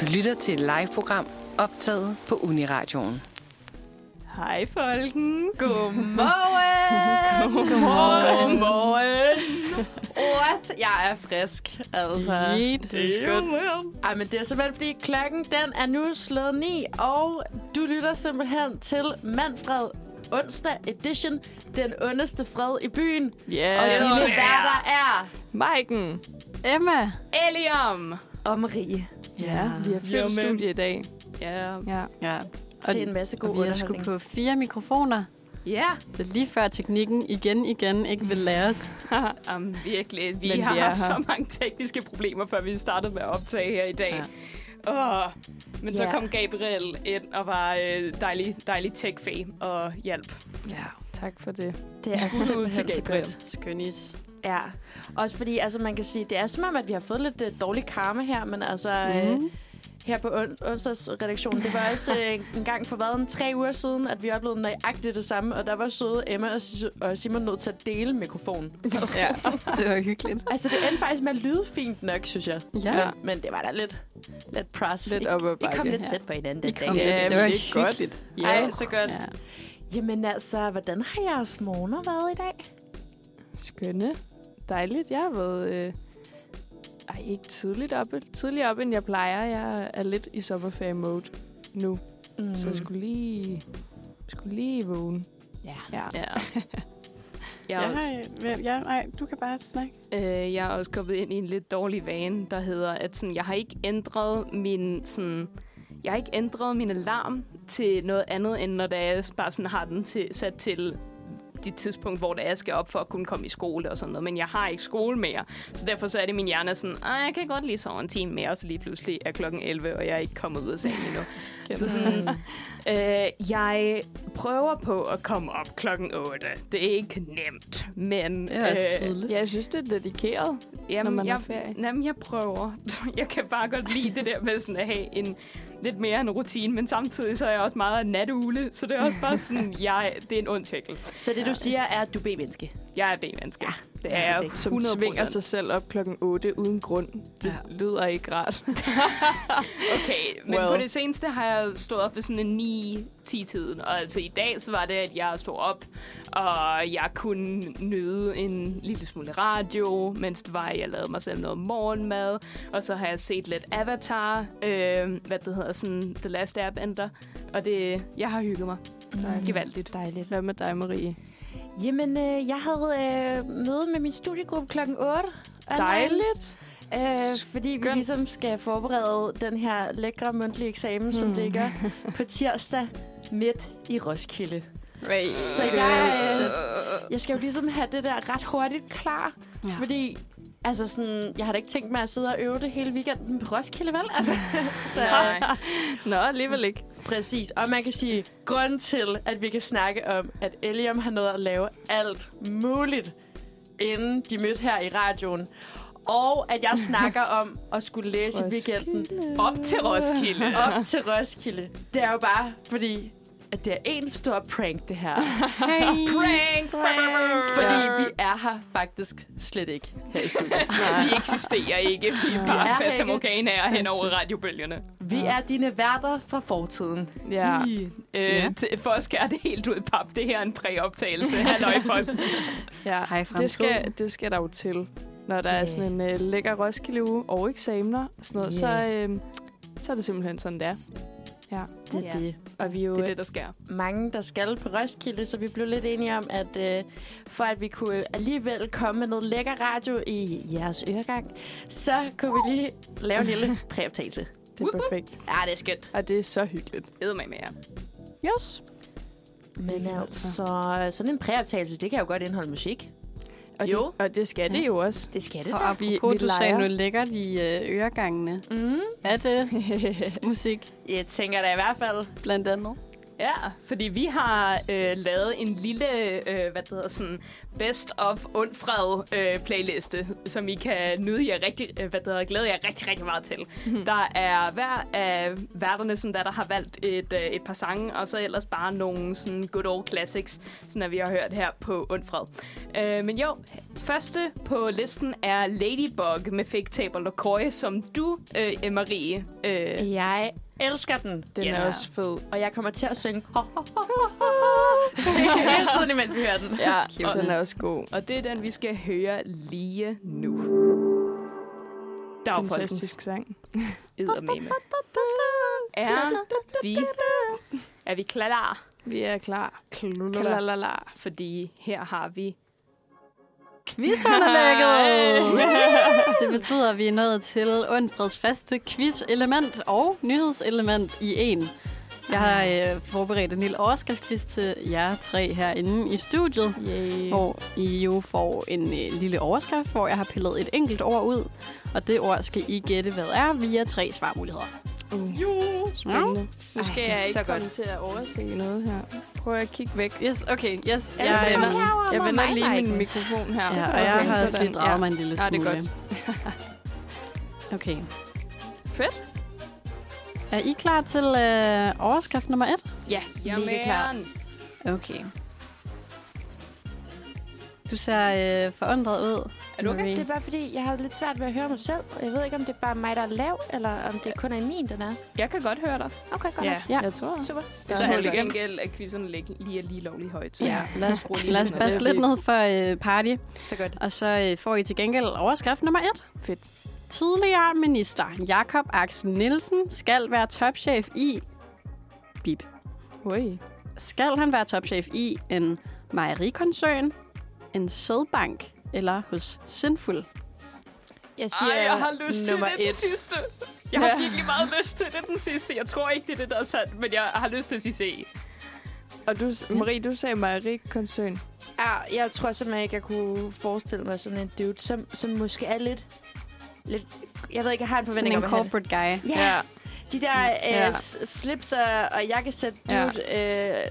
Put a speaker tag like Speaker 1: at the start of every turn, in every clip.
Speaker 1: Du lytter til et live-program optaget på Uniradioen.
Speaker 2: Hej, folkens.
Speaker 3: Godmorgen!
Speaker 2: Godmorgen.
Speaker 3: What? Jeg er frisk, altså.
Speaker 2: Det er skønt.
Speaker 3: Ej, men det er simpelthen, fordi klokken den er nu slået ni, og du lytter simpelthen til Manfred onsdag edition, den ondeste fred i byen. Og
Speaker 2: Ja.
Speaker 3: dine værter er
Speaker 2: Maiken.
Speaker 3: Emma
Speaker 2: Eliam.
Speaker 3: og Marie.
Speaker 4: Ja,
Speaker 2: Vi har
Speaker 4: fyldt studie i dag.
Speaker 2: Ja.
Speaker 4: Ja.
Speaker 5: Ja,
Speaker 3: Til en masse god
Speaker 4: Og vi har sgu
Speaker 3: underholdning.
Speaker 4: på fire mikrofoner.
Speaker 2: Ja.
Speaker 4: Det er lige før teknikken igen igen ikke vil lade os.
Speaker 2: um, virkelig. Vi
Speaker 4: Men
Speaker 2: har
Speaker 4: vi er
Speaker 2: haft
Speaker 4: her.
Speaker 2: så mange tekniske problemer, før vi startede med at optage her i dag.
Speaker 4: Ja.
Speaker 2: Åh. Men så
Speaker 3: Ja.
Speaker 2: kom Gabriel ind og var øh, dejlig, dejlig tech og hjælp.
Speaker 4: Ja, tak for det.
Speaker 3: Det er
Speaker 2: Skud ud til
Speaker 3: simpelthen så
Speaker 2: Gabriel.
Speaker 3: godt.
Speaker 4: Skønnis.
Speaker 3: Ja, også fordi altså, man kan sige, det er som om, at vi har fået lidt uh, dårlig karma her, men altså
Speaker 4: Mm-hmm.
Speaker 3: mm. øh, her på on- onsdagsredaktionen, det var også øh, en gang for hvad, en tre uger siden, at vi oplevede nøjagtigt det samme, og der var søde Emma og, Si- og Simon nødt til at dele mikrofonen.
Speaker 4: Ja, det var hyggeligt.
Speaker 3: Altså det endte faktisk med at lyde fint nok, synes jeg.
Speaker 4: Ja.
Speaker 3: Men, men det var da lidt, lidt pres.
Speaker 4: Lidt
Speaker 3: I-
Speaker 4: op
Speaker 3: I
Speaker 4: ad
Speaker 3: kom
Speaker 4: bakke.
Speaker 3: lidt
Speaker 4: Ja.
Speaker 3: tæt på hinanden den dag.
Speaker 4: Kom,
Speaker 2: Ja,
Speaker 4: det, det
Speaker 2: men
Speaker 4: var
Speaker 2: det er
Speaker 4: hyggeligt.
Speaker 2: Ja,
Speaker 3: Ej,
Speaker 2: så godt.
Speaker 4: Ja.
Speaker 3: Jamen altså, hvordan har jeres morgener været i dag?
Speaker 2: Skønne. Dejligt. Jeg har været... Øh... Ej, ikke tidligt oppe. Tidligere oppe, end jeg plejer. Jeg er lidt i sommerferie-mode nu. Mm.
Speaker 3: Mm.
Speaker 2: Så jeg skulle lige... skulle lige vågne.
Speaker 3: Ja.
Speaker 2: Ja.
Speaker 4: Ja.
Speaker 2: Jeg, er også,
Speaker 5: ja, nej, du kan bare snakke.
Speaker 2: øh, jeg er også kommet ind i en lidt dårlig vane, der hedder, at sådan, jeg har ikke ændret min... Sådan, jeg har ikke ændret min alarm til noget andet, end når det er, jeg bare sådan har den til, sat til det tidspunkt, hvor det er, jeg skal op for at kunne komme i skole og sådan noget. Men jeg har ikke skole mere. Så derfor så er det min hjerne er sådan, "Ej, jeg kan godt lige sove en time mere, og så lige pludselig er klokken 11, og jeg er ikke kommet ud af sengen endnu. så sådan, øh, jeg prøver på at komme op klokken 8. Det er ikke nemt, men...
Speaker 4: Det er også tidligt.
Speaker 2: Jeg synes, det er dedikeret,
Speaker 4: når man
Speaker 2: jeg,
Speaker 4: har ferie.
Speaker 2: Jamen, jeg prøver. Jeg kan bare godt lide det der med sådan at have en lidt mere en rutine, men samtidig så er jeg også meget af natugle, så det er også bare sådan, jeg, det er en ond tækkel.
Speaker 3: Så det du siger er, at du er menneske
Speaker 2: Jeg er B-menneske. Ja, det er jeg
Speaker 5: Som
Speaker 2: 100
Speaker 5: tvinger sig selv op klokken 8 uden grund. Det
Speaker 4: Ja.
Speaker 5: ja. lyder ikke rart.
Speaker 2: Okay, men well.
Speaker 5: Well.
Speaker 2: på det seneste har jeg stået op ved sådan en 9-10-tiden, og altså i dag så var det, at jeg stod op, og jeg kunne nyde en lille smule radio, mens det var, at jeg lavede mig selv noget morgenmad, og så har jeg set lidt Avatar, øh, hvad det hedder, sådan The Last Airbender, og det, jeg har hygget mig mm. gevaldigt.
Speaker 3: Dejligt.
Speaker 5: Hvad med dig, Marie?
Speaker 3: Jamen, øh, jeg havde øh, møde med min studiegruppe klokken 8. online.
Speaker 5: Dejligt.
Speaker 3: Øh, fordi vi
Speaker 5: Skønt.
Speaker 3: ligesom skal forberede den her lækre mundtlige eksamen, hmm. som ligger på tirsdag midt i Roskilde.
Speaker 5: Ray.
Speaker 3: Så jeg, øh, jeg skal jo ligesom have det der ret hurtigt klar, ja. fordi altså sådan, jeg har da ikke tænkt mig at sidde og øve det hele weekenden på Roskilde, vel? Altså, så,
Speaker 5: Nå, alligevel ikke.
Speaker 3: Præcis, og man kan sige, grund til, at vi kan snakke om, at Eliam har nået at lave alt muligt, inden de mødte her i radioen. Og at jeg snakker om at skulle læse i weekenden
Speaker 2: Op til Roskilde.
Speaker 3: op til Roskilde. Det er jo bare, fordi at det er en stor prank, det her.
Speaker 2: Prank, prank.
Speaker 3: Fordi vi er her faktisk slet ikke her i studiet.
Speaker 2: vi eksisterer ikke. Vi er
Speaker 3: Vi er
Speaker 2: bare
Speaker 3: ikke.
Speaker 2: fatamorganer hen over radiobølgerne.
Speaker 3: Vi er dine værter fra fortiden.
Speaker 5: Ja.
Speaker 2: I, øh, ja. t- for at skære det helt ud i pap, det her er en præoptagelse. Halløj, folk.
Speaker 5: ja.
Speaker 4: Hej, fremtiden.
Speaker 5: det, skal, det skal der jo til. Når der
Speaker 3: Ja.
Speaker 5: er sådan en øh, lækker Roskilde uge og eksamener og sådan noget,
Speaker 3: Ja.
Speaker 5: så, øh, så er det simpelthen sådan, det er. Ja,
Speaker 3: Det
Speaker 2: Ja.
Speaker 3: er det. Og vi er jo
Speaker 2: Det er det, der sker.
Speaker 3: mange, der skal på Roskilde, så vi blev lidt enige om, at øh, for at vi kunne alligevel komme med noget lækker radio i jeres øregang, så kunne vi lige lave en lille præoptagelse.
Speaker 5: det er perfekt.
Speaker 3: Ja, det er skønt.
Speaker 5: Og det er så hyggeligt.
Speaker 2: Ed mig med jer.
Speaker 5: Yes.
Speaker 3: Men altså, sådan en præoptagelse, det kan jo godt indeholde musik.
Speaker 5: Og
Speaker 3: Jo.
Speaker 5: Det, og det skal det jo også.
Speaker 3: Det skal det
Speaker 4: Og
Speaker 3: da.
Speaker 4: apropos,
Speaker 5: Vi- vi
Speaker 4: du sagde
Speaker 5: leger.
Speaker 4: nu lækkert i øh, øregangene.
Speaker 3: Mm.
Speaker 4: Er det musik,
Speaker 3: Jeg tænker da i hvert fald.
Speaker 4: blandt andet?
Speaker 2: Ja, fordi vi har øh, lavet en lille, øh, hvad det hedder sådan, best of undfred øh, playliste, som I kan nyde jer rigtig, øh, hvad det hedder, glæde jer rigtig, rigtig meget til. Mm. Der er hver af værterne, som der, der har valgt et, øh, et par sange, og så ellers bare nogle sådan good old classics, sådan at vi har hørt her på undfred. Øh, men jo, første på listen er Ladybug med Fake Tape og LaCroix, som du, øh, Marie, øh,
Speaker 3: Jeg elsker den.
Speaker 5: Den
Speaker 2: Yes.
Speaker 5: er også fed.
Speaker 3: Og jeg kommer til at synge hele tiden, imens vi hører den.
Speaker 5: Ja,
Speaker 2: og-
Speaker 5: den er også god.
Speaker 2: Og det er den, vi skal høre lige nu. Dagfolkens
Speaker 5: Fantastisk sang.
Speaker 2: eddermame. Er vi, er vi klar?
Speaker 5: Vi er klar.
Speaker 2: Klulala.
Speaker 5: Kalalala.
Speaker 2: Fordi her har vi...
Speaker 4: Quizunderlægget! det betyder, at vi er nået til Undfreds faste quiz-element og nyhedselement i en. Jeg har øh, forberedt en lille overskriftsquiz til jer tre herinde i studiet,
Speaker 5: Yay.
Speaker 4: hvor I jo får en øh, lille overskrift, hvor jeg har pillet et enkelt ord ud. Og det ord skal I gætte, hvad er, via tre svarmuligheder.
Speaker 2: Jo.
Speaker 5: Spændende.
Speaker 2: Nu skal
Speaker 1: Uh. det
Speaker 2: jeg
Speaker 1: er
Speaker 2: ikke
Speaker 1: så
Speaker 2: komme
Speaker 1: godt.
Speaker 2: til at overse.
Speaker 5: Se noget her. Prøv at kigge væk.
Speaker 4: Yes, okay, yes.
Speaker 5: Jeg
Speaker 4: jeg,
Speaker 5: vender,
Speaker 3: herover,
Speaker 5: jeg
Speaker 3: mor.
Speaker 5: vender
Speaker 3: Mig,
Speaker 5: lige
Speaker 3: der er
Speaker 5: min
Speaker 3: ikke
Speaker 5: mikrofon her.
Speaker 4: Ja,
Speaker 5: Okay,
Speaker 4: og jeg har også
Speaker 5: sådan.
Speaker 4: lige draget
Speaker 5: Ja.
Speaker 4: mig en lille
Speaker 5: Ja, det
Speaker 4: smule.
Speaker 5: er
Speaker 4: okay.
Speaker 2: Fedt.
Speaker 4: Er I klar til øh, overskrift nummer et?
Speaker 2: Ja, jeg
Speaker 4: Mega klar. Okay. Du ser øh, forundret ud.
Speaker 2: Er du okay?
Speaker 4: Marie.
Speaker 3: Det er bare fordi, jeg har lidt svært ved at høre mig selv. Og jeg ved ikke, om det er bare mig, der er lav, eller om det kun er min, den er.
Speaker 5: Jeg kan godt høre dig.
Speaker 3: Okay, godt.
Speaker 1: Ja.
Speaker 3: nok.
Speaker 4: Ja.
Speaker 5: Jeg tror.
Speaker 3: Super.
Speaker 5: Der
Speaker 2: Så
Speaker 5: er
Speaker 2: er det
Speaker 5: hul igen.
Speaker 2: gengæld, at quizzerne lig- lige er lige lovligt højt. Så
Speaker 4: Ja, lad os,
Speaker 2: skruer lige
Speaker 4: lad os
Speaker 2: ned.
Speaker 4: passe lidt ned for øh, party,
Speaker 1: Så godt.
Speaker 4: og så øh, får I til gengæld overskrift nummer et.
Speaker 5: Fedt.
Speaker 4: Tidligere minister Jakob Axel Nielsen skal være topchef i... Bip.
Speaker 5: Ui.
Speaker 4: Skal han være topchef i en mejerikoncern, en sædbank eller hos Sinful?
Speaker 3: Jeg siger
Speaker 2: Ej, jeg har lyst til
Speaker 3: nummer
Speaker 2: det, den
Speaker 3: et.
Speaker 2: sidste. Jeg har virkelig meget lyst til det, den sidste. Jeg tror ikke, det er det, der er sandt, men jeg har lyst til at sige C.
Speaker 5: Og du, Marie, du sagde mejerikoncern.
Speaker 3: Ja, jeg tror simpelthen ikke, jeg kunne forestille mig sådan en dude, som, som måske er lidt... lidt jeg ved ikke, jeg har en
Speaker 4: Sådan
Speaker 3: forventning om,
Speaker 4: en
Speaker 3: at han...
Speaker 4: corporate guy.
Speaker 3: Ja,
Speaker 5: Ja.
Speaker 3: de der øh,
Speaker 5: Ja.
Speaker 3: ja. slips og, og jakkesæt dude ja. øh,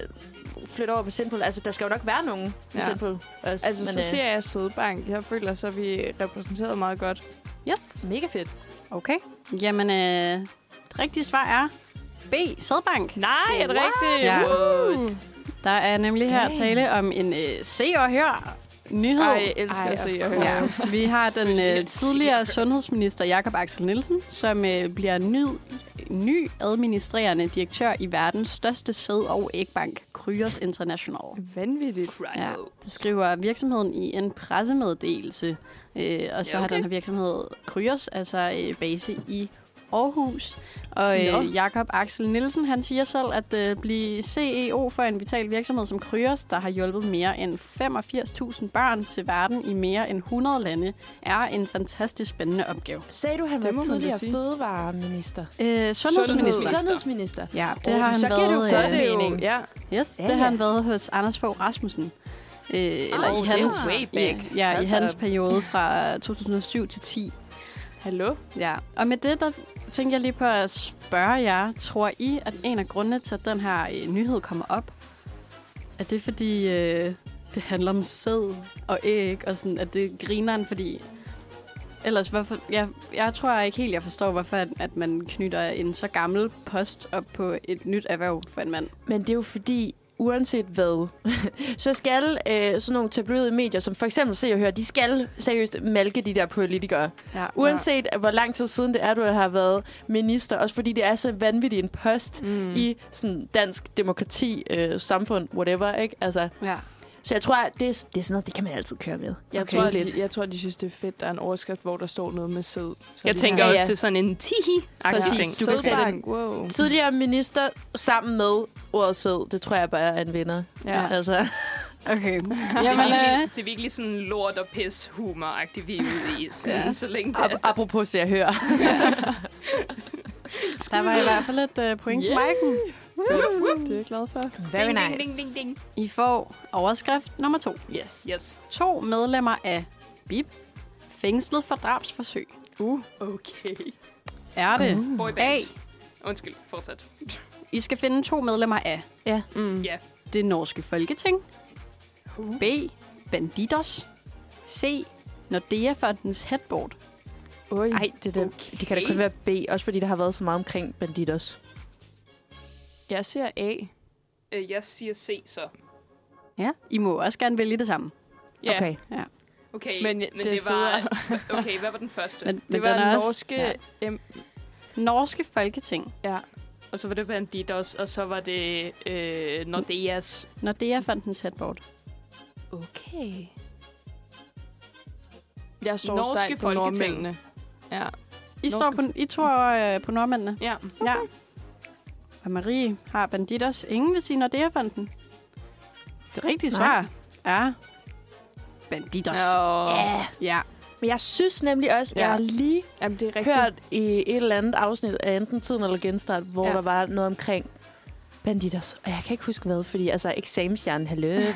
Speaker 3: flytter over på Sinful. Altså, der skal jo nok være nogen på
Speaker 5: Ja.
Speaker 3: ja. Sinful. Også, øh,
Speaker 5: Altså,
Speaker 2: øh,
Speaker 5: så siger jeg sædbank. Jeg føler, så er vi repræsenteret meget godt.
Speaker 4: Yes.
Speaker 3: Mega fedt.
Speaker 4: Okay. Jamen, øh, det rigtige svar er B. Sædbank.
Speaker 2: Nej, er det
Speaker 3: What?
Speaker 2: rigtigt?
Speaker 4: Ja.
Speaker 2: What?
Speaker 4: Der er nemlig her tale om en øh, se og hør nyhed.
Speaker 5: Ej, jeg elsker
Speaker 3: Ej,
Speaker 5: at se
Speaker 3: of
Speaker 5: og høre.
Speaker 4: Ja, vi har den øh,
Speaker 2: Selvfølgelig.
Speaker 4: tidligere sundhedsminister Jakob Axel Nielsen, som øh, bliver ny, ny administrerende direktør i verdens største sæd- og ægbank, Kryos International.
Speaker 5: Vanvittigt.
Speaker 4: Ja, det skriver virksomheden i en pressemeddelelse. Øh, og
Speaker 2: Ja,
Speaker 4: så ja, okay. har
Speaker 2: okay.
Speaker 4: den her virksomhed Kryos, altså øh, base i Aarhus. Og
Speaker 5: Nå.
Speaker 4: øh, Jakob Axel Nielsen, han siger selv, at øh, blive CEO for en vital virksomhed som Kryos, der har hjulpet mere end 85.000 børn til verden i mere end 100 lande, er en fantastisk spændende opgave.
Speaker 3: Sagde du, han
Speaker 5: Det må
Speaker 3: var
Speaker 5: man da
Speaker 3: tidligere
Speaker 5: sige.
Speaker 3: fødevareminister?
Speaker 4: Øh, sundhedsminister.
Speaker 5: Sundhed.
Speaker 3: Sundhedsminister.
Speaker 4: Ja, det
Speaker 3: Oh,
Speaker 4: har han
Speaker 3: så giver det jo
Speaker 4: været.
Speaker 5: Så
Speaker 3: godt
Speaker 5: er
Speaker 4: øh,
Speaker 5: det jo...
Speaker 3: mening.
Speaker 5: Ja.
Speaker 4: Yes,
Speaker 3: Ja,
Speaker 4: det har
Speaker 3: ja.
Speaker 4: han været hos Anders Fogh Rasmussen. Øh, eller
Speaker 1: det
Speaker 4: i
Speaker 1: er
Speaker 4: hans,
Speaker 1: way back.
Speaker 4: I, ja, i
Speaker 1: Hold da
Speaker 4: hans
Speaker 1: op.
Speaker 4: periode fra 2007 til 10.
Speaker 5: Hallo?
Speaker 4: Ja. Og med det, der tænker jeg lige på at spørge jer, tror I, at en af grundene til, at den her øh, nyhed kommer op, er det fordi, øh, det handler om sæd og æg, og sådan, at det griner han, fordi... Ellers, hvorfor, jeg, jeg tror ikke helt, jeg forstår, hvorfor at, at man knytter en så gammel post op på et nyt erhverv for en mand.
Speaker 3: Men det er jo fordi, uanset hvad, så skal øh, sådan nogle tabloide medier, som for eksempel Se og Hør, de skal seriøst malke de der politikere.
Speaker 4: Ja,
Speaker 3: Uanset øh, hvor lang tid siden det er, du har været minister, også fordi det er så vanvittig en post mm. i sådan dansk demokrati, øh, samfund, whatever, ikke? Altså,
Speaker 4: ja.
Speaker 3: så jeg tror, at det, er- det er sådan noget, det kan man altid køre med.
Speaker 5: Jeg,
Speaker 3: Okay.
Speaker 5: tror,
Speaker 3: Lidt.
Speaker 5: de, jeg tror, de synes, det er fedt, der er en overskrift, hvor der står noget med sæd. Så
Speaker 2: Jeg
Speaker 5: de
Speaker 2: tænker
Speaker 3: Ja,
Speaker 2: også,
Speaker 3: ja.
Speaker 2: det er sådan en tihi-agtig
Speaker 3: Præcis.
Speaker 2: ting.
Speaker 3: Du kan sætte
Speaker 5: Sædbank, Wow.
Speaker 3: Tidligere minister sammen med ordet sæd, det tror jeg bare er en vinder.
Speaker 5: Ja.
Speaker 3: Altså,
Speaker 4: Okay.
Speaker 2: Det er,
Speaker 4: Jamen, øh,
Speaker 2: virkelig, det er virkelig sådan lort og pis humor agtig vi er ude i. Sådan,
Speaker 4: Ja.
Speaker 2: Så længe det
Speaker 3: ap-
Speaker 2: er.
Speaker 3: apropos Se og Hør.
Speaker 4: der var i hvert fald et øh, point til
Speaker 5: Yeah.
Speaker 4: Maiken.
Speaker 5: Fedt. Det er jeg glad for.
Speaker 2: Very ding, nice. Ding, ding, ding, ding.
Speaker 4: I får overskrift nummer to.
Speaker 5: Yes.
Speaker 2: Yes.
Speaker 4: To medlemmer af BIP fængslet for drabsforsøg.
Speaker 5: Uh.
Speaker 2: Okay.
Speaker 4: Er det
Speaker 2: Boy
Speaker 4: A.
Speaker 5: Mm.
Speaker 2: band. Undskyld, fortsat.
Speaker 4: I skal finde to medlemmer af
Speaker 5: Mm. Ja.
Speaker 4: det norske folketing, B. Bandidos, C. Nordea-fondens headboard.
Speaker 2: Oj.
Speaker 3: Nej, det, der, okay. det kan da kun være B, også fordi der har været så meget omkring banditers.
Speaker 2: Jeg ser A.
Speaker 5: Øh, jeg siger C så.
Speaker 4: Ja. I må også gerne vælge det samme.
Speaker 5: Ja.
Speaker 3: Okay.
Speaker 5: Okay,
Speaker 2: Men
Speaker 5: men,
Speaker 2: ja,
Speaker 5: men
Speaker 2: det
Speaker 5: det,
Speaker 2: er
Speaker 5: det var... Okay, hvad var den første?
Speaker 4: Men,
Speaker 2: Det
Speaker 4: men
Speaker 2: var
Speaker 4: den
Speaker 2: den
Speaker 4: er også-
Speaker 2: norske...
Speaker 4: ja.
Speaker 2: Ja.
Speaker 4: norske folketing.
Speaker 2: ja.
Speaker 5: Og så var det Bandidos, og så var det øh, Nordeas.
Speaker 4: Nordea fondens headboard.
Speaker 5: Okay.
Speaker 2: Jeg står
Speaker 5: Norske
Speaker 2: stejlt på
Speaker 5: Folketing.
Speaker 2: nordmændene. Ja.
Speaker 4: I,
Speaker 2: Norske
Speaker 4: står på, I tror øh, på nordmændene.
Speaker 5: Ja.
Speaker 4: Ja. Og Marie har banditers. Ingen vil sige Nordea-fonden. Det rigtige
Speaker 3: Nej.
Speaker 4: svar er banditers.
Speaker 2: Ja.
Speaker 4: Ja.
Speaker 3: Men jeg synes nemlig også, ja.
Speaker 2: Ja.
Speaker 3: jeg har lige
Speaker 2: Jamen, det er rigtigt.
Speaker 3: hørt i et eller andet afsnit af enten Tiden eller Genstart, hvor
Speaker 2: Ja.
Speaker 3: ja. der var noget omkring banditers. Og jeg kan ikke huske hvad, fordi altså eksamenshjernen har løbet.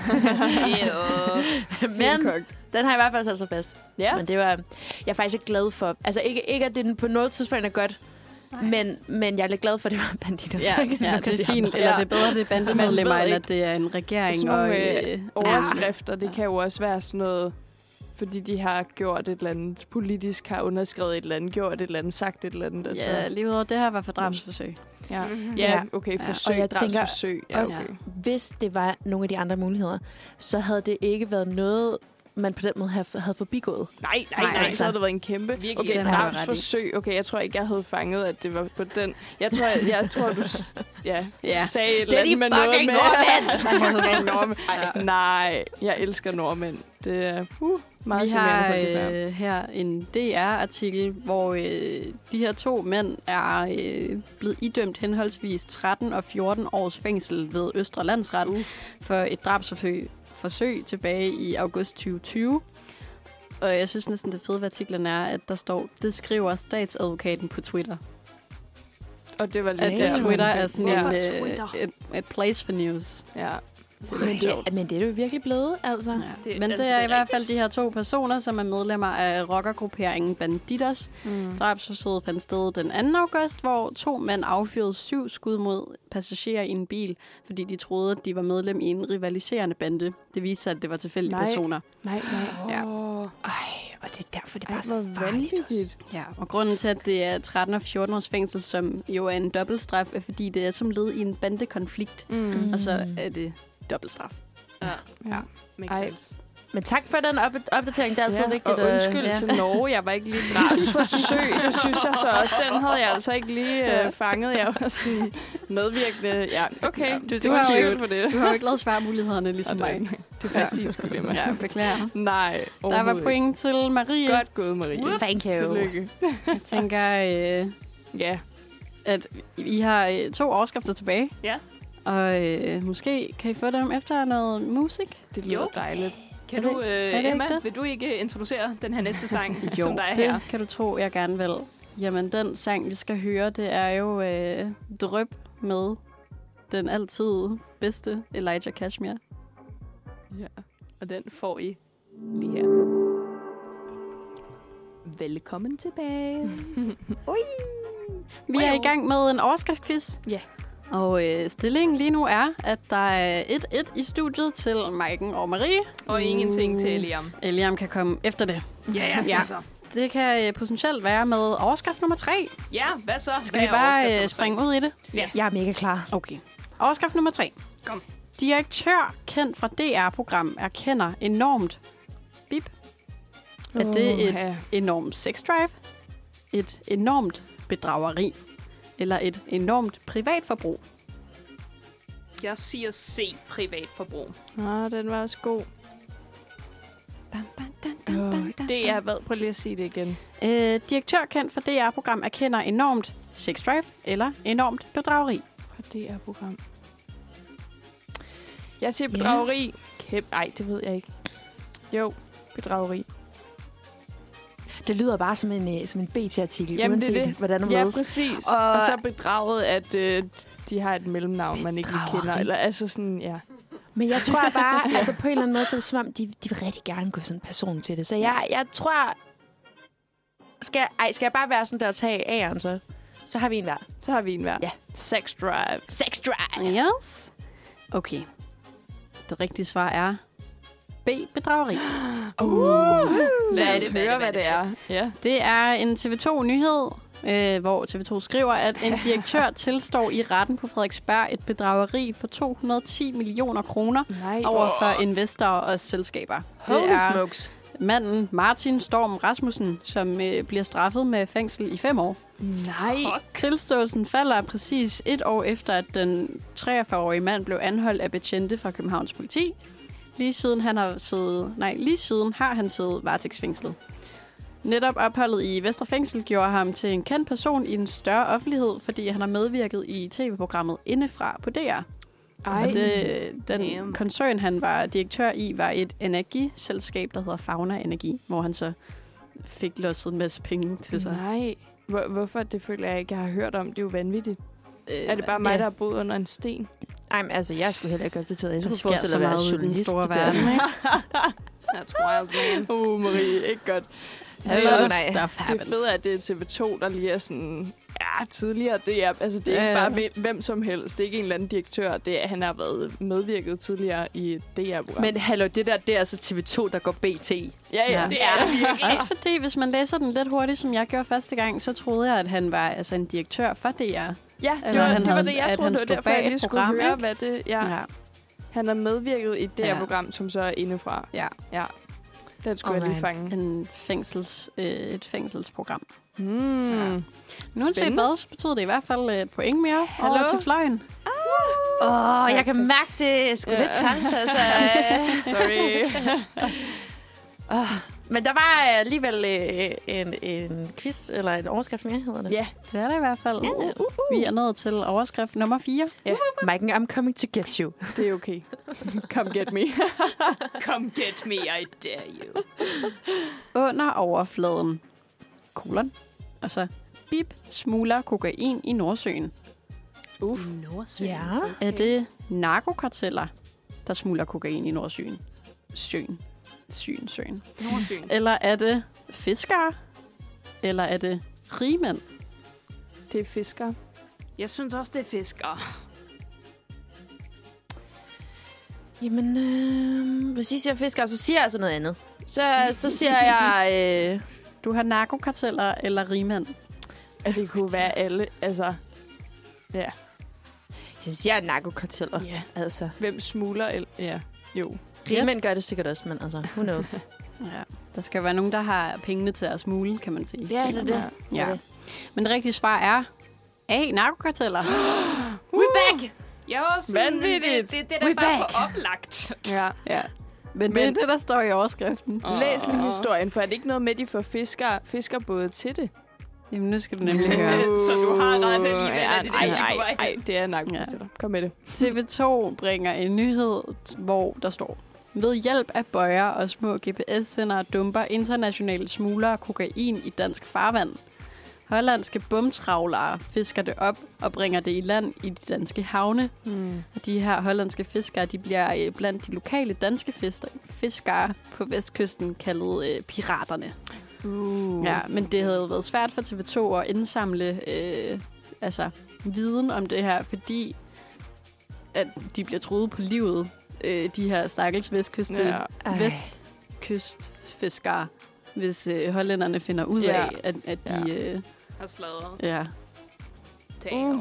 Speaker 3: Men den har jeg i hvert fald sat sig fast.
Speaker 2: Ja.
Speaker 3: Men det var, jeg er faktisk ikke glad for. Altså ikke, ikke at det på noget tidspunkt er godt, men, men jeg er lidt glad for, at det var banditers.
Speaker 4: Ja, ja, det er fint. Eller det er bedre, det er bandemedlemmer,
Speaker 2: Man ved
Speaker 4: end
Speaker 2: ikke.
Speaker 4: at det er en regering.
Speaker 2: Sådan nogle,
Speaker 4: og,
Speaker 2: øh,
Speaker 4: øh,
Speaker 2: overskrifter, det kan jo også være sådan noget, fordi de har gjort et eller andet, politisk har underskrevet et eller andet, gjort et eller andet, sagt et eller andet. Altså.
Speaker 4: Ja, lige udover det her var for drabsforsøg.
Speaker 2: ja.
Speaker 3: Ja.
Speaker 2: ja, okay,
Speaker 4: Ja,
Speaker 2: forsøg,
Speaker 3: og
Speaker 2: ja.
Speaker 3: jeg tænker
Speaker 2: drabsforsøg. Ja,
Speaker 3: også-
Speaker 2: okay.
Speaker 3: Hvis det var nogle af de andre muligheder, så havde det ikke været noget, man på den måde havde, havde forbigået.
Speaker 2: Nej, nej, nej,
Speaker 3: Nej,
Speaker 2: nej,
Speaker 3: altså.
Speaker 2: så havde det været en kæmpe...
Speaker 5: Virkelig,
Speaker 2: Okay,
Speaker 4: den har du ret i.
Speaker 2: drabsforsøg. Okay, jeg tror ikke, jeg havde fanget, at det var på den. Jeg tror, jeg, jeg tror du s- ja,
Speaker 4: Ja.
Speaker 2: ja. sagde et eller
Speaker 3: Det er de
Speaker 2: andet med noget
Speaker 3: fucking
Speaker 2: med... nordmænd! nordmænd. Nej, jeg elsker nordmænd. Det er uh, meget
Speaker 4: Vi
Speaker 2: charmerende,
Speaker 4: har
Speaker 2: folk, det der.
Speaker 4: øh, her en DR-artikel, hvor øh, de her to mænd er øh, blevet idømt henholdsvis 13 og 14 års fængsel ved Østre Landsret uh. for et drabsforsøg forsøg tilbage i august 2020. Og jeg synes næsten, det fede ved artiklen er, at der står, det skriver statsadvokaten på Twitter.
Speaker 2: Og det var lidt...
Speaker 4: At
Speaker 3: Damn.
Speaker 4: yeah. Twitter er sådan
Speaker 2: Ja.
Speaker 4: en,
Speaker 5: Hvorfor Twitter?
Speaker 4: øh, et, et place for news.
Speaker 2: Ja.
Speaker 3: Men det, men det er det jo virkelig blevet, altså. Ja.
Speaker 4: Ja.
Speaker 5: Det-
Speaker 4: Men
Speaker 5: altså,
Speaker 4: det
Speaker 5: det
Speaker 4: er
Speaker 5: er
Speaker 4: i hvert fald de her to personer, som er medlemmer af rockergrupperingen Banditos,
Speaker 2: Mm.
Speaker 4: Drabsforsøget fandt sted den 2. august, hvor to mænd affyrede syv skud mod passagerer i en bil, fordi de troede, at de var medlem i en rivaliserende bande. Det viste sig, at det var tilfældige
Speaker 2: Nej.
Speaker 4: personer.
Speaker 2: Nej, nej.
Speaker 4: Ja.
Speaker 3: Ej, og det er derfor, det er
Speaker 2: Ej,
Speaker 3: bare så
Speaker 2: hvor
Speaker 3: farligt. også.
Speaker 2: vanvittigt.
Speaker 4: Ja, og grunden til, at det er 13 og 14 års fængsel, som jo er en dobbeltstraf, er fordi det er som led i en bandekonflikt,
Speaker 2: Mm.
Speaker 4: og så er det dobbeltstraf.
Speaker 2: Ja.
Speaker 5: Makes
Speaker 2: Ej.
Speaker 5: sense.
Speaker 3: Men tak for den op- opdatering, det er altid
Speaker 2: Ja,
Speaker 3: vigtigt. øh,
Speaker 2: Og undskyld
Speaker 4: ja.
Speaker 2: øh, ja. til Norge, jeg var ikke lige drabsforsøg. Det synes jeg så også. Den havde jeg altså ikke lige øh, fanget. Jeg var sådan medvirkende. Ja, okay. Ja,
Speaker 4: du har jo ikke-
Speaker 2: for det.
Speaker 4: Du har jo ikke lavet svarmulighederne ligesom
Speaker 2: Og det er
Speaker 4: mig.
Speaker 2: ikke- Det er faktisk din skyld, Emma.
Speaker 4: Ja, beklager.
Speaker 2: Nej,
Speaker 4: Der var
Speaker 2: overhovedet ikke.
Speaker 4: point til Marie.
Speaker 2: Godt gået, Marie.
Speaker 3: Thank you.
Speaker 2: Tillykke.
Speaker 4: Jeg tænker, øh,
Speaker 2: Ja,
Speaker 4: at I har øh, to overskrifter tilbage.
Speaker 5: Ja.
Speaker 4: Og øh, måske kan I få dem efter noget musik.
Speaker 2: det lyder
Speaker 5: Jo.
Speaker 2: dejligt.
Speaker 5: Kan
Speaker 4: Er
Speaker 5: du,
Speaker 4: er
Speaker 5: øh,
Speaker 4: det
Speaker 5: Emma,
Speaker 4: ikke det?
Speaker 5: vil du ikke introducere den her næste sang, som der er
Speaker 4: det
Speaker 5: her?
Speaker 4: kan du tro, jeg gerne vil. Jamen, den sang, vi skal høre, det er jo øh, Drøb med den altid bedste Elijah Kashmir.
Speaker 2: Ja.
Speaker 5: Og den får I
Speaker 2: Lige her.
Speaker 5: Velkommen tilbage.
Speaker 4: Vi er i gang med en overskriftsquiz.
Speaker 2: Ja.
Speaker 4: Og øh, stillingen lige nu er, at der er 1-1 i studiet til Maiken og Marie.
Speaker 5: Og ingenting til Eliam.
Speaker 4: Eliam kan komme efter det.
Speaker 5: Ja, ja,
Speaker 4: Ja.
Speaker 5: ja. Så.
Speaker 4: Det kan øh, potentielt være med overskrift nummer 3.
Speaker 5: ja hvad så?
Speaker 4: Skal vi bare øh, springe ud i det?
Speaker 5: Yes.
Speaker 3: Jeg er mega klar.
Speaker 4: Okay. Overskrift nummer tre.
Speaker 5: Kom.
Speaker 4: Direktør kendt fra DR-program erkender enormt. Bip. Er det et
Speaker 2: Uha.
Speaker 4: enormt sexdrive? Et enormt bedrageri? Eller et enormt privatforbrug?
Speaker 5: Jeg siger C, privat forbrug.
Speaker 2: Nå, den var også god. Oh, det er hvad? Prøv lige at sige det igen.
Speaker 4: Øh, direktør kendt fra DR-program erkender enormt sexdrive eller enormt bedrageri.
Speaker 2: På DR-program. Jeg siger bedrageri. Yeah. Kæmpe. Ej, det ved jeg ikke. Jo, bedrageri.
Speaker 3: Det lyder bare som en, øh, som en BT-artikel,
Speaker 2: Jamen, det er
Speaker 3: uanset
Speaker 2: det.
Speaker 3: hvordan du
Speaker 2: Ja,
Speaker 3: ved.
Speaker 2: præcis. Og,
Speaker 3: Og-
Speaker 2: og så bedraget, at øh, de har et mellemnavn, man ikke lige
Speaker 3: Bedrageri.
Speaker 2: kender. Eller altså sådan, ja.
Speaker 3: Men jeg tror bare, altså på en eller anden måde, så er det som om, de, de vil rigtig gerne gå sådan en person til det. Så jeg, jeg tror... Skal, jeg- ej, skal jeg bare være sådan der og tage A'eren så? Så har vi en hver.
Speaker 5: Så har vi en hver.
Speaker 3: Ja.
Speaker 5: Sex drive.
Speaker 3: Sex drive.
Speaker 4: Yes. Okay. Det rigtige svar er B. Bedrageri. Uh-huh.
Speaker 5: Lad os høre, Uh. hvad det er. Ja.
Speaker 4: Det er en TV2-nyhed, øh, hvor TV2 skriver, at en direktør tilstår i retten på Frederiksberg et bedrageri for 210 millioner kroner
Speaker 5: Nej.
Speaker 4: over for investorer og selskaber. det
Speaker 3: Holy
Speaker 4: er
Speaker 3: smokes.
Speaker 4: manden Martin Storm Rasmussen, som øh, bliver straffet med fængsel i fem år.
Speaker 5: Nej.
Speaker 4: Tilståelsen falder præcis et år efter, at den 43-årige mand blev anholdt af betjente fra Københavns politi. Lige siden, han har siddet, nej, lige siden har han siddet varetægtsfængslet. Netop opholdet i Vestre Fængsel gjorde ham til en kendt person i en større offentlighed, fordi han har medvirket i tv-programmet Indefra på DR.
Speaker 5: Ej.
Speaker 4: Og det, den
Speaker 5: Damn.
Speaker 4: koncern, han var direktør i, var et energiselskab, der hedder Fauna Energi, hvor han så fik losset en masse penge til sig.
Speaker 5: Nej. Hvor, hvorfor det føler jeg ikke, jeg har hørt om? Det er jo vanvittigt.
Speaker 4: Øh,
Speaker 5: Er det bare mig,
Speaker 3: ja.
Speaker 5: der har boet under en sten?
Speaker 3: Ej, men altså, jeg skulle heller ikke opdateret. Jeg
Speaker 4: der
Speaker 3: skulle
Speaker 4: sker
Speaker 3: forestille
Speaker 4: så
Speaker 3: at være
Speaker 4: meget i den
Speaker 3: journalist,
Speaker 4: store
Speaker 3: det der.
Speaker 4: verden, ikke?
Speaker 5: That's wild, man.
Speaker 2: Uh, Marie, ikke godt.
Speaker 4: Hello,
Speaker 2: Hello,
Speaker 4: stuff
Speaker 2: Det er
Speaker 4: happens.
Speaker 2: fedt, at det er TV2, der lige er sådan... Ja, tidligere, det er... Altså, det er
Speaker 4: Ja,
Speaker 2: ikke
Speaker 4: ja.
Speaker 2: bare hvem- hvem som helst. Det er ikke en eller anden direktør. Det er, han har været medvirket tidligere i et DR-program.
Speaker 3: Men hallo, det der, det er altså TV2, der går BT.
Speaker 2: ja, ja,
Speaker 4: Ja.
Speaker 2: ja, det er det virkelig.
Speaker 4: Også fordi, hvis man læser den lidt hurtigt, som jeg gjorde første gang, så troede jeg, at han var altså en direktør for DR. Ja.
Speaker 2: Ja, det
Speaker 4: Eller
Speaker 2: var,
Speaker 4: han
Speaker 2: det, var
Speaker 4: havde-
Speaker 2: det,
Speaker 4: at
Speaker 2: jeg troede,
Speaker 4: han
Speaker 2: det var
Speaker 4: stod
Speaker 2: derfor, jeg
Speaker 4: bag
Speaker 2: lige
Speaker 4: et
Speaker 2: skulle
Speaker 4: program,
Speaker 2: høre,
Speaker 4: ikke?
Speaker 2: hvad det... Ja, ja. Han har medvirket i det her
Speaker 4: Ja.
Speaker 2: program, som så er indefra.
Speaker 4: Ja.
Speaker 2: ja. Den skulle jeg lige
Speaker 3: Alright.
Speaker 2: fange.
Speaker 4: En fængsels, øh, et fængselsprogram.
Speaker 2: Mm. Ja.
Speaker 4: Men Uanset
Speaker 2: Spændende.
Speaker 4: hvad, så betyder det i hvert fald øh, point mere Hello? over
Speaker 2: Hallo?
Speaker 4: til fløjen.
Speaker 3: Åh, oh, jeg kan mærke det. Jeg skulle
Speaker 2: Ja.
Speaker 3: lidt træls, altså.
Speaker 2: Sorry.
Speaker 3: Men der var alligevel øh, en, en quiz, eller en overskrift mere, hedder det.
Speaker 2: ja,
Speaker 4: Det er det i hvert fald. Yeah, Vi er nået til overskrift nummer 4.
Speaker 3: Mike, I'm coming to get you.
Speaker 2: det er okay. Come get me.
Speaker 5: Come get me, I dare you.
Speaker 4: Under overfladen. Kolon. Og så bip smugler kokain i Nordsøen.
Speaker 2: Uff.
Speaker 3: Ja.
Speaker 4: Er det narkokarteller, der smugler kokain i Nordsøen? Søen. Syn, søen.
Speaker 5: Nordsyn.
Speaker 4: Eller er det fiskere? Eller er det rigmænd?
Speaker 2: Det er fisker.
Speaker 5: Jeg synes også, det er fiskere.
Speaker 3: Jamen, øh, hvis I siger fisker, så siger jeg altså noget andet. Så, så siger jeg... Øh,
Speaker 4: Du har narkokarteller eller rigmænd?
Speaker 2: At det kunne være alle. Altså, ja.
Speaker 3: så siger jeg narkokarteller.
Speaker 2: ja.
Speaker 3: Altså,
Speaker 2: Hvem smugler? el- Ja, jo.
Speaker 3: rigmænd gør det sikkert også, men altså, who knows.
Speaker 4: Ja. Der skal være nogen, der har pengene til at smule, kan man sige.
Speaker 3: Ja, det er det.
Speaker 4: Ja. Men det rigtige svar er A. Narkokarteller.
Speaker 3: We back!
Speaker 5: Jeg er også sådan, det, det,
Speaker 2: Vanvittigt.
Speaker 5: det, det er da
Speaker 3: We
Speaker 5: bare
Speaker 3: back.
Speaker 5: for oplagt.
Speaker 2: Ja.
Speaker 4: Ja. Men det er
Speaker 2: Men-
Speaker 4: det, der står i overskriften.
Speaker 2: Læs lige historien, for er det ikke noget med, at de får fisker, fiskerbåde til det?
Speaker 4: Jamen, nu skal du nemlig høre.
Speaker 5: Så du har ret alligevel,
Speaker 2: Ja,
Speaker 5: er det det,
Speaker 2: nej,
Speaker 5: jeg er
Speaker 2: nej,
Speaker 5: på vej
Speaker 2: nej,
Speaker 5: hen?
Speaker 2: det er nok til dig. Kom med det.
Speaker 4: TV2 bringer en nyhed, hvor der står... Ved hjælp af bøjer og små GPS-sendere dumper internationale smuglere kokain i dansk farvand. Hollandske bumtravlere fisker det op og bringer det i land i de danske havne.
Speaker 2: Mm.
Speaker 4: Og de her hollandske fiskere, de bliver øh, blandt de lokale danske fisker, fiskere på vestkysten kaldet øh, piraterne.
Speaker 2: Uh.
Speaker 4: Ja, men det havde jo været svært for TV2 at indsamle øh, altså, viden om det her, fordi at de bliver troet på livet, øh, de her stakkels vestkyste, ja.
Speaker 2: Ja.
Speaker 4: vestkystfiskere, hvis øh, hollænderne finder ud
Speaker 2: Ja.
Speaker 4: af, at, at de... Ja. Øh,
Speaker 5: Og sladret.
Speaker 4: ja.
Speaker 5: Damn.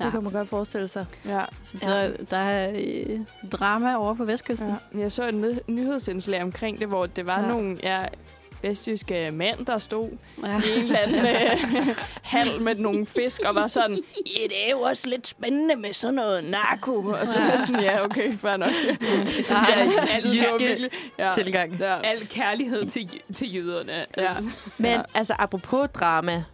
Speaker 4: Ja.
Speaker 3: Det kan man godt forestille sig.
Speaker 2: Ja.
Speaker 4: Så
Speaker 3: Ja.
Speaker 4: der, der er øh, drama over på vestkysten.
Speaker 2: ja. Jeg så et ny- nyhedsindslag omkring det, hvor det var
Speaker 4: Ja.
Speaker 2: ja. nogle ja, vestjyske mænd, der stod
Speaker 4: Ja.
Speaker 2: i en eller anden øh, hal med nogle fisk, og var sådan, ja, det er jo også lidt spændende med sådan noget narko. Og så var jeg sådan, ja, okay, fair nok.
Speaker 3: Det er
Speaker 2: Altså, det var
Speaker 3: jyske
Speaker 2: virkelig- ja.
Speaker 3: tilgang.
Speaker 2: Ja.
Speaker 5: Al kærlighed til, til jøderne.
Speaker 2: Ja.
Speaker 3: Men
Speaker 2: Ja.
Speaker 3: altså, apropos drama,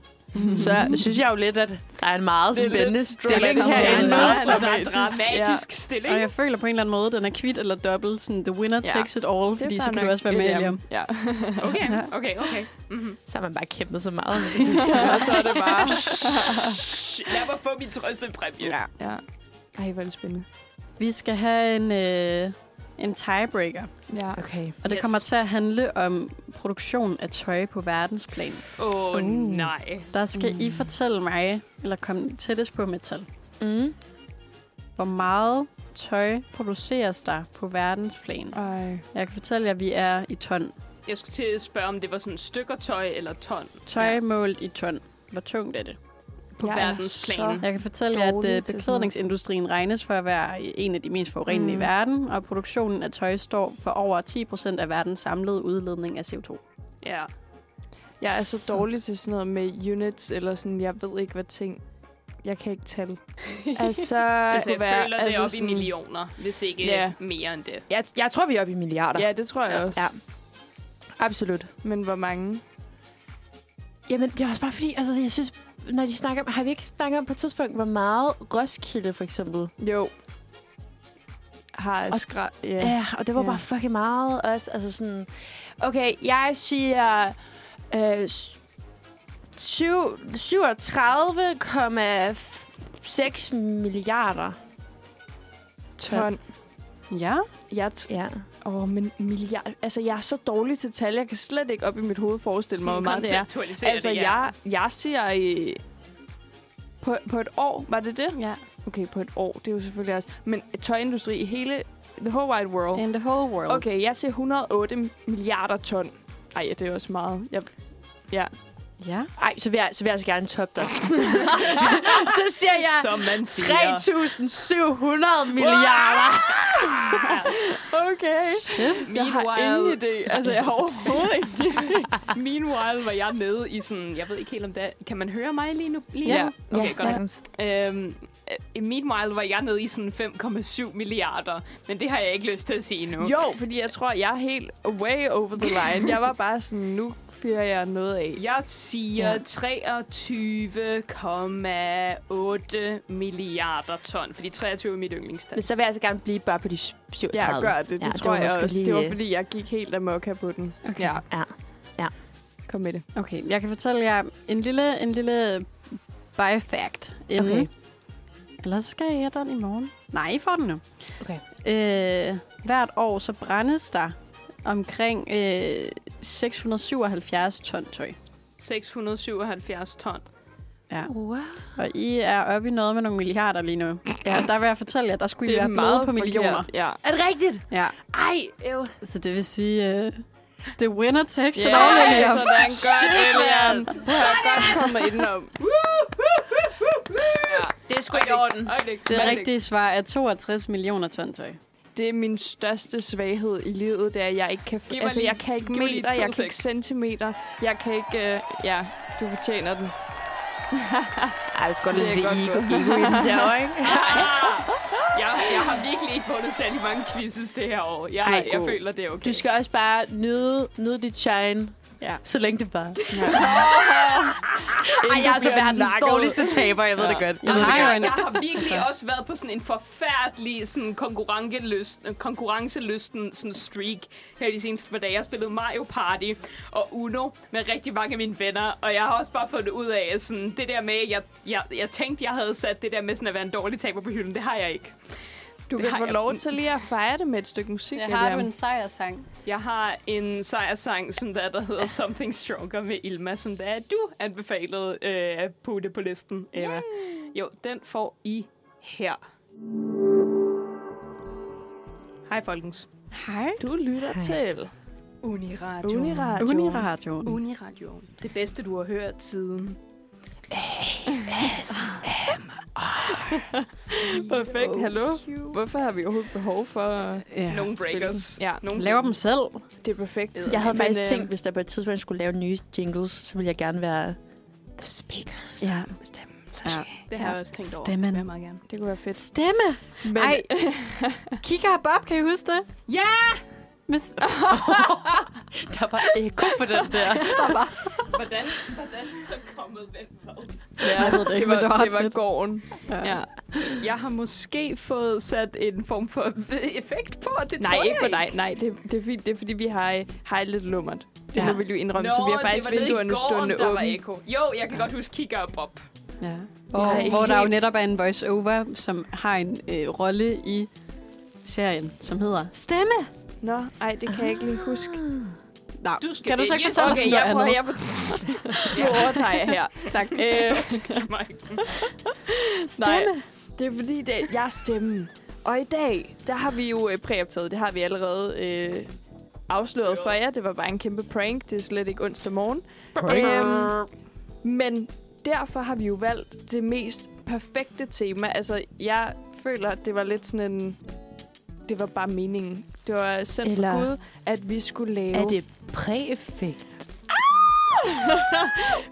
Speaker 3: så synes jeg jo lidt, at der er en meget
Speaker 2: Det er lidt
Speaker 3: spændende stilling
Speaker 2: drama.
Speaker 5: Det er
Speaker 3: herinde.
Speaker 5: en
Speaker 2: Ja,
Speaker 5: meget
Speaker 2: meget
Speaker 5: dramatisk, dramatisk ja. stilling.
Speaker 4: Og jeg føler på en eller anden måde, at den er kvitt eller dobbelt. Sådan, the winner
Speaker 2: Ja.
Speaker 4: takes it all, fordi
Speaker 2: fair
Speaker 4: så kan
Speaker 2: nok.
Speaker 4: du også være med, Liam.
Speaker 2: Ja.
Speaker 5: Okay, okay, okay. Mm-hmm.
Speaker 3: Så har man bare kæmpet så meget.
Speaker 2: og så er det bare...
Speaker 5: Lad mig få min trøstende præmie.
Speaker 2: Ja. Ej, hvor er det spændende.
Speaker 4: Vi skal have en øh, en tiebreaker.
Speaker 2: Ja.
Speaker 3: Okay.
Speaker 4: Og det
Speaker 5: Yes.
Speaker 4: yes. kommer til at handle om produktion af tøj på verdensplan.
Speaker 5: Åh, oh,
Speaker 6: Uh.
Speaker 5: nej.
Speaker 4: Der skal mm. I fortælle mig, eller komme tættest på med et tal.
Speaker 3: Mm.
Speaker 4: Hvor meget tøj produceres der på verdensplan?
Speaker 2: Ej.
Speaker 4: Jeg kan fortælle jer, at vi er i ton.
Speaker 5: Jeg skulle til at spørge, om det var sådan stykker tøj eller ton
Speaker 4: Tøj
Speaker 5: Ja.
Speaker 4: ja. målt i ton. Hvor tungt er det?
Speaker 5: på
Speaker 2: Jeg er
Speaker 5: verdensplan.
Speaker 4: Jeg kan fortælle jer, at
Speaker 2: Dårlig
Speaker 4: øh,
Speaker 2: til sådan
Speaker 4: beklædningsindustrien regnes for at være en af de mest forurenende mm.
Speaker 2: Mm.
Speaker 4: i verden, og produktionen af tøj står for over 10 procent af verdens samlede udledning af CO2.
Speaker 5: Ja.
Speaker 2: Jeg er så dårlig til sådan noget med units, eller sådan, jeg ved ikke, hvad ting... Jeg kan ikke tælle.
Speaker 3: Altså,
Speaker 5: Altså, jeg
Speaker 2: være-
Speaker 5: føler, det
Speaker 2: altså
Speaker 5: er op
Speaker 2: sådan-
Speaker 5: i millioner, hvis ikke
Speaker 2: Ja.
Speaker 5: mere end det.
Speaker 3: jeg, jeg tror, vi er oppe i milliarder.
Speaker 2: Ja, det tror jeg også.
Speaker 3: Ja. Absolut.
Speaker 2: Men hvor mange?
Speaker 3: Jamen, det er også bare fordi, altså, jeg synes, når de snakker om, har vi ikke snakket om på et tidspunkt, hvor meget Roskilde for eksempel?
Speaker 2: Jo. Har
Speaker 3: Og-
Speaker 2: skrald...
Speaker 3: Ja,
Speaker 2: Ja.
Speaker 3: ja og det var
Speaker 2: Ja.
Speaker 3: ja. bare fucking meget også. Altså sådan, okay, jeg siger øh, s- syv- 37,6 milliarder.
Speaker 2: Ton.
Speaker 4: Ja,
Speaker 2: Jeg t-
Speaker 3: Ja.
Speaker 2: Åh, oh, men milliard... Altså, jeg er så dårlig til tal. Jeg kan slet ikke op i mit hoved forestille mig, hvor meget det er.
Speaker 5: Konceptualisere
Speaker 2: Altså,
Speaker 5: det, ja.
Speaker 2: jeg, jeg siger... Øh, på, på et år, var det det?
Speaker 4: ja.
Speaker 2: Okay, på et år, det er jo selvfølgelig også... Men tøjindustri i hele... The whole wide world.
Speaker 4: In the whole world.
Speaker 2: Okay, jeg siger 108 milliarder ton. Ej, det er også meget. Jeg,
Speaker 4: Ja.
Speaker 3: Ej, så vil jeg, så vil jeg altså gerne toppe dig. så siger jeg
Speaker 5: Som man siger.
Speaker 3: 3.700 milliarder.
Speaker 2: okay. Jeg har ingen idé. Altså, jeg har overhovedet ikke.
Speaker 5: Meanwhile var jeg nede i sådan... Jeg ved ikke helt om det... Kan man høre mig lige nu? Lige
Speaker 2: Ja.
Speaker 5: nu? Okay, godt.
Speaker 3: sagtens.
Speaker 5: Øhm, øh, meanwhile var jeg nede i sådan 5,7 milliarder, men det har jeg ikke lyst til at sige nu.
Speaker 2: Jo, fordi jeg tror, jeg er helt way over the line. Jeg var bare sådan, nu fyrer jeg noget af.
Speaker 5: Jeg siger ja. 23,8 milliarder ton, fordi 23 er mit yndlingstal.
Speaker 3: Men så vil jeg altså gerne blive bare på de 37.
Speaker 2: Jeg gør det, det
Speaker 3: Ja,
Speaker 2: ja,
Speaker 3: det
Speaker 2: tror
Speaker 3: var
Speaker 2: jeg
Speaker 3: måske
Speaker 2: også. Lige...
Speaker 3: lige- øh,
Speaker 2: Det var, fordi jeg gik helt amok her på den.
Speaker 4: Okay.
Speaker 2: Ja.
Speaker 3: Ja. Ja.
Speaker 2: Kom med det.
Speaker 4: Okay, jeg kan fortælle jer en lille, en lille by fact. inden.
Speaker 3: Okay.
Speaker 4: Ellers skal jeg have den i morgen. Nej, I får den nu.
Speaker 3: Okay.
Speaker 4: Øh, hvert år så brændes der omkring øh, 677 ton tøj.
Speaker 5: 677 ton.
Speaker 4: Ja.
Speaker 3: Wow.
Speaker 4: Og I er oppe i noget med nogle milliarder lige nu. Ja. Og der vil jeg fortælle jer, at der skulle I
Speaker 2: Det er
Speaker 4: være blevet
Speaker 2: meget
Speaker 4: på millioner.
Speaker 2: forkert, Ja.
Speaker 3: Er det rigtigt?
Speaker 4: Ja.
Speaker 3: Ej, øv.
Speaker 4: Så det vil sige, øh, the winner takes
Speaker 2: Ja,
Speaker 4: it all. Elias.
Speaker 2: sådan godt,
Speaker 3: Shit,
Speaker 2: Elian.
Speaker 3: mand.
Speaker 2: Du har godt kommet indenom.
Speaker 3: Det er sgu i orden.
Speaker 5: Øjeblik.
Speaker 4: Det
Speaker 5: Øjeblik.
Speaker 4: rigtige svar er 62 millioner ton tøj.
Speaker 2: Det er min største svaghed i livet, det er, at jeg ikke kan...
Speaker 5: Giv mig
Speaker 2: altså,
Speaker 5: lige-
Speaker 2: jeg kan ikke
Speaker 5: giv mig lige
Speaker 2: meter,
Speaker 5: to
Speaker 2: jeg kan
Speaker 5: sek.
Speaker 2: ikke centimeter, jeg kan ikke... Øh, ja, du fortjener den.
Speaker 3: Ej, det er sgu
Speaker 2: Det er
Speaker 3: lidt
Speaker 2: godt
Speaker 3: ego,
Speaker 2: gået.
Speaker 3: ego i den der, ikke?
Speaker 5: Ah! Jeg, jeg har virkelig ikke vundet særlig mange quizzes det her år. Jeg,
Speaker 3: Ej,
Speaker 5: Ej, jeg
Speaker 3: god.
Speaker 5: føler, det er okay.
Speaker 3: Du skal også bare nyde, nyde dit shine.
Speaker 4: Ja.
Speaker 3: Så længe det bare.
Speaker 2: Inden
Speaker 3: Ej, jeg er
Speaker 2: du
Speaker 3: altså
Speaker 2: bliver
Speaker 3: verdens
Speaker 2: nakket.
Speaker 3: dårligste taber, jeg ved det godt. Jeg
Speaker 4: ved
Speaker 3: ved
Speaker 4: det
Speaker 3: det
Speaker 4: godt.
Speaker 5: jeg, jeg har virkelig også været på sådan en forfærdelig sådan konkurrencelyst, konkurrencelysten sådan streak her de seneste par dage. Jeg har spillet Mario Party og Uno med rigtig mange af mine venner, og jeg har også bare fundet ud af sådan, det der med, jeg, jeg, jeg tænkte, jeg havde sat det der med sådan at være en dårlig taber på hylden. Det har jeg ikke.
Speaker 2: Du
Speaker 5: Det
Speaker 2: kan
Speaker 5: har
Speaker 2: få
Speaker 5: jeg-
Speaker 2: lov til lige at fejre det med et stykke musik. Elian.
Speaker 4: sejrsang?
Speaker 5: Jeg har en sejrsang, som der, er, der hedder Something Stronger med Ilma, som der er du anbefalede øh, at putte på listen, Emma. Jo, den får I her. Hej, folkens.
Speaker 4: Hej.
Speaker 2: Du lytter til
Speaker 5: Uniradio.
Speaker 2: Uniradio.
Speaker 4: Uniradioen.
Speaker 5: Uniradio. Det bedste, du har hørt siden.
Speaker 2: Perfekt, hallo. Hvorfor har vi overhovedet behov for...
Speaker 4: Ja.
Speaker 5: Nogle breakers.
Speaker 2: Ja,
Speaker 5: Nogle
Speaker 4: Laver dem selv.
Speaker 2: det er perfekt.
Speaker 3: Jeg havde
Speaker 2: Men,
Speaker 3: faktisk
Speaker 2: øh,
Speaker 3: tænkt, hvis der på et tidspunkt skulle lave nye jingles, så ville jeg gerne være the speaker.
Speaker 4: Ja.
Speaker 3: Stemme.
Speaker 4: ja.
Speaker 5: Det har jeg også tænkt over.
Speaker 4: Stemmen.
Speaker 5: Vil Jeg meget gerne.
Speaker 2: Det kunne være fedt.
Speaker 4: Stemme.
Speaker 2: Men,
Speaker 4: Ej. Kigger og Bob, kan I huske det?
Speaker 5: Ja!
Speaker 4: Miss...
Speaker 3: Der var ekko på den der.
Speaker 5: Hvordan, hvordan er der kommet hvem hvad?
Speaker 2: ja,
Speaker 4: Jeg ved det ikke,
Speaker 2: var,
Speaker 4: men det var ret
Speaker 2: det var
Speaker 4: fedt.
Speaker 2: gården.
Speaker 5: Ja. Jeg har måske fået sat en form for effekt på, og det
Speaker 2: Nej,
Speaker 5: tror jeg
Speaker 2: ikke på dig. Nej, det, det er fint. Det er, fordi vi har, øh, har lidt lummert. Det
Speaker 4: Ja.
Speaker 2: må vi jo indrømme,
Speaker 5: Nå,
Speaker 2: så vi har
Speaker 5: det
Speaker 2: faktisk
Speaker 5: var nede i
Speaker 2: vinduerne
Speaker 5: gården,
Speaker 2: stående
Speaker 5: der var
Speaker 2: åbne.
Speaker 5: ekko. Jo, jeg kan godt huske kigger og Bob.
Speaker 4: Ja. Hvor,
Speaker 2: Ej,
Speaker 4: hvor der jo
Speaker 2: helt-
Speaker 4: netop er en voice-over, som har en øh, rolle i serien, som hedder Stemme.
Speaker 2: Nå, ej, det kan jeg ikke lige huske.
Speaker 4: Nej,
Speaker 5: Du skal
Speaker 4: kan du så ikke
Speaker 5: vælge.
Speaker 4: fortælle
Speaker 2: Okay,
Speaker 4: os
Speaker 2: jeg
Speaker 4: noget
Speaker 2: prøver,
Speaker 4: andet?
Speaker 2: jeg fortæller. Nu overtager jeg her. Tak. Øh, Nej.
Speaker 4: Stemme.
Speaker 2: det er fordi, det er, jeg er stemmen. Og i dag, der har vi jo øh, præoptaget. Det har vi allerede øh, afsløret for jer. Det var bare en kæmpe prank. Det er slet ikke onsdag morgen. Øhm, men derfor har vi jo valgt det mest perfekte tema. Altså, jeg føler, at det var lidt sådan en... Det var bare meningen. Det var sendt Eller...
Speaker 3: Eller
Speaker 2: Gud, at vi skulle lave...
Speaker 1: Er det præeffekt?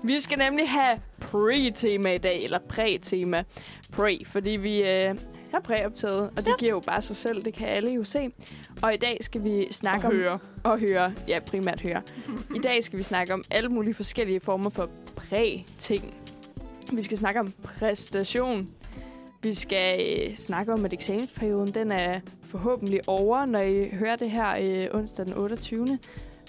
Speaker 2: Vi skal nemlig have pre-tema i dag, eller præ-tema. Præ, fordi vi øh, har præoptaget, og det ja. giver jo bare sig selv, det kan alle jo se. Og i dag skal vi snakke om... Høre. Og høre. Ja, primært høre. I dag skal vi snakke om alle mulige forskellige former for præ-ting. Vi skal snakke om præstation. Vi skal øh, snakke om, at eksamensperioden den er forhåbentlig over, når I hører det her øh, onsdag den 28.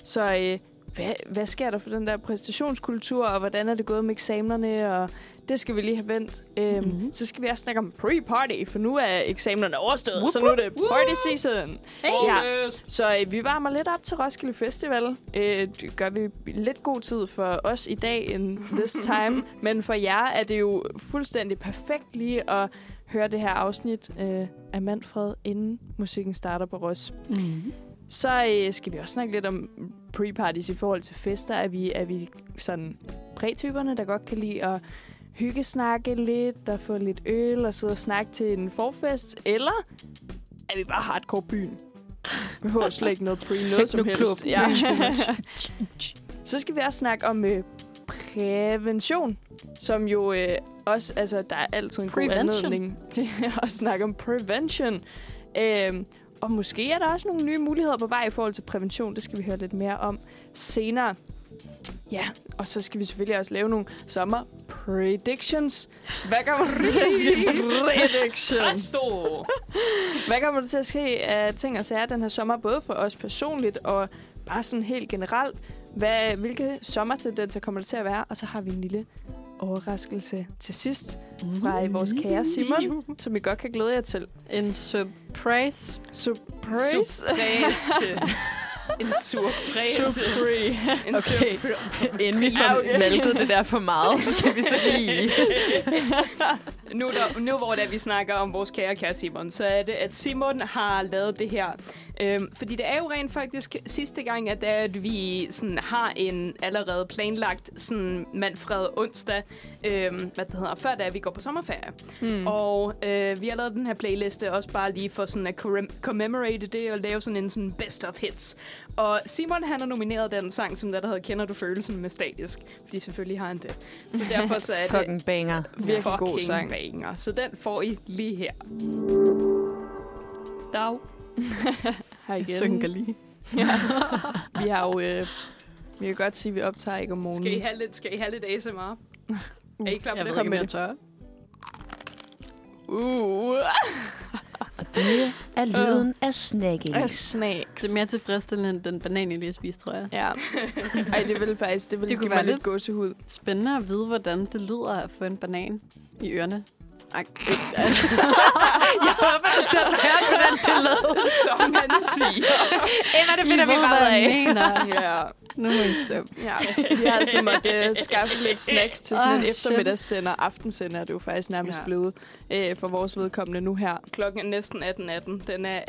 Speaker 2: Så øh, hvad, hvad sker der for den der præstationskultur, og hvordan er det gået med eksamenerne, og det skal vi lige have vendt. Øhm, mm-hmm. Så skal vi også snakke om pre-party, for nu er eksamenerne overstået, whoop, så nu er det party-season. Ja. Så øh, vi varmer lidt op til Roskilde Festival. Øh, det gør vi i lidt god tid for os i dag, end this time, men for jer er det jo fuldstændig perfekt lige at høre det her afsnit øh, af Manfred, inden musikken starter på Ros.
Speaker 4: Mm.
Speaker 2: Så øh, skal vi også snakke lidt om pre-parties i forhold til fester. Er vi, er vi sådan prætyperne, der godt kan lide at hygge snakke lidt, der få lidt øl og sidde og snakke til en forfest? Eller er vi bare hardcore byen? Vi behøver slet ikke noget pre noget som helst.
Speaker 1: Technoklub.
Speaker 2: Ja. Så skal vi også snakke om øh, prævention, som jo øh, også, altså der er altid en
Speaker 4: Prevention.
Speaker 2: god anledning til at snakke om prevention. Øhm, og måske er der også nogle nye muligheder på vej i forhold til prævention. Det skal vi høre lidt mere om senere. Ja, og så skal vi selvfølgelig også lave nogle sommer predictions. Hvad kommer der til at ske? predictions. Hvad kommer der til at ske af ting og sager den her sommer, både for os personligt og bare sådan helt generelt? Hvad, hvilke sommertendenser kommer der til at være? Og så har vi en lille overraskelse til sidst fra vores kære Simon, som I godt kan glæde jer til.
Speaker 4: En surprise.
Speaker 2: Surprise!
Speaker 5: en surprise.
Speaker 2: Surprise.
Speaker 5: En
Speaker 3: Okay, inden vi får malket det der for meget, skal vi så lige...
Speaker 5: nu, der, nu hvor der vi snakker om vores kære kære Simon, så er det, at Simon har lavet det her. Øhm, fordi det er jo rent faktisk sidste gang, at, det er, at vi sådan, har en allerede planlagt sådan, Manfred onsdag, øhm, hvad det hedder, før da vi går på sommerferie. Mm. Og øh, vi har lavet den her playliste også bare lige for sådan at correm- commemorate det og lave sådan en sådan best of hits. Og Simon han har nomineret den sang, som der, der hedder Kender du følelsen med statisk. Fordi selvfølgelig har han det. Så derfor så er det
Speaker 1: Fucking banger.
Speaker 5: virkelig god
Speaker 2: Fucking
Speaker 5: sang. Banger. Så den får I lige her. Dag.
Speaker 2: Hej
Speaker 4: Jeg
Speaker 2: igen.
Speaker 4: synker lige.
Speaker 2: Vi har jo... Øh, vi kan godt sige, at vi optager ikke om morgenen.
Speaker 5: Skal I have lidt, skal I have lidt ASMR? Er I klar på
Speaker 4: Jeg
Speaker 5: det?
Speaker 4: ved ikke, om
Speaker 5: Kom
Speaker 4: jeg tør.
Speaker 2: Uh,
Speaker 1: Og det er lyden af snagging.
Speaker 2: og snacks.
Speaker 4: Det er mere tilfredsstillende end den banan, jeg lige har spist, tror jeg.
Speaker 2: Ja. Ej, det ville faktisk det ville
Speaker 4: Det
Speaker 2: det
Speaker 4: kunne
Speaker 2: give
Speaker 4: være
Speaker 2: mig lidt
Speaker 4: lidt-
Speaker 2: gåsehud.
Speaker 4: Spændende at vide, hvordan det lyder at få en banan i ørerne. Ej,
Speaker 3: Jeg håber, du selv hørte, hvordan det lød.
Speaker 5: Som man siger.
Speaker 3: Emma, det finder vi bare ud af.
Speaker 4: mener.
Speaker 2: Ja.
Speaker 4: Nu er I stop.
Speaker 2: ja. Vi har altså måttet øh, skaffe lidt snacks til sådan
Speaker 4: Åh,
Speaker 2: oh, en
Speaker 4: shit.
Speaker 2: eftermiddagssender. Aftensender er det jo faktisk nærmest
Speaker 4: Ja.
Speaker 2: ja. blevet øh, for vores vedkommende nu her.
Speaker 5: Klokken er næsten 18.18. Den er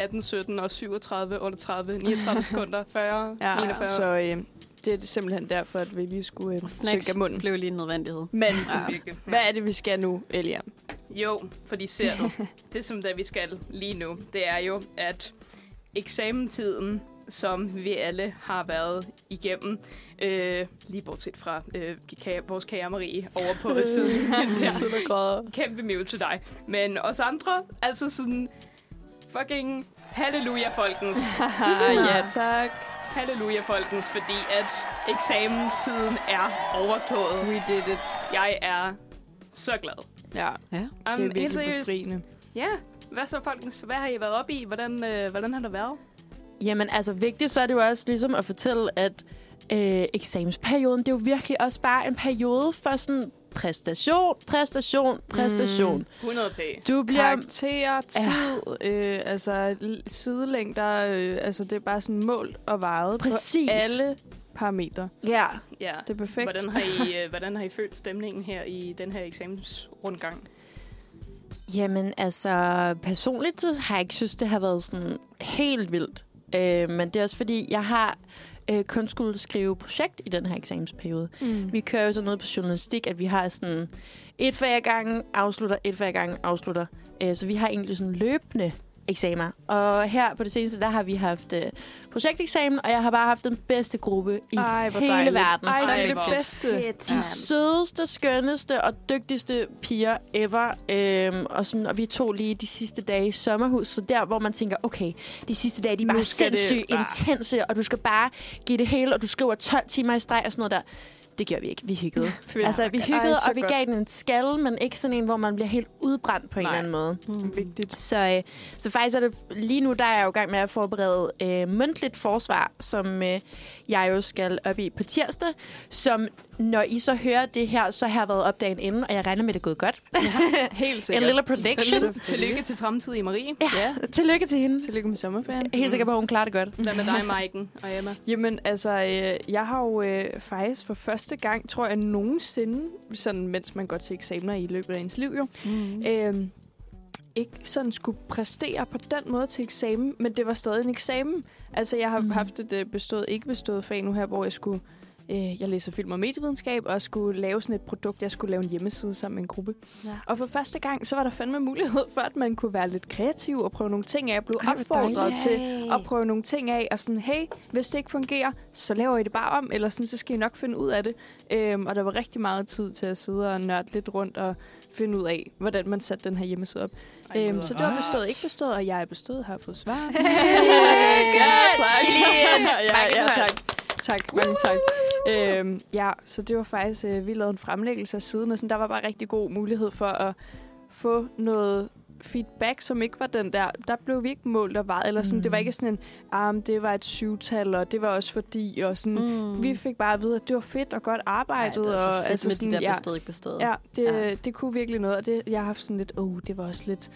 Speaker 5: 18.17 og 37, 38, 39 sekunder, 40, ja, 49.
Speaker 2: Så øh, det er simpelthen derfor, at vi lige skulle øh,
Speaker 4: Snacks
Speaker 2: synke af munden.
Speaker 4: blev lige en nødvendighed.
Speaker 2: Men
Speaker 4: Ja.
Speaker 5: Virkelig.
Speaker 2: hvad er det, vi skal nu, Elia?
Speaker 5: Jo, fordi ser du, det som der vi skal lige nu, det er jo, at eksamentiden, som vi alle har været igennem, øh, lige bortset fra øh, ka- vores kære Marie over på siden, der,
Speaker 2: Sidder
Speaker 5: kæmpe mute til dig. Men os andre, altså sådan fucking halleluja, folkens.
Speaker 2: Ah, ja, tak.
Speaker 5: Halleluja, folkens, fordi at eksamenstiden er overstået.
Speaker 2: We did it.
Speaker 5: Jeg er så glad.
Speaker 2: Ja,
Speaker 5: Um,
Speaker 2: det er virkelig befriende.
Speaker 5: Ja, hvad så, folkens? Hvad har I været op i? Hvordan, øh, hvordan har det været?
Speaker 3: Jamen, altså vigtigt så er det jo også ligesom at fortælle, at øh, eksamensperioden, det er jo virkelig også bare en periode for sådan præstation, præstation, præstation. Mm.
Speaker 5: 100 p.
Speaker 3: Du bliver
Speaker 2: Karakterer, tid, øh, altså l- sidelængder, øh, altså det er bare sådan målt og vejet
Speaker 3: Præcis.
Speaker 2: på alle parametre.
Speaker 3: Ja.
Speaker 5: Ja.
Speaker 2: Det er perfekt.
Speaker 5: Hvordan har, I, øh, hvordan har I følt stemningen her i den her eksamensrundgang?
Speaker 3: Jamen altså, personligt så har jeg ikke synes, det har været sådan helt vildt. Øh, men det er også fordi, jeg har øh, kun skulle skrive projekt i den her eksamensperiode.
Speaker 2: Mm.
Speaker 3: Vi kører jo sådan noget på journalistik, at vi har sådan et fag ad gangen, afslutter, et fag ad gangen, afslutter. Øh, Så vi har egentlig sådan løbende eksamener. Og her på det seneste, der har vi haft øh, projekteksamen, og jeg har bare haft den bedste gruppe i
Speaker 2: Ej, hvor
Speaker 3: hele
Speaker 2: dejligt.
Speaker 3: verden.
Speaker 2: Ej,
Speaker 5: Ej,
Speaker 2: det er
Speaker 5: hvor
Speaker 2: det bedste.
Speaker 3: De sødeste, skønneste og dygtigste piger ever. Øhm, og, sådan, og vi tog lige de sidste dage i sommerhus, så der, hvor man tænker, okay, de sidste dage, de er
Speaker 2: Nu
Speaker 3: bare
Speaker 2: skal det
Speaker 3: sindssygt
Speaker 2: bare-
Speaker 3: intense, og du skal bare give det hele, og du skriver 12 timer i streg og sådan noget der. Det gjorde vi ikke. Vi hyggede.
Speaker 2: Ja.
Speaker 3: altså, vi hyggede,
Speaker 2: Ej, så
Speaker 3: og vi
Speaker 2: godt.
Speaker 3: gav den en skalle, men ikke sådan en, hvor man bliver helt udbrændt på en
Speaker 2: Nej.
Speaker 3: eller anden måde.
Speaker 4: Mm.
Speaker 2: Vigtigt.
Speaker 3: Så, øh, så faktisk er det lige nu, der er jeg jo i gang med at forberede øh, mundtligt forsvar, som øh, jeg jo skal op i på tirsdag. Som når I så hører det her, så har jeg været op dagen inden, og jeg regner med, at det er gået godt.
Speaker 2: Helt
Speaker 3: En
Speaker 2: sikkert.
Speaker 3: lille prediction.
Speaker 5: Tillykke til fremtidige Marie.
Speaker 2: Ja.
Speaker 3: Tillykke til hende.
Speaker 2: Tillykke med sommerferien.
Speaker 3: Helt sikker på, at hun klarer det godt.
Speaker 5: Hvad med dig, Maiken og Emma?
Speaker 2: Jamen, altså, øh, jeg har jo øh, faktisk for første gang, tror jeg nogensinde, sådan mens man går til eksamener i løbet af ens liv jo,
Speaker 4: Mm.
Speaker 2: øh, ikke sådan skulle præstere på den måde til eksamen, men det var stadig en eksamen. Altså, jeg har
Speaker 3: Mhm.
Speaker 2: mm. haft et øh, bestået, ikke bestået fag nu her, hvor jeg skulle, øh, jeg læser film og medievidenskab, og skulle lave sådan et produkt, jeg skulle lave en hjemmeside sammen med en gruppe.
Speaker 4: Ja.
Speaker 2: Og for første gang, så var der fandme mulighed for, at man kunne være lidt kreativ og prøve nogle ting af. Jeg blev
Speaker 3: Ej, hvor
Speaker 2: opfordret
Speaker 3: dejligt.
Speaker 2: til at prøve nogle ting af, og sådan, hey, hvis det ikke fungerer, så laver I det bare om, eller sådan, så skal I nok finde ud af det. Øhm, og der var rigtig meget tid til at sidde og nørde lidt rundt og finde ud af, hvordan man satte den her hjemmeside op.
Speaker 5: Ej,
Speaker 2: Øhm,
Speaker 5: hvor
Speaker 2: så det var
Speaker 5: rart.
Speaker 2: bestået, ikke bestået, og jeg er bestået og har fået svar.
Speaker 3: tak. Giv lige en
Speaker 2: ja,
Speaker 3: bakken
Speaker 2: ja,
Speaker 3: hånd.
Speaker 2: tak. Tak, mange tak. Øhm, ja, så det var faktisk, øh, vi lavede en fremlæggelse af siden, og sådan, der var bare rigtig god mulighed for at få noget feedback, som ikke var den der. Der blev vi ikke målt og vejet, eller sådan, mm. det var ikke sådan en, ah, men det var et syvtal, og det var også fordi, og sådan, mm. vi fik bare at vide, at det var fedt og godt arbejdet. og,
Speaker 4: altså med de der
Speaker 2: ja,
Speaker 4: bestod ikke bestået.
Speaker 2: Ja, det,
Speaker 4: Ja.
Speaker 2: ja. det kunne virkelig noget, og det, jeg har haft sådan lidt, åh, oh, det var også lidt...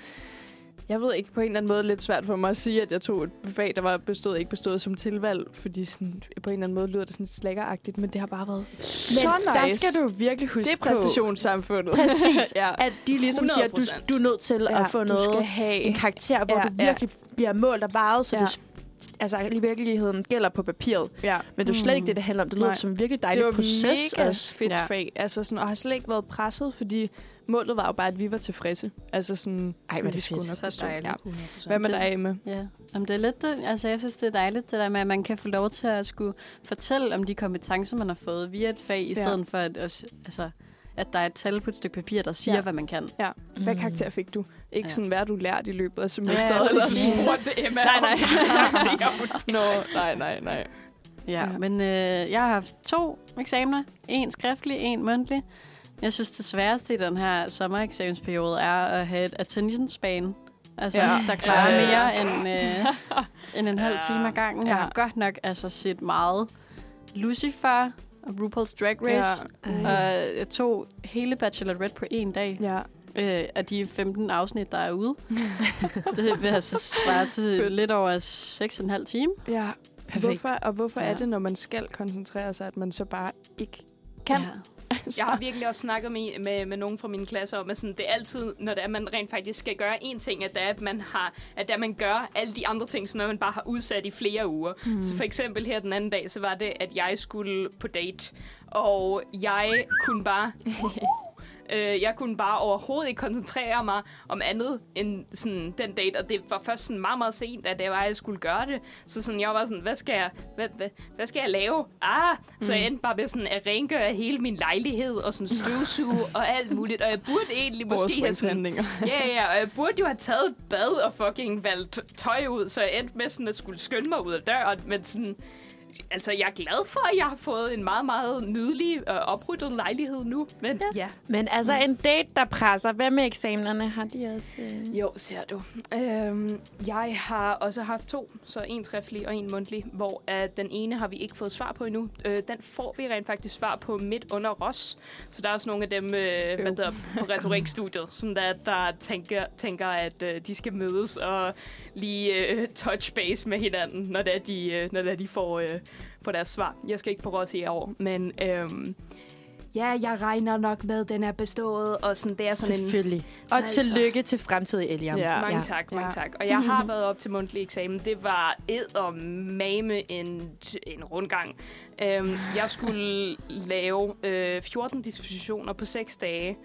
Speaker 2: Jeg ved ikke, på en eller anden måde lidt svært for mig at sige, at jeg tog et fag, der var bestået ikke bestået som tilvalg, fordi sådan, på en eller anden måde lyder det sådan lidt slækkeragtigt, men det har bare været men så
Speaker 3: Men
Speaker 2: nice.
Speaker 3: der skal du virkelig huske
Speaker 2: det er præstationssamfundet.
Speaker 3: på, præcis,
Speaker 2: ja.
Speaker 3: at de ligesom siger, at du,
Speaker 5: 100%.
Speaker 3: du er nødt til at få noget
Speaker 2: Du skal have...
Speaker 3: en karakter, hvor
Speaker 2: Ja,
Speaker 3: du
Speaker 2: ja.
Speaker 3: virkelig bliver målt og vejet, så
Speaker 2: Ja.
Speaker 3: det altså i virkeligheden gælder på papiret.
Speaker 2: ja.
Speaker 3: Men det er jo slet
Speaker 4: Mm.
Speaker 3: ikke det, det handler om. Det lyder
Speaker 2: Nej.
Speaker 3: som en virkelig
Speaker 2: det
Speaker 3: dejlig
Speaker 2: var
Speaker 3: proces.
Speaker 2: mega
Speaker 3: også.
Speaker 2: fedt
Speaker 4: Ja.
Speaker 2: ja. fag. Altså sådan, og har slet ikke været presset, fordi målet var jo bare, at vi var tilfredse. Altså sådan,
Speaker 3: Ej, hvor er
Speaker 2: vi
Speaker 3: det
Speaker 2: skulle
Speaker 3: fedt.
Speaker 2: nok
Speaker 4: Så
Speaker 2: bestå.
Speaker 4: dejligt.
Speaker 2: Ja. Hvad med
Speaker 4: Det-
Speaker 2: dig, Emma?
Speaker 4: Ja, Jamen, det er lidt det. Altså, jeg synes, det er dejligt, det der med, at man kan få lov til at skulle fortælle om de kompetencer, man har fået via et fag, i
Speaker 2: Ja.
Speaker 4: stedet for, at, også- altså, at der er et tal på et stykke papir, der siger, ja.
Speaker 2: Ja.
Speaker 4: hvad man kan.
Speaker 2: Hvad karakter fik du? Ikke
Speaker 4: Ja.
Speaker 2: ja. sådan, hvad har du lært i løbet af
Speaker 4: Ja,
Speaker 2: semesteret? Ja, eller
Speaker 4: præcis.
Speaker 2: sådan.
Speaker 5: What the Emma?
Speaker 2: Nej, nej.
Speaker 5: nej.
Speaker 2: Nå, nej, nej, nej.
Speaker 4: Ja.
Speaker 2: Ja.
Speaker 4: Men øh, jeg har haft to eksamener. En skriftlig, en mundtlig. Jeg synes, det sværeste i den her sommereksamensperiode er at have et attention span. Altså, ja.
Speaker 2: Ja.
Speaker 4: der klarer
Speaker 5: Ja.
Speaker 4: mere end, øh, end en halv
Speaker 5: Ja.
Speaker 4: time ad gangen. Jeg
Speaker 2: Ja.
Speaker 4: har godt nok altså, set meget Lucifer og RuPaul's Drag Race. Og jeg tog hele Bachelorette på en dag,
Speaker 2: Ja.
Speaker 4: øh, af de 15 afsnit, der er ude. det vil altså svare til
Speaker 2: Fedt.
Speaker 4: lidt over 6,5 timer.
Speaker 2: ja.
Speaker 3: Perfekt.
Speaker 2: Hvorfor, og hvorfor
Speaker 4: Ja.
Speaker 2: er det, når man skal koncentrere sig, at man så bare ikke kan?
Speaker 4: Ja.
Speaker 5: Jeg har virkelig også snakket med, med, med nogen fra min klasse om, at sådan, det er altid, når det er, man rent faktisk skal gøre en ting, at det er, at man, har, at det er, at man gør alle de andre ting, sådan noget, man bare har udsat i flere uger.
Speaker 2: Hmm.
Speaker 5: Mm. Så for eksempel her den anden dag, så var det, at jeg skulle på date, og jeg kunne bare... Øh, jeg kunne bare overhovedet ikke koncentrere mig om andet end sådan, den date, og det var først sådan meget, meget sent, at det var, at jeg skulle gøre det. Så sådan, jeg var sådan, hvad skal jeg, hvad, hvad, hvad skal jeg lave? Ah! Så jeg endte bare med sådan at rengøre hele min lejlighed og sådan støvsuge og alt muligt, og jeg burde egentlig måske have sådan
Speaker 2: handlinger.
Speaker 5: Ja, ja, og jeg burde jo have taget et bad og fucking valgt tøj ud, så jeg endte med sådan at skulle skynde mig ud af døren, men sådan... altså, jeg er glad for, at jeg har fået en meget, meget nydelig øh, opryddet lejlighed nu. Men ja. ja.
Speaker 3: Men altså,
Speaker 2: Mm.
Speaker 3: en date, der presser. Hvad med eksamenerne? Har de også... Øh...
Speaker 5: Jo, ser du. Øhm, jeg har også haft to, så en skriftlig og en mundtlig, hvor at den ene har vi ikke fået svar på endnu. Øh, den får vi rent faktisk svar på midt under Ros. Så der er også nogle af dem øh, hvad der, på retorikstudiet, som der, der tænker, tænker, at øh, de skal mødes og lige øh, touch base med hinanden, når det er, de, øh, når det er, de får, øh, får deres svar. Jeg skal ikke på Ros i år, men... Øh, Ja, jeg regner nok med, at den er bestået, og sådan, det er sådan en
Speaker 3: Selvfølgelig. Og
Speaker 5: altså-
Speaker 3: tillykke til fremtidig Eliam.
Speaker 4: Ja.
Speaker 5: mange tak, mange tak. Og jeg har været op til mundtlig eksamen. Det var ed og mame en, en rundgang. Øhm, jeg skulle lave øh, 14 dispositioner på 6 dage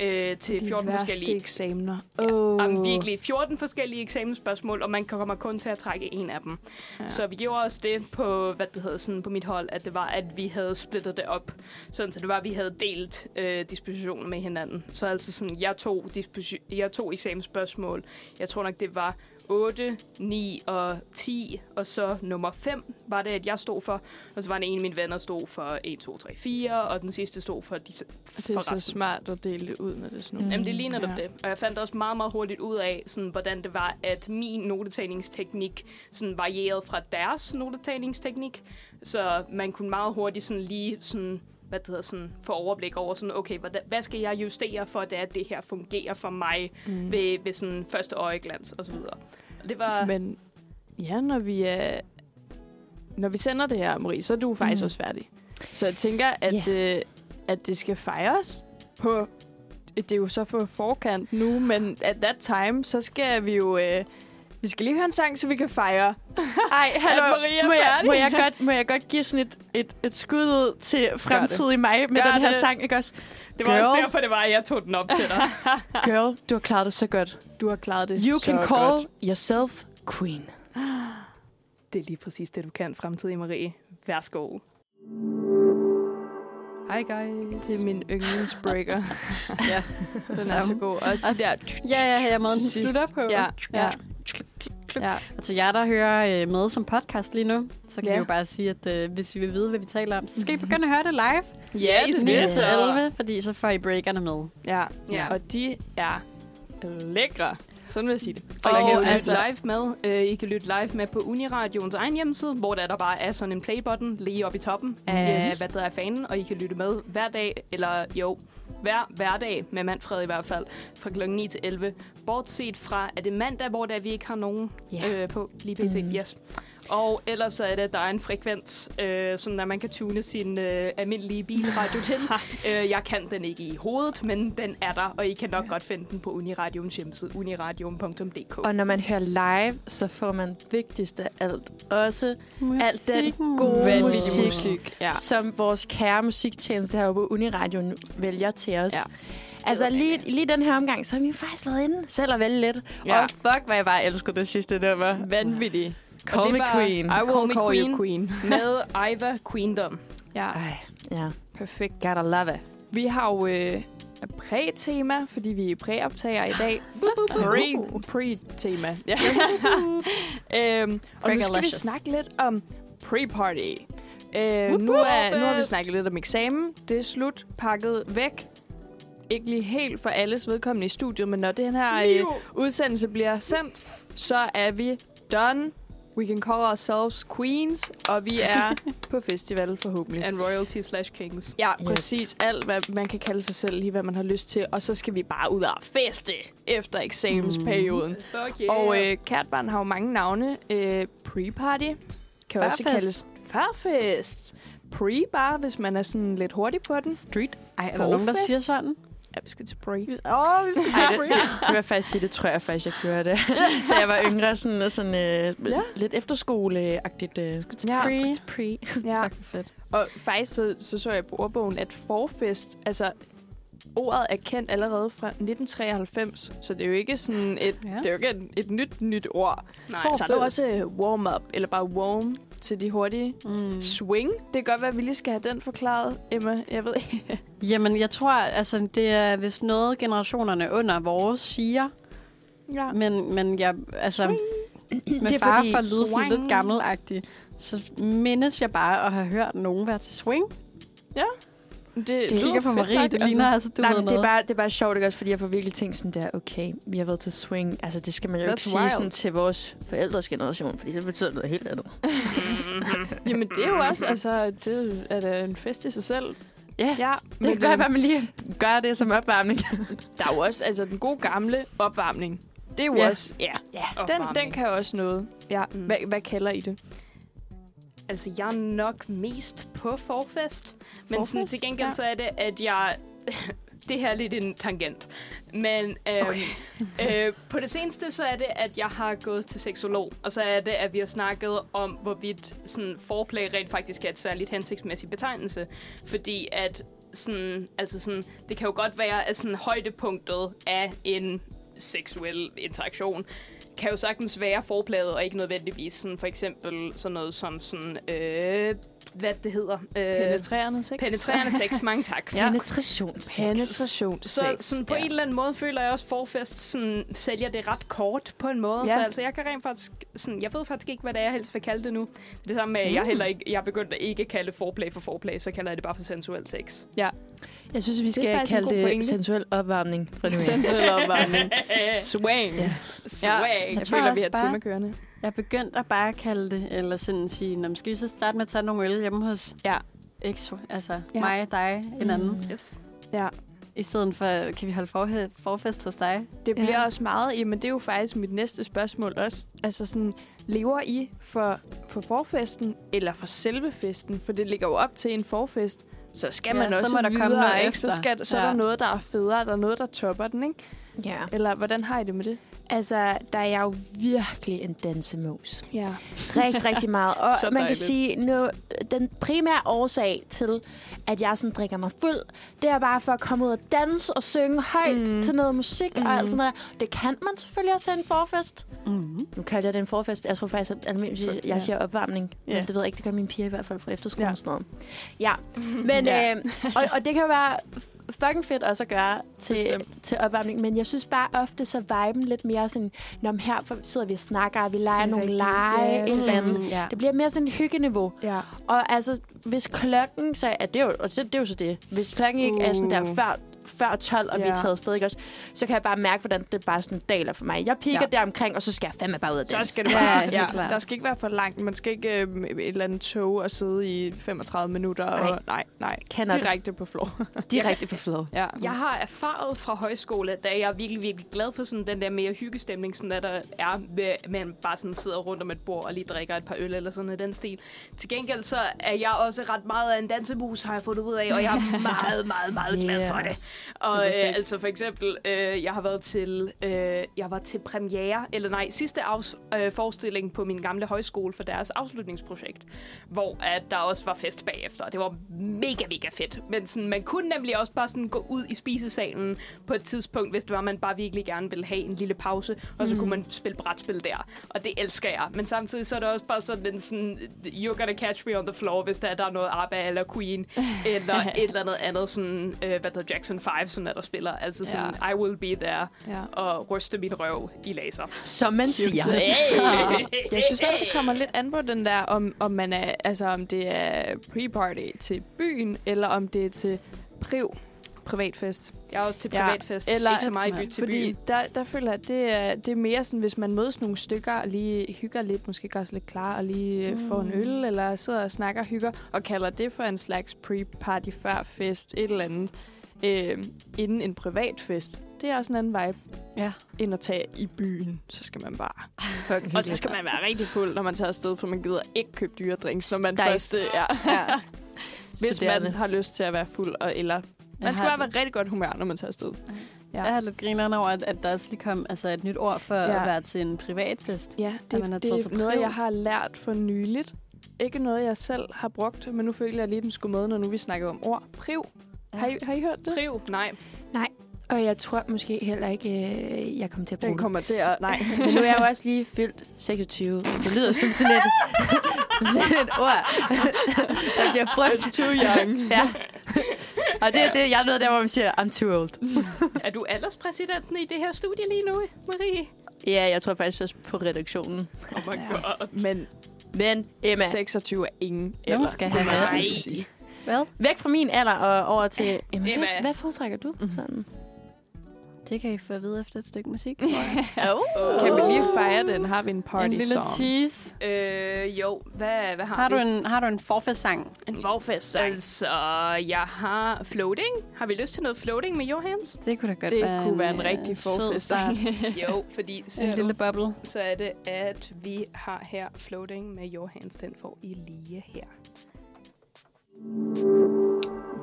Speaker 5: øh, til 14 forskellige...
Speaker 2: eksamener. Oh.
Speaker 5: Jamen, virkelig 14 forskellige eksamensspørgsmål, og man kommer kun til at trække en af dem. Ja. Så vi gjorde også det på, hvad det hedder, sådan på mit hold, at det var, at vi havde splittet det op. Sådan, så det var, at vi havde delt øh, dispositioner med hinanden. Så altså sådan, jeg tog, disposi- jeg tog eksamensspørgsmål. Jeg tror nok, det var 8, 9 og 10, og så nummer 5 var det, at jeg stod for. Og så var det en af mine venner, stod for 1, 2, 3, 4, og den sidste stod for, de, for
Speaker 2: Det er så
Speaker 5: resten.
Speaker 2: smart at dele det ud med det sådan
Speaker 5: Mm,
Speaker 2: nogle.
Speaker 5: Jamen, det er lige netop
Speaker 2: ja.
Speaker 5: ja. det. Og jeg fandt også meget, meget hurtigt ud af, sådan, hvordan det var, at min notetagningsteknik sådan, varierede fra deres notetagningsteknik. Så man kunne meget hurtigt sådan, lige sådan, hvad det hedder, sådan, få overblik over, sådan, okay, hvad, hvad skal jeg justere for, at det, er, at det her fungerer for mig mm. ved, ved sådan, første øjeglans og så videre. Og det var...
Speaker 2: Men ja, når vi er... Når vi sender det her, Marie, så er du faktisk mm. også færdig. Så jeg tænker, at, yeah. øh, at det skal fejres på... Det er jo så på forkant nu, men at that time, så skal vi jo... Øh, vi skal lige høre en sang, så vi kan fejre.
Speaker 3: Ej, hallo.
Speaker 2: Maria
Speaker 3: må, jeg,
Speaker 2: færdig?
Speaker 3: må, jeg godt, må jeg godt give sådan et, et, et skud ud til fremtidig mig med
Speaker 2: Gør
Speaker 3: den her
Speaker 2: det.
Speaker 3: sang, ikke også?
Speaker 5: det var også
Speaker 3: girl.
Speaker 5: derfor, det var, at jeg tog den op til dig.
Speaker 3: Girl, du har klaret det så godt.
Speaker 2: Du har klaret det
Speaker 3: You
Speaker 2: så
Speaker 3: can call
Speaker 2: godt.
Speaker 3: yourself queen.
Speaker 5: Det er lige præcis det, du kan, fremtidig Marie. Værsgo. Hej guys.
Speaker 2: Det er min yndlingsbreaker. ja, den er så
Speaker 4: Samme.
Speaker 2: god. Også de
Speaker 4: Også-
Speaker 2: der...
Speaker 4: Ja, ja, jeg måden den
Speaker 2: Til sidst.
Speaker 4: slutter på.
Speaker 2: Ja, ja. ja.
Speaker 4: Og til Altså, jer, der hører øh, med som podcast lige nu, så kan
Speaker 2: Ja.
Speaker 4: vi jo bare sige, at øh, hvis I vil vide, hvad vi taler om, så skal I begynde at høre det live
Speaker 5: Ja, I
Speaker 4: ja.
Speaker 5: skal
Speaker 4: 9 til
Speaker 5: så.
Speaker 4: 11, fordi så får I breakerne med.
Speaker 2: Ja.
Speaker 5: Ja.
Speaker 2: ja, og de er lækre. Sådan vil jeg sige det.
Speaker 5: Og I
Speaker 2: Og
Speaker 5: kan jo lytte
Speaker 2: altså-
Speaker 5: live med. Øh, I kan lytte live med på Uniradioens egen hjemmeside, hvor der, der bare er sådan en play-button lige oppe i toppen af, yes.
Speaker 4: Yes.
Speaker 5: hvad der er fanen, og I kan lytte med hver dag, eller jo, hver hverdag med Manfred i hvert fald, fra kl. 9 til 11. Bortset fra, er det mandag, hvor der vi ikke har nogen
Speaker 4: Ja.
Speaker 5: øh, på lige pt. Mm. Yes. Og ellers så er det, at der er en frekvens, øh, sådan at man kan tune sin øh, almindelige bilradio til. øh, jeg kan den ikke i hovedet, men den er der, og I kan nok godt finde den på Uniradiums hjemmeside, uniradium.dk.
Speaker 3: Og når man hører live, så får man vigtigst af alt også alt den gode
Speaker 2: Vanvittig
Speaker 3: musik,
Speaker 2: musik. Ja.
Speaker 3: som vores kære musiktjeneste heroppe på Uniradio nu vælger til os.
Speaker 2: Ja.
Speaker 3: Ja. Altså lige, lige den her omgang, så har vi jo faktisk været inde selv og vælge lidt.
Speaker 2: Ja.
Speaker 3: Ja. Og fuck, hvor jeg bare elskede det sidste nummer.
Speaker 2: Vanvittig.
Speaker 5: Og
Speaker 3: Call
Speaker 5: det
Speaker 3: me
Speaker 5: var-
Speaker 3: queen.
Speaker 2: I will
Speaker 5: Call
Speaker 2: call,
Speaker 5: me
Speaker 2: call you
Speaker 5: queen.
Speaker 2: queen.
Speaker 5: med Iva Queendom.
Speaker 2: Ja,
Speaker 3: Ej, ja.
Speaker 2: perfekt.
Speaker 3: Gotta love it.
Speaker 2: Vi har jo øh, præ-tema, fordi vi er præoptager i dag. Pre- Pre-tema. Ja. øhm, og nu skal vi
Speaker 4: Crackalicious.
Speaker 2: snakke lidt om pre-party. Øh, nu, er, nu har vi snakket lidt om eksamen. Det er slut, pakket væk. Ikke lige helt for alles vedkommende i studiet, men når den her øh, udsendelse bliver sendt, så er vi done. We can call ourselves queens, og vi er på festival forhåbentlig.
Speaker 5: And royalty slash kings.
Speaker 2: Ja,
Speaker 3: Yep.
Speaker 2: præcis. Alt, hvad man kan kalde sig selv, lige hvad man har lyst til. Og så skal vi bare ud og feste efter eksamensperioden. Mm.
Speaker 5: Fuck
Speaker 2: Og øh, kært barn har jo mange navne. Øh, Pre-party kan også
Speaker 4: Førfest.
Speaker 2: kaldes førfest. Pre-bar, hvis man er sådan lidt hurtig på den.
Speaker 4: Street. Ej, er der nogen, der
Speaker 2: Forfest?
Speaker 4: siger sådan?
Speaker 2: Ja, vi skal til pre.
Speaker 4: Åh, vi skal
Speaker 3: Ej, det, det, det var faktisk sige, det tror jeg faktisk, jeg gjorde det. da jeg var yngre, sådan, sådan øh,
Speaker 2: Ja.
Speaker 3: ja. lidt efterskoleagtigt. Øh.
Speaker 4: til
Speaker 2: Ja.
Speaker 4: pre.
Speaker 3: pre.
Speaker 2: Ja.
Speaker 4: Fucking fedt.
Speaker 2: Og faktisk så, så så jeg på ordbogen, at forfest, altså ordet er kendt allerede fra 1993, så det er jo ikke sådan et,
Speaker 4: Ja.
Speaker 2: ja. det er jo ikke et, et nyt, nyt ord.
Speaker 5: Nej,
Speaker 2: Nej, så er der
Speaker 5: fedt.
Speaker 2: også øh, warm-up, eller bare warm til de hurtige.
Speaker 4: Mm.
Speaker 2: Swing, det kan godt være, at vi lige skal have den forklaret, Emma. Jeg ved ikke.
Speaker 4: Jamen, jeg tror, altså, det er hvis noget, generationerne under vores siger.
Speaker 2: Ja.
Speaker 4: Men, men jeg, altså, med
Speaker 3: Det er
Speaker 4: far
Speaker 3: fordi-
Speaker 4: for at lyde sådan
Speaker 5: Swing.
Speaker 4: lidt gammelagtig, så mindes jeg bare at have hørt nogen være til swing.
Speaker 2: Det,
Speaker 4: Jeg kigger på Marie, det ligner altså, du
Speaker 3: Nej,
Speaker 4: ved
Speaker 3: men det er,
Speaker 4: noget.
Speaker 3: bare, det er bare sjovt, ikke også? Fordi jeg får virkelig tænkt sådan der, okay, vi har været til swing. Altså, det skal man jo
Speaker 2: That's
Speaker 3: ikke sige
Speaker 2: wild.
Speaker 3: sådan, til vores forældres generation, fordi så betyder det noget helt andet.
Speaker 2: Jamen, det er jo også, altså, det er da en fest i sig selv.
Speaker 3: Ja,
Speaker 2: ja
Speaker 3: Det kan godt være, at man lige gør det som opvarmning.
Speaker 2: Der er jo også, altså, den gode gamle opvarmning. Det er jo
Speaker 4: Ja.
Speaker 2: også, ja.
Speaker 7: Ja,
Speaker 2: Den, den kan også noget. Ja,
Speaker 5: Mm.
Speaker 2: mm. hvad, hvad kalder I det?
Speaker 5: Altså, jeg er nok mest på forfest. Men sådan,
Speaker 2: Forfest?
Speaker 5: til gengæld
Speaker 2: Ja.
Speaker 5: ja. så er det, at jeg... det her er lidt en tangent. Men øhm, okay. øh, på det seneste, så er det, at jeg har gået til seksolog. Og så er det, at vi har snakket om, hvorvidt sådan, foreplay rent faktisk er et særligt hensigtsmæssig betegnelse. Fordi at sådan, altså sådan, det kan jo godt være, at sådan, højdepunktet af en seksuel interaktion kan jo sagtens være forpladet, og ikke nødvendigvis sådan, for eksempel sådan noget som sådan, øh, hvad det hedder? Øh,
Speaker 2: Penetrerende sex?
Speaker 5: Penetrerende sex, mange tak.
Speaker 3: Ja. Penetration.
Speaker 2: Penetration
Speaker 5: Så sådan på ja. en eller anden måde føler jeg også, at forfest sådan, sælger det ret kort på en måde.
Speaker 2: Ja.
Speaker 5: Ja. Så altså, jeg kan rent faktisk... Sådan, jeg ved faktisk ikke, hvad det er, jeg helst vil kalde det nu. Det samme med, at jeg, heller ikke, jeg er begyndt at ikke kalde forplay for forplay, så kalder jeg det bare for sensuel sex.
Speaker 3: Jeg synes, vi
Speaker 2: skal
Speaker 3: skal det
Speaker 2: kalde
Speaker 3: kalde
Speaker 2: det
Speaker 3: det sensuel opvarmning fra nu af.
Speaker 2: Sensuel opvarmning. Swang. Ja.
Speaker 3: Yes.
Speaker 2: Swag.
Speaker 4: Jeg
Speaker 2: Jeg
Speaker 4: tror
Speaker 2: føler, vi
Speaker 4: også
Speaker 2: har
Speaker 4: bare-
Speaker 2: tema kørende.
Speaker 4: Jeg begyndte at bare kalde det, eller sådan sige, "Nå, men skal vi så starte med at tage nogle øl hjemme hos
Speaker 2: Ja.
Speaker 4: X, altså
Speaker 2: Ja.
Speaker 4: ja. mig, dig, en anden. Mm.
Speaker 5: Yes.
Speaker 4: I stedet for, kan vi holde forhe- forfest hos dig?
Speaker 2: Det
Speaker 3: Ja.
Speaker 2: bliver også meget, jamen det er jo faktisk mit næste spørgsmål også. Altså sådan, lever I for, for forfesten eller for selve festen? For det ligger jo op til en forfest. Så skal
Speaker 4: Ja,
Speaker 2: man
Speaker 4: så
Speaker 2: også
Speaker 4: må der komme
Speaker 2: videre,
Speaker 4: noget
Speaker 2: ikke?
Speaker 4: efter.
Speaker 2: Så, skal, så ja. er
Speaker 4: Ja.
Speaker 2: der noget, der er federe, der er noget, der topper den, ikke?
Speaker 3: Ja.
Speaker 2: Eller hvordan har I det med det?
Speaker 3: Altså, der er jeg jo virkelig en dansemus.
Speaker 2: Ja.
Speaker 3: Rigtig, rigtig meget. Og
Speaker 2: Så
Speaker 3: man kan
Speaker 2: dejligt.
Speaker 3: sige, nu, den primære årsag til, at jeg sådan drikker mig fuld, det er bare for at komme ud og danse og synge højt
Speaker 2: Mm.
Speaker 3: mm. til noget musik mm. og alt sådan noget. Det kan man selvfølgelig også have en forfest.
Speaker 4: Mm.
Speaker 3: Nu kalder jeg det en forfest. Jeg tror faktisk, at almindeligt, jeg,
Speaker 2: Ja.
Speaker 3: jeg siger opvarmning.
Speaker 2: Ja.
Speaker 3: Yeah. Men det ved jeg ikke, det gør mine piger i hvert fald fra efterskolen
Speaker 2: Ja.
Speaker 3: ja. og sådan noget. Ja, men,
Speaker 2: Ja.
Speaker 3: ja. Øh, og, og det kan jo være f- fucking fedt også at gøre til,
Speaker 2: Bestemt.
Speaker 3: til opvarmning. Men jeg synes bare ofte, så viben lidt mere sådan, når her for- sidder vi og snakker, og vi leger nogle
Speaker 2: rigtigt.
Speaker 3: lege,
Speaker 2: Ja,
Speaker 3: yeah, et eller andet.
Speaker 4: Mm. Ja.
Speaker 3: Det bliver mere sådan et hyggeniveau.
Speaker 2: Ja.
Speaker 3: Og altså, hvis klokken så er, det er jo, og så, det er jo så det. Hvis klokken ikke er sådan der
Speaker 2: Uh.
Speaker 3: før, før 12, og ja. vi
Speaker 2: Ja.
Speaker 3: er taget afsted, ikke også? Så kan jeg bare mærke, hvordan det bare sådan daler for mig. Jeg piker ja. der omkring, og så skal jeg fandme bare ud af
Speaker 2: Så
Speaker 3: danse.
Speaker 2: skal det bare,
Speaker 4: helt
Speaker 2: ja, ja.
Speaker 4: klart.
Speaker 2: Der skal ikke være for langt. Man skal ikke øh, et eller andet tog og sidde i 35 minutter. Nej, og, nej, nej.
Speaker 3: Kender det.
Speaker 2: Direkte på floor.
Speaker 3: Direkte på flow.
Speaker 2: ja.
Speaker 5: Jeg har erfaret fra højskole, da jeg er virkelig, virkelig glad for sådan den der mere hyggestemning, sådan der, der er, med, man bare sådan sidder rundt om et bord og lige drikker et par øl eller sådan noget i den stil. Til gengæld så er jeg også ret meget af en dansemus, har jeg fundet ud af, og jeg er meget, meget, meget glad for
Speaker 3: Yeah.
Speaker 5: det. Og øh, altså for eksempel, øh, jeg har været til, øh, jeg var til premiere, eller nej, sidste afs, øh, forestilling på min gamle højskole for deres afslutningsprojekt, hvor at der også var fest bagefter, og det var mega, mega fedt. Men sådan, man kunne nemlig også bare sådan gå ud i spisesalen på et tidspunkt, hvis det var, man bare virkelig gerne ville have en lille pause, og så mm. kunne man spille brætspil der, og det elsker jeg. Men samtidig så er det også bare sådan en sådan, you're gonna catch me on the floor, hvis der er, der er noget ABBA eller Queen, eller et eller andet andet, sådan, øh, hvad hedder Jackson 5, sådan er der spiller. Altså sådan, I will be there,
Speaker 2: Ja.
Speaker 5: og ryste min røv i laser.
Speaker 3: Som man siger.
Speaker 5: Hey.
Speaker 2: Jeg synes også, det kommer lidt an på den der, om, om, man er, altså, om det er pre-party til byen, eller om det er til priv privatfest.
Speaker 5: Jeg er også til
Speaker 2: Ja.
Speaker 5: privatfest,
Speaker 2: Eller-
Speaker 5: eller, ikke så meget i by til
Speaker 2: Fordi
Speaker 5: byen.
Speaker 2: der, der føler jeg, at det er, det er mere sådan, hvis man mødes nogle stykker og lige hygger lidt, måske gør sig lidt klar og lige mm. får en øl, eller sidder og snakker og hygger, og kalder det for en slags pre-party før fest, et eller andet, øh, inden en privat fest. Det er også en anden vibe,
Speaker 4: Ja.
Speaker 2: end at tage i byen. Så skal man bare
Speaker 3: Fucking
Speaker 2: og så skal man være rigtig fuld, når man tager afsted, for man gider ikke købe dyre drinks, når man
Speaker 3: Stejf.
Speaker 2: først øh, er.
Speaker 4: Ja.
Speaker 2: Hvis man
Speaker 3: Studerende.
Speaker 2: har lyst til at være fuld, og eller... Man
Speaker 4: Jeg
Speaker 2: skal
Speaker 4: har
Speaker 2: bare være rigtig godt humør, når man tager afsted. Ja.
Speaker 4: Jeg har lidt grineren over, at, at der også lige kom altså et nyt ord for
Speaker 2: Ja.
Speaker 4: ja. at være til en privatfest.
Speaker 2: Ja,
Speaker 4: At
Speaker 2: det,
Speaker 4: man har
Speaker 2: det
Speaker 4: taget til
Speaker 2: er noget,
Speaker 4: priv.
Speaker 2: jeg har lært for nyligt. Ikke noget, jeg selv har brugt, men nu føler jeg lige, den skulle med, når nu vi snakker om ord. Priv. Har I, har I hørt det?
Speaker 5: Priv, nej.
Speaker 3: Og jeg tror måske heller ikke, øh, jeg kommer til at bruge
Speaker 2: Den
Speaker 3: det.
Speaker 2: kommer til at... Nej.
Speaker 3: Men nu er jeg jo også lige fyldt 26. Det lyder som sådan et, som sådan et ord, der bliver brugt.
Speaker 2: Too young.
Speaker 3: Ja. Og det er det, jeg er noget der, hvor man siger, I'm too old.
Speaker 5: Er du alderspræsidenten i det her studie lige nu, Marie?
Speaker 3: Ja, jeg tror faktisk også på redaktionen.
Speaker 5: Oh my god.
Speaker 2: Men
Speaker 3: Men Emma,
Speaker 5: 26 er ingen
Speaker 4: Nogen
Speaker 5: alder.
Speaker 4: skal have
Speaker 5: Nej.
Speaker 4: været,
Speaker 5: Nej.
Speaker 3: E.
Speaker 4: vil jeg Hvad?
Speaker 3: væk fra min alder og over til... Emma, Mhm. Emma.
Speaker 5: Emma.
Speaker 3: Hvad, hvad foretrækker du? Sådan.
Speaker 4: Det kan I få at vide efter et stykke musik.
Speaker 3: Oh.
Speaker 5: Kan vi lige fejre den? Har vi en
Speaker 4: en
Speaker 5: party
Speaker 4: lille
Speaker 5: song?
Speaker 4: tease.
Speaker 5: Øh, jo, hvad, hvad har,
Speaker 4: Har
Speaker 5: vi?
Speaker 4: du en, har du en forfærdssang?
Speaker 5: en vogfest sang? Altså, jeg har floating. Har vi lyst til noget floating med your hands?
Speaker 4: Det kunne da godt
Speaker 5: Det
Speaker 4: være
Speaker 5: kunne være en
Speaker 4: øh,
Speaker 5: rigtig
Speaker 4: sød
Speaker 5: forfest sang.
Speaker 4: start.
Speaker 5: jo, fordi
Speaker 4: En lille boble.
Speaker 5: så er det, at vi har her floating med your hands. Den får I lige her.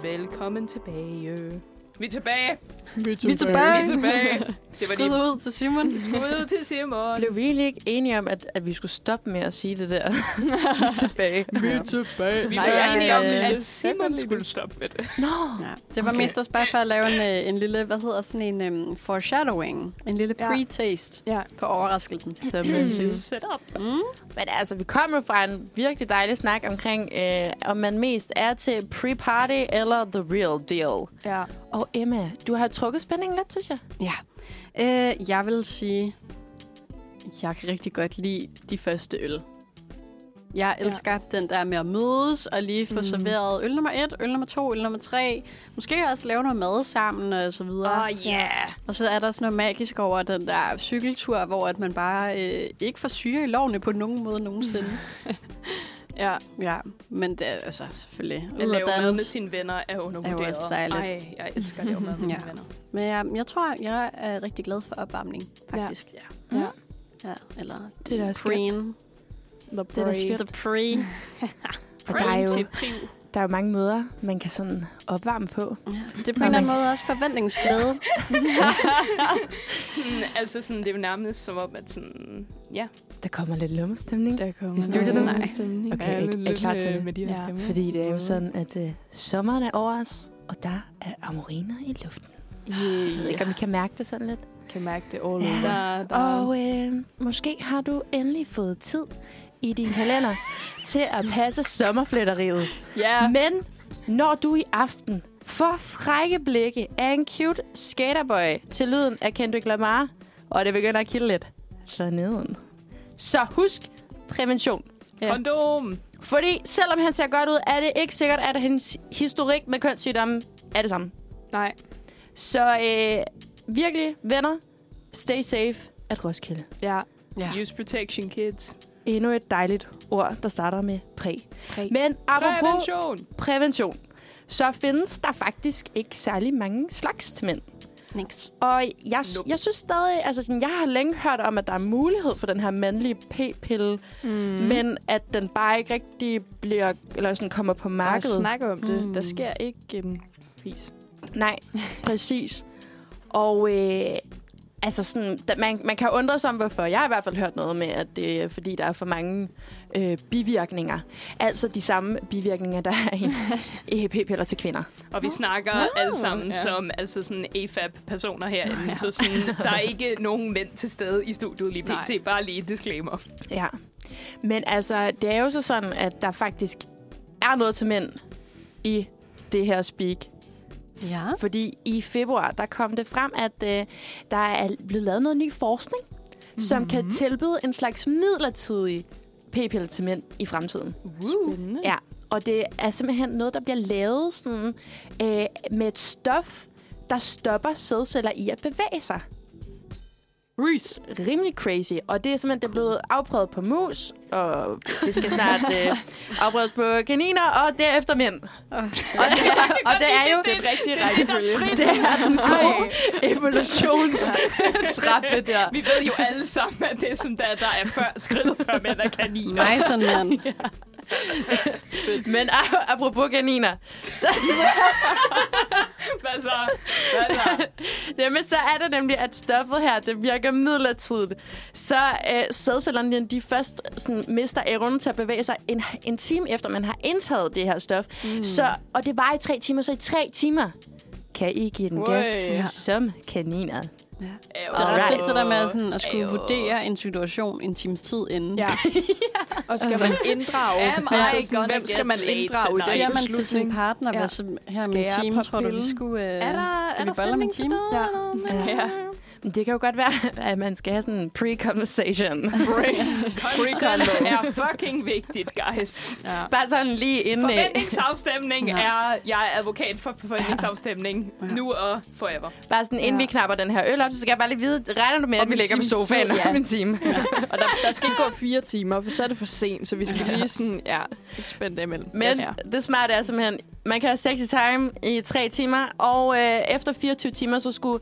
Speaker 5: Velkommen tilbage. Vi er tilbage.
Speaker 4: Vi er tilbage.
Speaker 5: Vi er tilbage. Det
Speaker 4: Skud
Speaker 5: var lige
Speaker 4: ud til Simon.
Speaker 5: skud til Simon.
Speaker 3: Blev vi egentlig ikke enige om, at, at vi skulle stoppe med at sige det der? Vi er tilbage.
Speaker 5: Vi
Speaker 4: Nej,
Speaker 5: var
Speaker 4: jeg
Speaker 5: enige
Speaker 4: kan
Speaker 5: om,
Speaker 4: lide det.
Speaker 5: at Simon skulle stoppe med det.
Speaker 4: Ja, det var okay. mest også bare for at lave en, øh, en lille, hvad hedder sådan en um, foreshadowing. En lille
Speaker 5: Ja.
Speaker 4: pre-taste
Speaker 5: Ja.
Speaker 4: på overraskelsen.
Speaker 3: Så blev det
Speaker 5: Set op.
Speaker 3: Men altså, vi kom jo fra en virkelig dejlig snak omkring, øh, om man mest er til pre-party eller the real deal.
Speaker 5: Ja.
Speaker 3: Og Emma, du har trukket spændingen lidt, synes jeg.
Speaker 4: Ja. Øh, jeg vil sige, jeg kan rigtig godt lide de første øl. Jeg elsker ja. den der med at mødes og lige få mm. serveret øl nummer et, øl nummer to, øl nummer tre. Måske også lave noget mad sammen og så videre.
Speaker 5: Åh, yeah.
Speaker 4: Og så er der sådan noget magisk over den der cykeltur, hvor at man bare øh, ikke får syre i lovene på nogen måde nogensinde.
Speaker 5: Ja,
Speaker 4: ja, men det er altså selvfølgelig.
Speaker 5: at
Speaker 4: ud at
Speaker 5: lave mad
Speaker 4: danse.
Speaker 5: med sine venner er undervurderet.
Speaker 4: Er jo også dejligt.
Speaker 5: Ej, jeg elsker at lave mad med mine
Speaker 4: Ja.
Speaker 5: venner.
Speaker 4: Men jeg, jeg tror, jeg er rigtig glad for opvarmning, faktisk. Ja.
Speaker 5: Ja.
Speaker 4: ja. Eller
Speaker 3: Det er da skønt.
Speaker 4: preen.
Speaker 3: Det er da skønt.
Speaker 4: The pre.
Speaker 3: Og der er, jo,
Speaker 5: Til priv.
Speaker 3: der er jo mange måder, man kan sådan opvarme på.
Speaker 4: Ja. Det er på en eller anden måde også forventningsglæde.
Speaker 5: Sådan, altså sådan, det er jo nærmest som om, at sådan... Ja.
Speaker 3: Der kommer lidt lommestemning.
Speaker 5: Der kommer
Speaker 3: I studiet nu?
Speaker 5: Nej.
Speaker 3: Okay, er, I- er I klar til
Speaker 2: øh,
Speaker 3: det?
Speaker 5: Med de her
Speaker 4: Ja.
Speaker 5: stemmer.
Speaker 3: Fordi det er
Speaker 2: Mhm.
Speaker 3: jo sådan, at øh, sommeren er over os, og der er amoriner i luften. Jeg ved ikke, om I kan mærke det sådan lidt.
Speaker 5: kan mærke det all
Speaker 3: Ja.
Speaker 5: Der, der.
Speaker 3: Og øh, måske har du endelig fået tid i din kalender til at passe sommerflætteriet.
Speaker 5: ja.
Speaker 3: Men når du i aften får frække blikke af en cute skaterboy til lyden af Kendrick Lamar, og det begynder at kilde lidt, så neden. Så husk prævention.
Speaker 5: Kondom.
Speaker 3: Fordi selvom han ser godt ud, er det ikke sikkert, at hans historik med kønssygdomme er det samme.
Speaker 5: Nej.
Speaker 3: Så øh, virkelig, venner, stay safe at Roskilde.
Speaker 5: Ja.
Speaker 4: Ja.
Speaker 5: Use protection, kids.
Speaker 3: Endnu et dejligt ord, der starter med præ. præ. Men apropos
Speaker 5: Prævention.
Speaker 3: prævention, så findes der faktisk ikke særlig mange slags mænd.
Speaker 4: Niks.
Speaker 3: Og jeg, s-
Speaker 5: Nope.
Speaker 3: jeg synes stadig, altså sådan, jeg har længe hørt om, at der er mulighed for den her mandlige p-pille, mm. men at den bare ikke rigtig bliver, eller sådan kommer på markedet.
Speaker 5: om det.
Speaker 2: Mm.
Speaker 5: Der sker ikke øhm, gennemvis.
Speaker 3: Nej, præcis. Og øh, altså sådan, da, man, man kan undre sig om, hvorfor. Jeg har i hvert fald hørt noget med, at det er, fordi der er for mange øh, bivirkninger. Altså de samme bivirkninger, der er i i p-piller til kvinder.
Speaker 5: Og vi snakker alle sammen som altså sådan AFAB-personer herinde. Så sådan, der er ikke nogen mænd til stede i studiet lige pt. Bare lige et disclaimer.
Speaker 3: Ja. Men altså, det er jo så sådan, at der faktisk er noget til mænd i det her speak.
Speaker 4: Ja.
Speaker 3: Fordi i februar, der kom det frem, at øh, der er blevet lavet noget ny forskning, mm-hmm. som kan tilbyde en slags midlertidig p-pille til mænd i fremtiden.
Speaker 5: Spændende.
Speaker 3: Ja, og det er simpelthen noget, der bliver lavet sådan, øh, med et stof, der stopper sædceller i at bevæge sig.
Speaker 4: Reese.
Speaker 3: Rimelig crazy. Og det er simpelthen det er blevet afprøvet på mus, og det skal snart øh, afprøves på kaniner, og derefter mænd. Og, og det er jo
Speaker 5: Det er rigtig rækkefølge.
Speaker 3: det er den gode evolutionstrappe der.
Speaker 5: Vi ved jo alle sammen, at det er sådan, der, der er før, skridtet før mænd er kaniner.
Speaker 4: Nej, sådan mand.
Speaker 3: Men a- apropos kaniner, så,
Speaker 5: Hvad så? Hvad så?
Speaker 3: jamen, så er det nemlig, at stoffet her, det virker midlertidigt. Så øh, sædcellerne, de- de først sådan, mister evnen til at bevæge sig en, en time efter, man har indtaget det her stof. Mm. Så, og det var i tre timer, så i tre timer kan I give den gas
Speaker 4: Ja.
Speaker 3: som kaniner.
Speaker 5: Ej,
Speaker 4: Det er ret
Speaker 3: Alright.
Speaker 4: fedt, det der med sådan, at skulle
Speaker 5: Ayo.
Speaker 4: vurdere en situation en times tid inden.
Speaker 5: Ja.
Speaker 4: og skal man
Speaker 5: Inddrage. Am
Speaker 4: Ja.
Speaker 5: I gonna
Speaker 2: Hvem skal
Speaker 5: get
Speaker 2: man
Speaker 5: laid
Speaker 2: inddrage i
Speaker 5: tonight?
Speaker 4: siger man til
Speaker 2: beslutning.
Speaker 4: sin partner,
Speaker 2: Ja.
Speaker 4: ja. som her
Speaker 2: Skal
Speaker 4: med
Speaker 2: jeg
Speaker 4: en time,
Speaker 2: på
Speaker 4: tror du, vi
Speaker 2: pillen?
Speaker 4: skulle, øh,
Speaker 5: Er der,
Speaker 4: skal
Speaker 5: er
Speaker 4: vi
Speaker 5: der
Speaker 4: bolle om en
Speaker 5: stemning for
Speaker 4: time?
Speaker 5: noget?
Speaker 3: Ja.
Speaker 5: eller hvad?
Speaker 3: Ja.
Speaker 5: Ja.
Speaker 3: Det kan jo godt være, at man skal have sådan en pre-conversation.
Speaker 5: Consent er fucking vigtigt, guys.
Speaker 4: Ja.
Speaker 3: Bare sådan lige inden... øh,
Speaker 5: Forventningsafstemning
Speaker 4: Ja.
Speaker 5: er, jeg er advokat for forventningsafstemning. Nu og forever.
Speaker 3: Bare sådan, inden vi
Speaker 4: Ja.
Speaker 3: knapper den her øl op, så skal jeg bare lige vide, regner du med, at
Speaker 2: Om
Speaker 3: vi
Speaker 2: en
Speaker 3: ligger på
Speaker 2: times
Speaker 3: sofaen
Speaker 2: tid, ja.
Speaker 3: om en time?
Speaker 2: Og der, der skal ikke gå fire timer, for så er det for sent, så vi skal lige sådan, ja, spænde det imellem.
Speaker 3: Men
Speaker 2: ja.
Speaker 3: det smarte er simpelthen, man kan have sex i time i tre timer, og øh, efter 24 timer, så skulle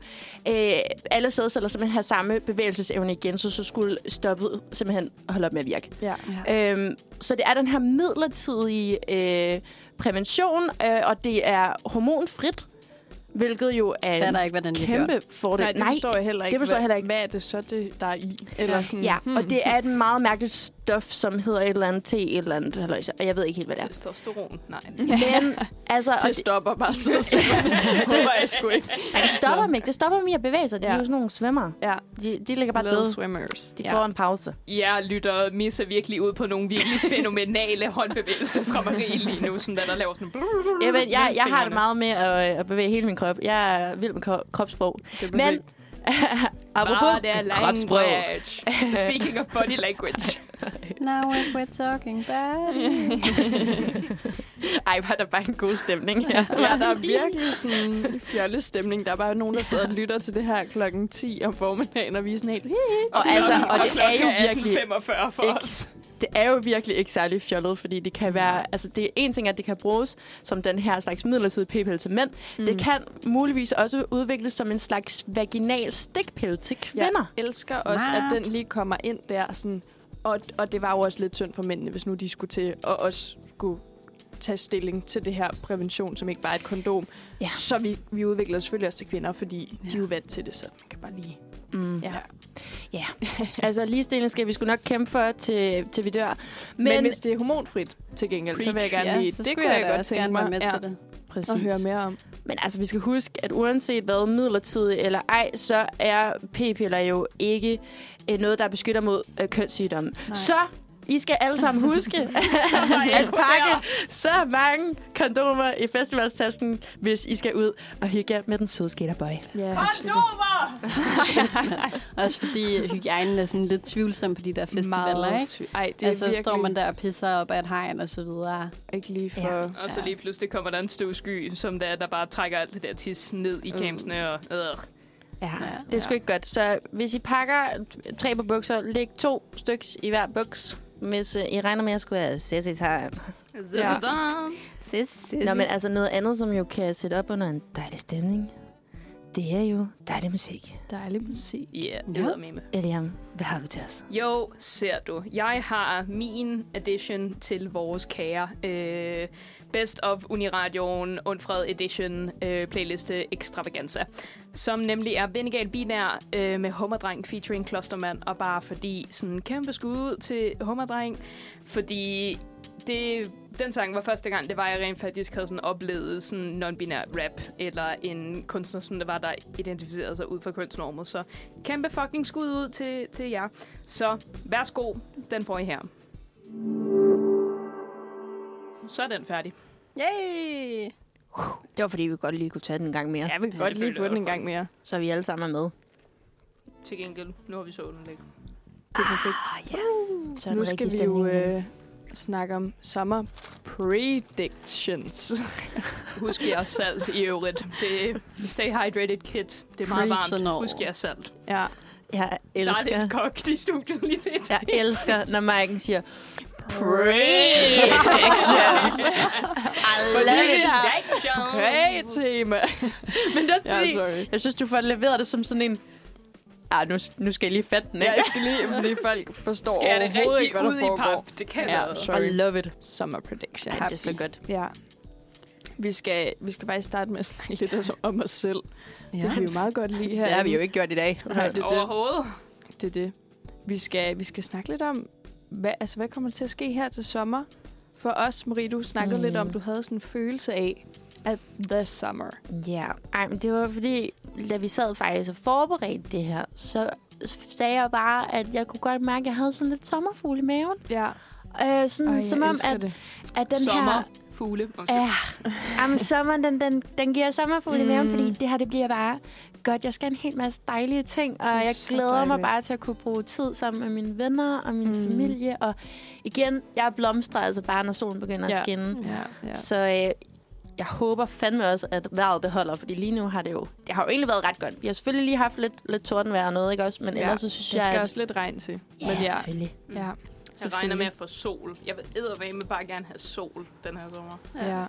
Speaker 3: øh, alle sædceller simpelthen have samme bevægelsesevne igen, så så skulle stoppet simpelthen holde op med at virke.
Speaker 2: ja.
Speaker 3: Øhm, så det er den her midlertidige øh, prævention, øh, og det er hormonfrit, hvilket jo er
Speaker 4: Jeg
Speaker 3: en
Speaker 4: fatter ikke, hvordan det
Speaker 3: kæmpe fordel.
Speaker 2: Nej, det forstår jeg heller ikke.
Speaker 3: det forstår jeg heller ikke.
Speaker 2: Hvad, hvad er det så, det, der er i? Eller sådan,
Speaker 3: Ja, og det er et meget mærkeligt stof, som hedder et eller andet te, et eller andet halløjse, og jeg ved ikke helt, hvad det er.
Speaker 5: Testosteron. Nej.
Speaker 3: Men altså, og
Speaker 2: det
Speaker 3: det,
Speaker 2: stopper bare så Det var jeg sgu ikke.
Speaker 3: nej, det stopper dem ikke. Det stopper dem i at bevæge sig. De
Speaker 2: Ja.
Speaker 3: er jo sådan nogle svømmer.
Speaker 2: Ja.
Speaker 3: De, de ligger bare
Speaker 2: Little
Speaker 3: døde.
Speaker 2: swimmers.
Speaker 3: De får en pause.
Speaker 5: Ja, lytter misser virkelig ud på nogle virkelig fænomenale håndbevægelser fra Marie lige nu, som der, der laver sådan...
Speaker 3: Jeg, ved, jeg, jeg har det meget med at, øh, at bevæge hele min krop. Jeg er vild med kro- kropsprog. Men apropos
Speaker 5: Bare det er
Speaker 3: kropsprog.
Speaker 5: language. Speaking of body language.
Speaker 4: Now if we're talking bad.
Speaker 3: Ej, var der bare en god stemning her.
Speaker 2: Ja, der er virkelig sådan en fjollestemning. Der er bare nogen, der sidder og lytter til det her klokken 10 om formiddagen, og vi er sådan helt...
Speaker 3: Og, altså, og det er jo virkelig
Speaker 5: 45 for
Speaker 3: ikke-
Speaker 5: os.
Speaker 3: det er jo virkelig ikke særlig fjollet, fordi det kan være, altså det er en ting, at det kan bruges som den her slags midlertidig p-pille til mænd. Mm. Det kan muligvis også udvikles som en slags vaginal stikpille til kvinder.
Speaker 2: Jeg elsker også, at den lige kommer ind der. Sådan, og, og det var jo også lidt synd for mændene, hvis nu de skulle til og også skulle tage stilling til det her prævention, som ikke bare er et kondom.
Speaker 3: Ja.
Speaker 2: Så vi, vi udvikler selvfølgelig også til kvinder, fordi ja. de
Speaker 4: Ja.
Speaker 2: er jo vant til det, så man kan bare lige...
Speaker 3: Mm.
Speaker 2: Ja.
Speaker 3: Ja. altså ligestilling skal vi sgu nok kæmpe for, til, til vi dør.
Speaker 2: Men, Men hvis det er hormonfrit til gengæld, så vil jeg gerne lige...
Speaker 4: så
Speaker 2: det
Speaker 4: skulle
Speaker 2: kunne jeg,
Speaker 4: da
Speaker 2: godt
Speaker 4: også
Speaker 2: tænke
Speaker 4: gerne
Speaker 2: mig
Speaker 4: være med
Speaker 2: ja,
Speaker 4: til det.
Speaker 3: præcis.
Speaker 2: at høre mere om.
Speaker 3: Men altså, vi skal huske, at uanset hvad, midlertidigt eller ej, så er p-piller jo ikke øh, noget, der beskytter mod øh, kønssygdomme. Så I skal alle sammen huske at pakke så mange kondomer i festivalstasken, hvis I skal ud og hygge jer med den søde skaterbøj.
Speaker 2: Ja, altså,
Speaker 5: Kondomer!
Speaker 4: Også fordi hygiejnen er sådan lidt tvivlsom på de der festivaler,
Speaker 2: meget
Speaker 4: ikke?
Speaker 2: ty- Ej, det
Speaker 4: Det
Speaker 2: er
Speaker 4: altså,
Speaker 2: virkelig
Speaker 4: står man der og pisser op ad et hegn og så videre.
Speaker 2: ikke lige for...
Speaker 3: Ja.
Speaker 2: Ja.
Speaker 5: Og så lige pludselig kommer der en støvsky, som der, der bare trækker alt det der tis ned
Speaker 3: Mm.
Speaker 5: i camsene og... Øh.
Speaker 3: Ja,
Speaker 4: Ja.
Speaker 3: det er sgu ikke godt. Så hvis I pakker tre på bukser, læg to styks i hver buks, hvis øh, I regner med at skulle have sissy time.
Speaker 5: Ja.
Speaker 3: Nå, men altså noget andet, som jo kan sætte op under en dejlig stemning, det er jo dejlig musik.
Speaker 2: Dejlig musik.
Speaker 5: Yeah, det hedder meme.
Speaker 3: Eliam, hvad har du til os?
Speaker 5: Jo, ser du. Jeg har min edition til vores kære øh, Best of Uniradioen Undfred Edition øh, playliste Extravaganza, som nemlig er Bennegal Binær øh, med Hummerdreng featuring Klostermand, og bare fordi sådan kæmpe skud ud til Hummerdreng, fordi det, den sang var første gang, det var, jeg rent faktisk havde sådan oplevet sådan non-binær rap, eller en kunstner, som det var, der identificerede sig ud fra kønsnormer. Så kæmpe fucking skud ud til, til jer. Så værsgo, den får I her. Så er den færdig.
Speaker 2: Yay!
Speaker 3: Det var fordi, vi godt lige kunne tage den en gang mere, ja.
Speaker 2: Ja, vi kan
Speaker 5: Ja,
Speaker 2: godt
Speaker 5: det
Speaker 2: lige
Speaker 5: føler
Speaker 2: få
Speaker 5: jeg
Speaker 2: den en
Speaker 5: også.
Speaker 2: gang mere.
Speaker 3: så vi alle sammen er med.
Speaker 5: Til gengæld, nu har vi så den lægge.
Speaker 2: Det er perfekt.
Speaker 3: Ah, Uh, Så er
Speaker 2: nu
Speaker 3: den
Speaker 2: skal
Speaker 3: rigtige
Speaker 2: vi jo
Speaker 3: stemning. igen.
Speaker 2: øh, snakke om summer predictions.
Speaker 5: Husk jer salt i øvrigt. Det, stay hydrated, kids. Det er meget varmt.
Speaker 4: Prisoner.
Speaker 5: Husk jer salt.
Speaker 2: Ja,
Speaker 3: Jeg
Speaker 5: Der er lidt
Speaker 3: elsker,
Speaker 5: kogt i studiet lige lidt.
Speaker 3: jeg elsker, når Maiken siger, Predictions. I love it.
Speaker 2: hey tema.
Speaker 3: Men det er også
Speaker 2: Ja,
Speaker 3: fordi,
Speaker 2: sorry.
Speaker 3: jeg synes, du får leveret det som sådan en, ah, nu, nu skal jeg lige fatte den,
Speaker 2: Ja,
Speaker 3: ikke?
Speaker 2: jeg skal lige, fordi folk forstår
Speaker 5: Skal det
Speaker 2: overhovedet ikke,
Speaker 5: rigtig
Speaker 2: hvad
Speaker 5: ud
Speaker 2: der
Speaker 5: i
Speaker 2: foregår.
Speaker 5: pap? Det kan
Speaker 2: Ja,
Speaker 5: noget.
Speaker 2: sorry.
Speaker 3: I love it.
Speaker 2: Summer predictions.
Speaker 3: Ej, det er så godt.
Speaker 2: Ja. Vi skal, vi skal faktisk starte med at snakke lidt også om os selv. Ja. Det kan vi jo meget godt lide her.
Speaker 3: Det har vi jo ikke gjort i dag.
Speaker 2: Nej, det er det.
Speaker 5: Overhovedet.
Speaker 2: Det er det. Vi skal, vi skal snakke lidt om, hvad, altså, hvad kommer der til at ske her til sommer? For os, Marie, du snakkede mm. lidt om, du havde sådan en følelse af, at the summer.
Speaker 3: Ja, ej, men det var fordi, da vi sad faktisk og forberedte det her, så sagde jeg bare, at jeg kunne godt mærke, at jeg havde sådan lidt sommerfugl i maven.
Speaker 2: Ja,
Speaker 3: Øh, sådan,
Speaker 2: Ej,
Speaker 3: som
Speaker 2: jeg
Speaker 3: om,
Speaker 2: elsker
Speaker 3: at,
Speaker 2: det.
Speaker 3: at den
Speaker 5: Sommer,
Speaker 3: her...
Speaker 5: fugle. Undskyld.
Speaker 3: Ja. Jamen, sommeren, den, den, den giver sommerfugl mm. i maven, fordi det her, det bliver bare godt. Jeg skal en hel masse dejlige ting, og jeg
Speaker 8: så
Speaker 3: glæder mig
Speaker 8: dejligt.
Speaker 3: bare til at kunne bruge tid sammen med mine venner og min mm. familie. Og igen, jeg blomstrer altså bare, når solen begynder ja.
Speaker 8: Ja.
Speaker 3: at skinne.
Speaker 8: Ja, ja.
Speaker 3: Så øh, jeg håber fandme også, at vejret det holder, fordi lige nu har det jo, det har jo egentlig været ret godt. Vi har selvfølgelig lige haft lidt, lidt tordenvejr og noget, ikke også? Men
Speaker 8: Ja,
Speaker 3: ja. ellers så synes
Speaker 8: Der
Speaker 3: jeg,
Speaker 8: skal
Speaker 3: at-
Speaker 8: også lidt regn til.
Speaker 3: ja,
Speaker 8: men ja.
Speaker 3: selvfølgelig.
Speaker 8: Ja.
Speaker 5: Jeg regner med at få sol. Jeg vil eddermame bare gerne have sol den her sommer.
Speaker 8: ja.
Speaker 5: Altså, jeg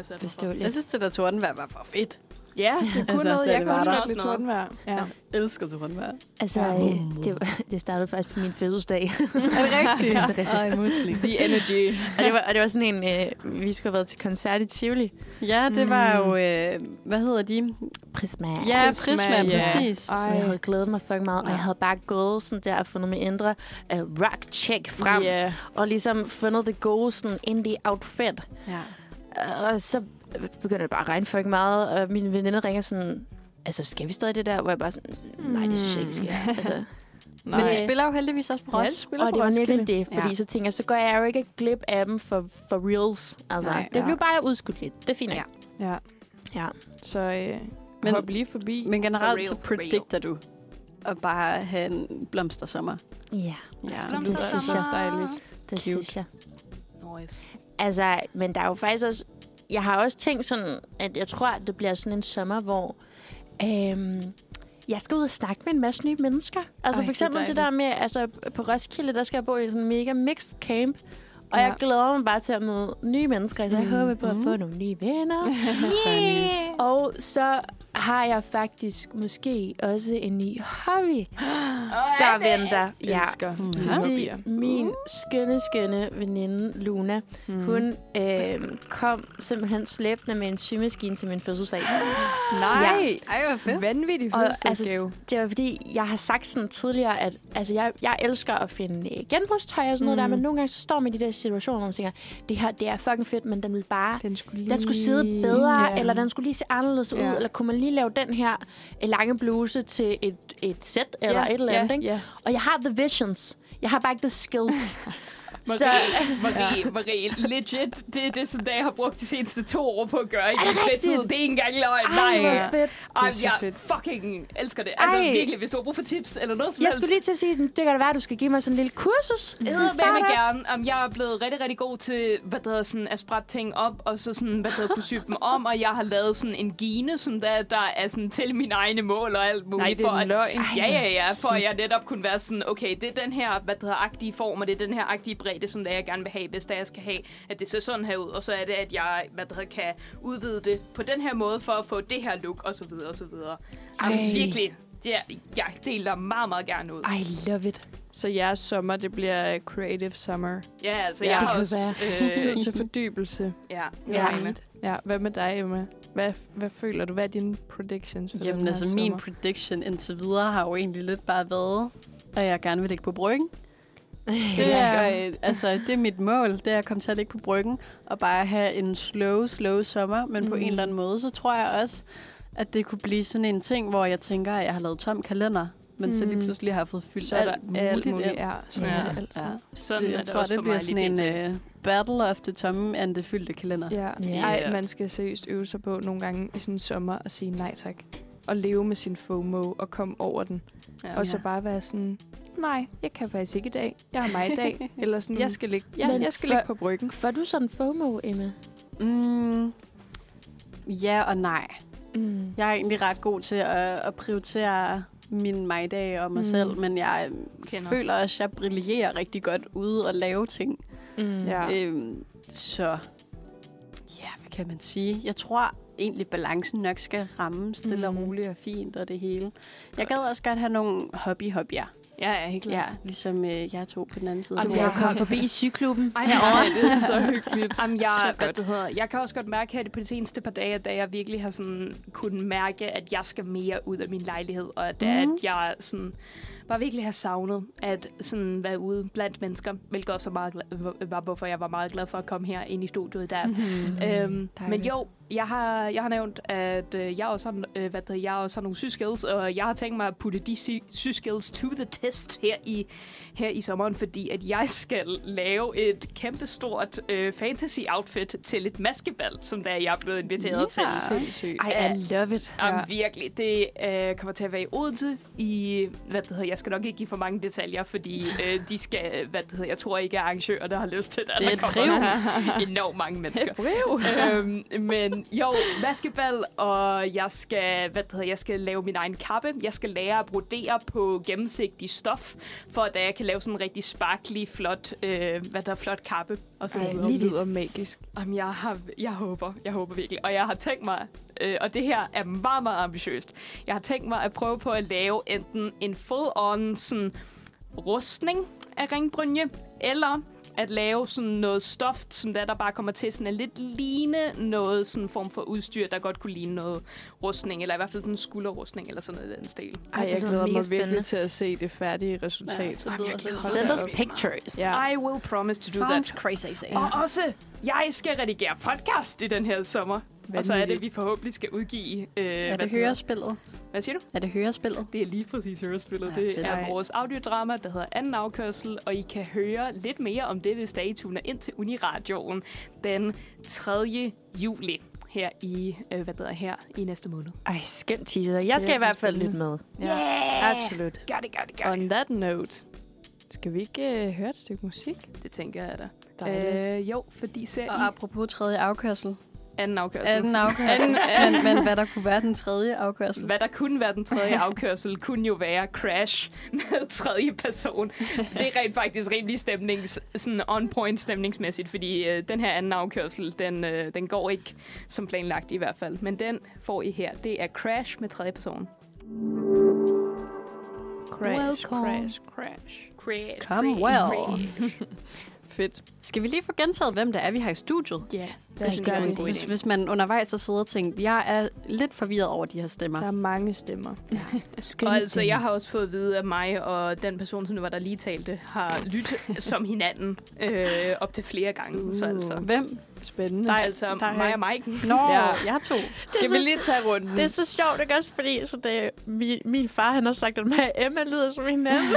Speaker 5: forstår.
Speaker 3: Forståeligt.
Speaker 4: Jeg synes, det der tordenvejr var for fedt.
Speaker 8: Ja, det kunne
Speaker 4: Altså,
Speaker 8: altså, noget.
Speaker 4: da
Speaker 8: Jeg
Speaker 4: det
Speaker 8: kunne
Speaker 4: var
Speaker 8: også
Speaker 5: der.
Speaker 8: godt lide tordenvejr. Ja.
Speaker 4: Jeg elsker tordenvejr.
Speaker 3: Altså,
Speaker 8: Ja.
Speaker 3: øh, det, var- det startede faktisk på min fødselsdag.
Speaker 4: Er det rigtigt? Ej, musling.
Speaker 8: The energy.
Speaker 3: og, det var, og det var sådan en, øh, vi skulle have været til koncert i Tivoli.
Speaker 4: Ja, det var jo... Øh, hvad hedder de?
Speaker 3: Prisma.
Speaker 4: Ja,
Speaker 8: Prisma,
Speaker 4: Prisma,
Speaker 8: ja.
Speaker 4: præcis.
Speaker 3: Så jeg havde glædet mig fucking meget, og
Speaker 8: Ja.
Speaker 3: jeg havde bare gået sådan der og fundet min indre uh, rock check frem, yeah.
Speaker 8: Ja.
Speaker 3: og ligesom fundet det gode sådan indie outfit. Øh,
Speaker 4: Ja.
Speaker 3: Og så begynder det bare at regne fucking meget, og mine veninder ringer sådan, altså skal vi stadig det der? Hvor jeg bare sådan, nej, det synes jeg ikke, vi skal. Altså,
Speaker 8: Nej.
Speaker 4: Men
Speaker 3: Men
Speaker 4: de
Speaker 3: de
Speaker 4: spiller jo heldigvis også på
Speaker 8: Ja,
Speaker 4: Roskilde.
Speaker 8: det spiller
Speaker 3: og
Speaker 8: på
Speaker 3: det
Speaker 8: Hmm.
Speaker 3: var
Speaker 8: Roskilde.
Speaker 3: netop det, fordi
Speaker 4: Ja.
Speaker 3: ja. så tænker jeg, så går jeg jo ikke glip af dem for, for reals. Altså,
Speaker 8: Nej,
Speaker 3: nej, det
Speaker 8: ja.
Speaker 3: blev bare udskudt lidt. Det er fint. nok.
Speaker 8: Ja.
Speaker 3: Ja.
Speaker 8: Så øh,
Speaker 4: Men-
Speaker 8: men, hop lige forbi.
Speaker 4: Men generelt
Speaker 5: For
Speaker 4: så
Speaker 5: real, for
Speaker 4: predikter du at bare have en blomstersommer.
Speaker 3: ja.
Speaker 4: Ja.
Speaker 3: det synes jeg.
Speaker 8: dejligt.
Speaker 3: Det Cute. synes jeg.
Speaker 5: Noise.
Speaker 3: Altså, men der er jo faktisk også... Jeg har også tænkt sådan, at jeg tror, at det bliver sådan en sommer, hvor... Øhm, jeg skal ud og snakke med en masse nye mennesker. Altså
Speaker 8: Ej,
Speaker 3: Ej, for
Speaker 8: det er
Speaker 3: eksempel det, det
Speaker 8: dejligt.
Speaker 3: der med, altså på Roskilde, der skal jeg bo i sådan en mega mixed camp. Og
Speaker 8: Ja.
Speaker 3: ja. jeg glæder mig bare til at møde nye mennesker, så jeg
Speaker 4: Mm.
Speaker 3: mm. håber på at
Speaker 4: Mm.
Speaker 3: få nogle nye venner.
Speaker 4: Yeah.
Speaker 3: og så har jeg faktisk måske også en ny hobby, der venter.
Speaker 8: Ja.
Speaker 3: Ja,
Speaker 8: Elsker.
Speaker 4: Ja.
Speaker 3: fordi
Speaker 8: Hobbyer.
Speaker 3: min skønne, skønne veninde Luna,
Speaker 8: Mm.
Speaker 3: Hun øh, kom simpelthen slæbende med en symaskine til min fødselsdag.
Speaker 8: Nej.
Speaker 4: Ej, hvor fedt.
Speaker 8: Vanvittig
Speaker 3: Og,
Speaker 8: fødselsdagsgave. Altså,
Speaker 3: Det var fordi, jeg har sagt sådan tidligere, at altså, jeg, jeg elsker at finde øh, genbrugstøj og sådan mm. noget der, men nogle gange så står man i de der situationer, hvor man tænker, det her det er fucking fedt, men den vil bare...
Speaker 8: den skulle lige...
Speaker 3: Den skulle sidde bedre, ja. eller den skulle lige se anderledes ud,
Speaker 8: Ja.
Speaker 3: ja. eller kunne man lige lave den her øh, lange bluse til et, et sæt, eller et eller andet,
Speaker 8: ja,
Speaker 3: ikke?
Speaker 8: Ja.
Speaker 3: Og jeg har the visions. Jeg har bare ikke the skills. så,
Speaker 5: Marie, ja. Marie, legit, det er det, som jeg har brugt de seneste to år på at gøre i min fritid. Det er ikke engang løgn.
Speaker 3: ej,
Speaker 5: Nej.
Speaker 3: hvor fedt.
Speaker 5: Ej,
Speaker 8: så
Speaker 5: jeg
Speaker 8: fedt.
Speaker 5: fucking elsker det. Altså
Speaker 3: Ej.
Speaker 5: virkelig, hvis du har brug for tips eller noget som
Speaker 3: Jeg
Speaker 5: helst.
Speaker 3: skulle lige til at sige, det kan da være, at du skal give mig sådan en lille kursus.
Speaker 5: Jeg
Speaker 3: Sådan en
Speaker 5: hedder med
Speaker 3: startup.
Speaker 5: gerne. Om jeg er blevet rigtig, rigtig god til hvad der, er sådan, at sprætte ting op, og så sådan, hvad der, er, kunne sy dem om, og jeg har lavet sådan en gine, som der, der er sådan, til mine egne mål og alt muligt.
Speaker 8: Nej, det er
Speaker 5: for
Speaker 8: en
Speaker 5: at,
Speaker 8: løgn.
Speaker 5: Ja, ja, ja, for at jeg netop kunne være sådan, okay, det er den her, hvad der hedder, agtige form, og det er den her agtige bredde, som der, jeg gerne vil have, hvis der jeg skal have, at det ser sådan her ud, og så er det, at jeg hvad der hedder, kan udvide det på den her måde, for at få det her look, og så videre, og så videre. Ej.
Speaker 3: Ej.
Speaker 5: virkelig, ja, jeg deler meget, meget gerne ud.
Speaker 3: I love it.
Speaker 8: Så jeres sommer, det bliver øh, creative summer.
Speaker 5: Ja, altså,
Speaker 8: Ja,
Speaker 5: jeg
Speaker 8: det
Speaker 5: har
Speaker 8: kan
Speaker 5: også...
Speaker 8: Tid
Speaker 5: Øh,
Speaker 8: til fordybelse.
Speaker 5: ja,
Speaker 3: Ja.
Speaker 5: ja.
Speaker 8: Ja, hvad med dig, Emma? Hvad, hvad føler du? Hvad er dine predictions for den
Speaker 4: Jamen
Speaker 8: her
Speaker 4: altså,
Speaker 8: sommer?
Speaker 4: min prediction indtil videre har jo egentlig lidt bare været, at jeg gerne vil ligge på bryggen. Det er, øh, altså, det er mit mål, det er at komme til at ligge på bryggen og bare have en slow, slow sommer. Men mm. på en eller anden måde, så tror jeg også, at det kunne blive sådan en ting, hvor jeg tænker, at jeg har lavet tom kalender, men mm. så lige
Speaker 8: Mm.
Speaker 4: pludselig har jeg fået fyldt
Speaker 8: så er
Speaker 4: alt,
Speaker 8: der alt muligt.
Speaker 4: ind.
Speaker 8: Ja, sådan
Speaker 5: Ja.
Speaker 8: er det altid.
Speaker 4: Ja.
Speaker 5: Sådan
Speaker 4: det,
Speaker 5: er
Speaker 4: jeg
Speaker 5: det
Speaker 4: tror,
Speaker 5: også
Speaker 4: det
Speaker 5: for
Speaker 4: bliver
Speaker 5: mig lige
Speaker 4: sådan
Speaker 5: pt.
Speaker 4: en uh, battle of the tomme and det fyldte kalender.
Speaker 8: Ja.
Speaker 3: Ja.
Speaker 8: Yeah. Ej,
Speaker 5: Ja.
Speaker 8: man skal seriøst øve sig på nogle gange i sådan en sommer og sige nej tak. Og leve med sin FOMO og komme over den.
Speaker 5: Ja.
Speaker 8: Ja. Og så bare være sådan, nej, jeg kan faktisk ikke i dag. Jeg har mig i dag. Eller sådan, jeg skal ligge, ja,
Speaker 3: Men
Speaker 8: jeg skal
Speaker 3: for-
Speaker 8: ligge på bryggen.
Speaker 3: Øh, Får du sådan FOMO, Emma?
Speaker 4: Mm, ja og nej.
Speaker 3: Mm.
Speaker 4: Jeg er egentlig ret god til at, at prioritere min majdag og
Speaker 8: Mm.
Speaker 4: mig mm. selv, men jeg Kender.
Speaker 5: Kender.
Speaker 4: føler også, at jeg brillerer rigtig godt ude og lave ting.
Speaker 3: Mm.
Speaker 8: Ja.
Speaker 4: Øhm, så ja, hvad kan man sige? Jeg tror egentlig, balancen nok skal ramme stille mm. og
Speaker 8: Mm.
Speaker 4: roligt og fint og det hele. Jeg gad også godt have nogle hobby-hobbyer.
Speaker 5: Ja, ja, helt klart.
Speaker 4: Ja, ligesom øh, jeg to på den anden side.
Speaker 5: Og
Speaker 3: Du
Speaker 5: du
Speaker 3: kan
Speaker 5: kan
Speaker 3: jo komme forbi i syklubben.
Speaker 5: Ej,
Speaker 8: Ja, det er så hyggeligt.
Speaker 5: Jamen, jeg,
Speaker 8: Så
Speaker 5: hvad
Speaker 8: godt.
Speaker 5: det hedder, jeg kan også godt mærke her på de seneste par dage, at da jeg virkelig har sådan, kunnet mærke, at jeg skal mere ud af min lejlighed, og at, mm. at jeg sådan, bare virkelig har savnet at sådan være ude blandt mennesker, hvilket også var, meget glad, var hvorfor jeg var meget glad for at komme her ind i studiet der. øhm, men jo, jeg har, jeg har nævnt, at øh, jeg også har, øh, hvad det, hedder, jeg også har nogle syskills, og jeg har tænkt mig at putte de sy- syskills to the test her i, her i sommeren, fordi at jeg skal lave et kæmpestort øh, fantasy-outfit til et maskebal, som der jeg er blevet inviteret til.
Speaker 2: Sindssygt.
Speaker 4: I, I love it.
Speaker 5: Ja. Jamen, virkelig. Det øh, kommer til at være i Odense i, hvad det hedder, jeg skal nok ikke give for mange detaljer, fordi øh, de skal, hvad det hedder, jeg tror ikke, at arrangører, der har lyst til det.
Speaker 4: Det er
Speaker 5: der
Speaker 4: et
Speaker 5: kommer sådan enormt mange mennesker. øhm, men jo, vaskebal, og jeg skal, hvad det hedder, jeg skal lave min egen kappe. Jeg skal lære at brodere på gennemsigtig stof, for at jeg kan lave sådan en rigtig sparkly, flot, øh, hvad der er, flot kappe. Og så
Speaker 2: Ej,
Speaker 5: videre.
Speaker 2: det lyder magisk.
Speaker 5: Jamen, jeg, har, jeg håber, jeg håber virkelig. Og jeg har tænkt mig, øh, og det her er meget, meget ambitiøst. Jeg har tænkt mig at prøve på at lave enten en full-on sådan, rustning af ringbrynje, eller at lave sådan noget stof, som der, der bare kommer til sådan at lidt ligne noget sådan form for udstyr, der godt kunne ligne noget rustning, eller i hvert fald sådan en skulderrustning, eller sådan noget i den stil.
Speaker 2: Ej, jeg
Speaker 3: lyder
Speaker 2: glæder
Speaker 3: mega
Speaker 2: mig virkelig
Speaker 3: spændende.
Speaker 2: til at se det færdige resultat.
Speaker 4: Det lyder sådan.
Speaker 3: Send us pictures.
Speaker 2: Ja.
Speaker 5: I will promise to do that.
Speaker 4: Sounds crazy, say.
Speaker 5: Og også, jeg skal redigere podcast i den her sommer. Og så er det,
Speaker 2: Vanvittigt.
Speaker 5: vi forhåbentlig skal udgive... Øh,
Speaker 4: Er
Speaker 5: hvad
Speaker 4: det hørespillet?
Speaker 5: hedder- Hvad siger du?
Speaker 4: Er det hørespillet?
Speaker 5: Det er lige præcis hørespillet.
Speaker 4: Ja,
Speaker 5: Det
Speaker 4: fedt.
Speaker 5: er vores audiodrama, der hedder Anden Afkørsel, og I kan høre lidt mere om det, hvis I tuner ind til Uniradioen den 3. juli her i, øh, hvad hedder her, i næste måned.
Speaker 3: Ej, skønt teaser. Jeg skal i hvert fald lytte med.
Speaker 2: Ja.
Speaker 3: Absolut.
Speaker 5: Gør det, gør det, gør
Speaker 2: On that note, skal vi ikke øh, høre et stykke musik?
Speaker 5: det. Det tænker jeg da.
Speaker 2: Dejligt.
Speaker 5: Øh, jo, fordi ser
Speaker 4: Og
Speaker 5: I
Speaker 4: apropos tredje afkørsel.
Speaker 5: anden afkørsel.
Speaker 4: Anden afkørsel. men, men hvad der kunne være den tredje afkørsel?
Speaker 5: Hvad der kunne være den tredje afkørsel, kunne jo være crash med tredje person. Det er rent faktisk rimelig stemnings, sådan on point stemningsmæssigt, fordi øh, den her anden afkørsel, den, øh, den går ikke som planlagt i hvert fald. Men den får I her. Det er crash med tredje person.
Speaker 2: Crash, crash, crash.
Speaker 5: Crash.
Speaker 4: Come well.
Speaker 2: Fedt.
Speaker 4: Skal vi lige få gentaget, hvem det er, vi har i studiet?
Speaker 2: Ja,
Speaker 5: Det er
Speaker 2: gør
Speaker 5: en
Speaker 2: det.
Speaker 5: god
Speaker 4: Hvis,
Speaker 5: idé.
Speaker 4: hvis man undervejs har siddet og tænkt, jeg er lidt forvirret over de her stemmer.
Speaker 2: der er mange stemmer.
Speaker 5: Og altså, jeg har også fået at vide, at mig og den person, som nu var der lige talte, har lyttet som hinanden øh, op til flere gange.
Speaker 2: Uh.
Speaker 5: Så altså,
Speaker 4: Hvem?
Speaker 2: Spændende.
Speaker 5: Nej, altså mig og Mike.
Speaker 4: Nå,
Speaker 2: Ja.
Speaker 4: jeg har to.
Speaker 2: Oh. Skal vi lige tage runden?
Speaker 3: Det er så sjovt, ikke også? Fordi så det, min, min far, han har sagt, at mig og Emma lyder som hinanden.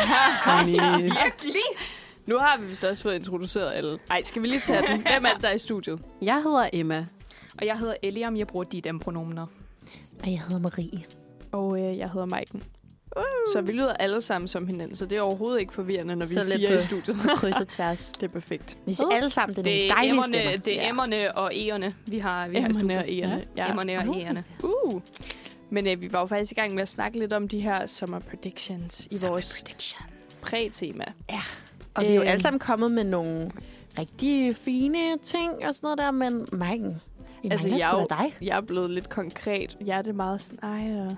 Speaker 5: Virkelig?
Speaker 2: Nu har vi vist også fået introduceret alle. Nej, skal vi lige tage den? Hvem er det, der er i studiet?
Speaker 4: Jeg hedder Emma.
Speaker 5: Og jeg hedder Eliam, jeg bruger de dem pronomener.
Speaker 9: Og jeg hedder Marie.
Speaker 2: Og øh, jeg hedder Maiken. Så vi lyder alle sammen som hinanden, så det er overhovedet ikke forvirrende, når vi
Speaker 3: Så
Speaker 2: er
Speaker 3: lidt
Speaker 2: fire
Speaker 3: på-
Speaker 2: i studiet.
Speaker 3: Kryds og tværs.
Speaker 2: Det er perfekt.
Speaker 3: Hvis alle sammen, det er
Speaker 5: Det
Speaker 3: nogle
Speaker 5: er
Speaker 3: dejlige
Speaker 5: emmerne,
Speaker 3: stemmer.
Speaker 5: det er emmerne og æerne, vi har, vi har
Speaker 2: Emmerne
Speaker 5: i
Speaker 2: og
Speaker 5: studiet.
Speaker 2: æerne,
Speaker 5: Ja.
Speaker 2: ja.
Speaker 5: Emmerne og æerne.
Speaker 2: Uh. Men øh, vi var jo faktisk i gang med at snakke lidt om de her summer predictions i vores præ-tema.
Speaker 3: Og vi er jo
Speaker 2: Øhm.
Speaker 3: alle sammen kommet med nogle rigtig fine ting og sådan noget der, men Maiken, I
Speaker 2: Altså,
Speaker 3: altså,
Speaker 2: jeg
Speaker 3: mangler
Speaker 2: er
Speaker 3: sgu
Speaker 2: jo-
Speaker 3: da dig.
Speaker 2: Jeg er blevet lidt konkret. Jeg er det meget sådan, ej, og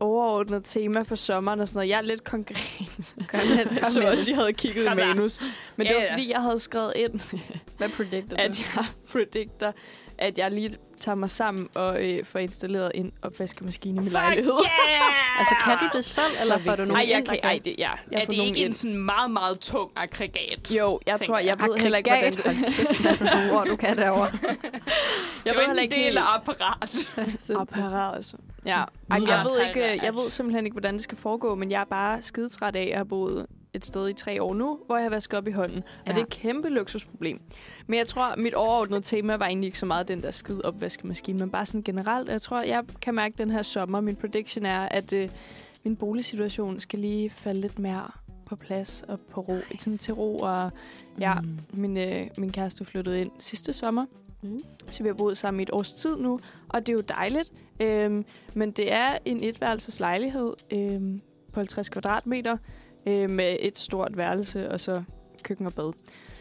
Speaker 2: overordnet tema for sommeren og sådan noget. Jeg er lidt konkret. Kom med, kom så også, I havde kigget
Speaker 5: Kom
Speaker 2: i
Speaker 5: med.
Speaker 2: manus. Men det
Speaker 5: Ja,
Speaker 2: var,
Speaker 5: ja.
Speaker 2: fordi jeg havde skrevet ind,
Speaker 4: Hvad predicted
Speaker 2: at jeg predicter, at jeg lige tager mig sammen og øh, får installeret en opvaskemaskine i min lejlighed.
Speaker 5: yeah!
Speaker 4: Altså, kan du det selv, eller får du nogen
Speaker 2: Ej, jeg
Speaker 4: ind, der
Speaker 2: kan, ej, det, ja. Jeg
Speaker 5: Er
Speaker 2: får
Speaker 5: det
Speaker 2: nogen
Speaker 5: ikke en
Speaker 2: ind.
Speaker 5: sådan meget, meget tung aggregat?
Speaker 2: Jo, jeg
Speaker 5: tænker
Speaker 2: tror, jeg,
Speaker 4: jeg
Speaker 2: ved heller ikke, hvordan det,
Speaker 4: du, du kan derovre.
Speaker 2: jeg ved
Speaker 5: Jeg det er jo
Speaker 2: heller
Speaker 5: en
Speaker 2: ikke
Speaker 5: del
Speaker 2: helt
Speaker 5: af apparat.
Speaker 2: apparat, altså. Ja, ej, jeg ved ikke, øh, jeg ved simpelthen ikke, hvordan det skal foregå, men jeg er bare skidetræt af at have boet et sted i tre år nu, hvor jeg har vasket op i hånden. Og
Speaker 4: Ja.
Speaker 2: det er et kæmpe luksusproblem. Men jeg tror, mit overordnede tema var egentlig ikke så meget den der skide opvaskemaskine, men bare sådan generelt. Og Jeg tror, jeg kan mærke den her sommer. Min prediction er, at øh, min boligsituation skal lige falde lidt mere på plads og på ro. Nice. Sådan til ro. Og ja, mm. min, øh, min kæreste flyttede ind sidste sommer.
Speaker 4: Mm.
Speaker 2: Mm. Så vi har boet sammen i et års tid nu, og det er jo dejligt. Øhm, men det er en etværelses lejlighed øhm, på 50 kvadratmeter øh, med et stort værelse og så køkken og bad.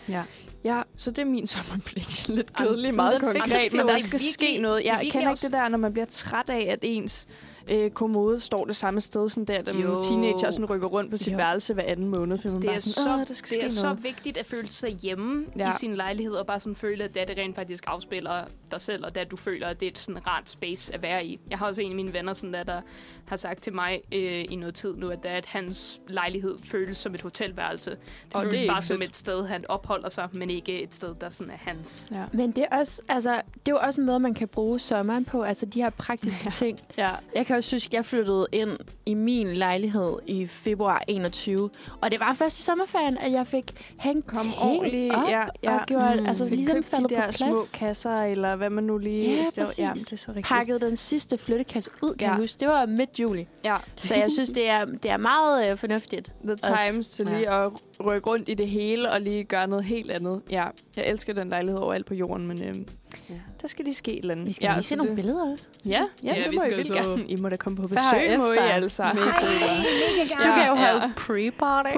Speaker 4: Ja.
Speaker 2: Ja, så det er min sommerprediction. Lidt
Speaker 5: Ej,
Speaker 2: kedelig,
Speaker 5: sådan
Speaker 2: meget
Speaker 5: lidt
Speaker 2: konkret,
Speaker 5: fiktivt.
Speaker 2: men der
Speaker 5: Det er
Speaker 2: skal
Speaker 5: virkelig-
Speaker 2: ske noget.
Speaker 5: det er
Speaker 2: Jeg
Speaker 5: virkelig
Speaker 2: kender ikke
Speaker 5: også-
Speaker 2: det der, når man bliver træt af, at ens øh, kommode står det samme sted, sådan der, da man
Speaker 5: Jo.
Speaker 2: er teenager og sådan rykker rundt på sit værelse hver anden måned, fordi man
Speaker 5: Det
Speaker 2: bare
Speaker 5: er,
Speaker 2: sådan,
Speaker 5: så,
Speaker 2: Åh, der skal
Speaker 5: det er
Speaker 2: ske
Speaker 5: så
Speaker 2: noget.
Speaker 5: vigtigt at føle sig hjemme ja.
Speaker 2: Ja.
Speaker 5: i sin lejlighed, og bare sådan føle, at det, er det rent faktisk afspiller dig selv, og det, at du føler, at det er et sådan rart space at være i. Jeg har også en af mine venner, sådan der, der har sagt til mig øh, i noget tid nu, at, det, er, at hans lejlighed føles som et hotelværelse.
Speaker 2: Og
Speaker 5: Det og
Speaker 2: det er
Speaker 5: føles det
Speaker 2: ikke
Speaker 5: bare som
Speaker 2: fedt.
Speaker 5: et sted, han opholder sig, men ikke et sted, der sådan er hans.
Speaker 3: Men det er, også, altså, det er jo også en måde, man kan bruge sommeren på. Altså de her praktiske ja. ting.
Speaker 2: Ja.
Speaker 3: Jeg kan også huske, at jeg flyttede ind i min lejlighed i februar 21. Og det var først i sommerferien, at jeg fik hængt
Speaker 2: Kom
Speaker 3: ting
Speaker 2: ordentligt,
Speaker 3: op
Speaker 2: ja, ja.
Speaker 3: og gjort, mm, altså,
Speaker 2: Fik
Speaker 3: ligesom
Speaker 2: købt
Speaker 3: faldet
Speaker 2: de
Speaker 3: på
Speaker 2: der
Speaker 3: plads.
Speaker 2: små kasser, eller hvad man nu lige...
Speaker 3: Ja,
Speaker 2: stiller-
Speaker 3: præcis.
Speaker 2: Ja, men det er så rigtigt.
Speaker 3: Pakket den sidste flyttekasse ud, kan
Speaker 2: Ja.
Speaker 3: ja. jeg huske. Det var midt juli.
Speaker 2: Ja.
Speaker 3: Så jeg synes, det er, det er meget øh, fornuftigt.
Speaker 2: The Times til lige at rykke rundt i det hele og lige gøre noget helt andet. Ja, jeg elsker den lejlighed overalt på jorden, men øhm, ja. der skal lige ske et eller andet.
Speaker 3: Vi skal ja,
Speaker 2: ja,
Speaker 3: lige
Speaker 2: så
Speaker 3: se nogle billeder også.
Speaker 2: Ja, ja, ja det
Speaker 5: vi
Speaker 2: må jeg
Speaker 5: skal
Speaker 2: vildt
Speaker 5: så-
Speaker 2: gerne. I må da komme på
Speaker 4: Før
Speaker 2: besøg, må I
Speaker 4: efter.
Speaker 2: altså. Nej,
Speaker 3: Du kan jo
Speaker 5: ja.
Speaker 3: holde pre-party.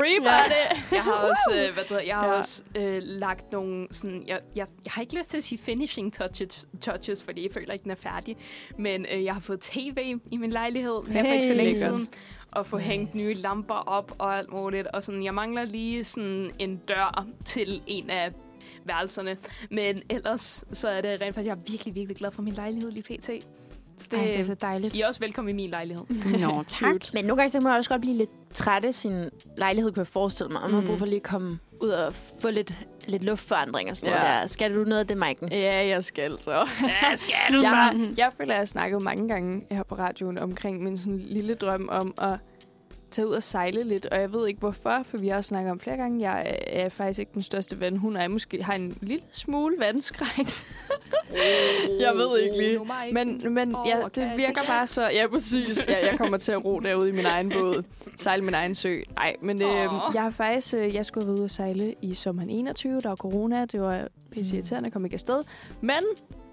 Speaker 5: Jeg har også, øh, hvad det hedder, jeg har
Speaker 2: Ja.
Speaker 5: ja. også øh, lagt nogle sådan, jeg, jeg, jeg har ikke lyst til at sige finishing touches, touches fordi jeg føler ikke, den er færdig. Men øh, jeg har fået tv i min lejlighed her for ikke så
Speaker 2: Hey,
Speaker 5: længe
Speaker 2: lækkert.
Speaker 5: siden. Og få nice. hængt nye lamper op og alt muligt. Og sådan, jeg mangler lige sådan en dør til en af værelserne. Men ellers så er det rent faktisk, jeg er virkelig, virkelig glad for min lejlighed lige pt. Så det,
Speaker 3: Ej, det er så dejligt.
Speaker 5: I er også velkommen i min lejlighed.
Speaker 4: Nå, tak.
Speaker 3: Men nogle gange så kan man også godt blive lidt træt af sin lejlighed, kunne jeg forestille mig. Og man har
Speaker 2: Mm.
Speaker 3: brug for lige at komme ud og få lidt, lidt luftforandring og sådan
Speaker 2: Ja.
Speaker 3: ja. noget der. Skal du noget af det, Maiken?
Speaker 2: Ja, jeg skal så.
Speaker 5: Ja, skal du
Speaker 2: Jeg, jeg føler, at jeg har snakket mange gange her på radioen omkring min sådan lille drøm om at tage ud og sejle lidt. Og jeg ved ikke hvorfor, for vi har også snakket om flere gange. Jeg er faktisk ikke den største vandhund, og jeg måske har en lille smule vandskræk. jeg ved ikke lige. Men, men
Speaker 5: Åh,
Speaker 2: ja,
Speaker 5: hvor
Speaker 2: det
Speaker 5: kan
Speaker 2: virker
Speaker 5: det?
Speaker 2: bare så... Ja, præcis. Ja, jeg kommer til at ro derude i min egen båd. Sejle min egen sø. Nej, men øh,
Speaker 5: Åh.
Speaker 2: jeg har faktisk... Øh, jeg skulle have været ude og sejle i sommeren 21. Der var corona. Det var pisse irriterende. Jeg kom ikke afsted. Men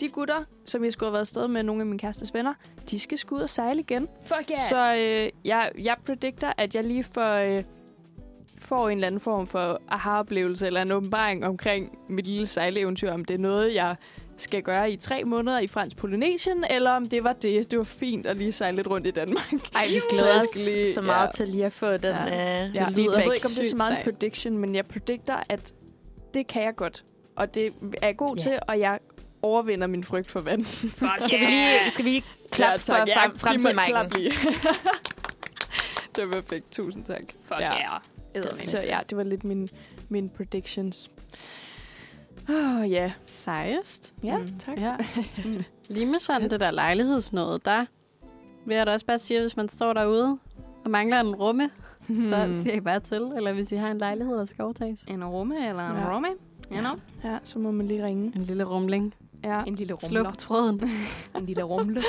Speaker 2: de gutter, som jeg skulle have været afsted med nogle af min kærestes venner, de skal skulle ud og sejle igen.
Speaker 5: Fuck yeah.
Speaker 2: Så øh, jeg, jeg predikter, at jeg lige får... Øh, får en eller anden form for aha-oplevelse eller en åbenbaring omkring mit lille sejleeventyr, om det er noget, jeg skal gøre i tre måneder i fransk Polynesien, eller om det var det. Det var fint at lige sejle lidt rundt i Danmark.
Speaker 3: Ej, vi
Speaker 2: Så
Speaker 3: glæder
Speaker 2: jeg
Speaker 3: os
Speaker 2: skal lige-
Speaker 3: så meget
Speaker 2: ja.
Speaker 3: ja. til lige at få den ja. øh,
Speaker 2: Ja,
Speaker 3: feedback.
Speaker 2: jeg ved ikke, om det er så
Speaker 4: Sygt
Speaker 2: meget en
Speaker 4: sejt.
Speaker 2: prediction, men jeg predikter, at det kan jeg godt. Og det er jeg god til, og jeg overvinder min frygt for vand.
Speaker 3: Skal vi lige, skal vi lige klap for
Speaker 2: tak. giv
Speaker 3: frem,
Speaker 2: mig
Speaker 3: fremtid,
Speaker 2: et
Speaker 3: Maiken?
Speaker 2: klap lige. det var perfekt. Tusind tak.
Speaker 5: Fuck
Speaker 2: ja.
Speaker 5: yeah. yeah.
Speaker 2: Så ja, det var lidt min, min predictions. Åh, oh, ja.
Speaker 4: Sejest.
Speaker 2: Ja, mm. tak.
Speaker 4: Ja. Lige med sådan det der lejlighedsnåde, der vil jeg da også bare sige, at hvis man står derude og mangler en rumme, hmm. så siger I bare til. Eller hvis I har en lejlighed, der skal overtages.
Speaker 5: En rumme eller en
Speaker 2: Ja.
Speaker 5: ja. rumme. Um, You know?
Speaker 2: Ja, så må man lige ringe.
Speaker 4: En lille rumling.
Speaker 2: Ja.
Speaker 5: En lille rumler.
Speaker 4: Slå på tråden.
Speaker 5: En lille rumle.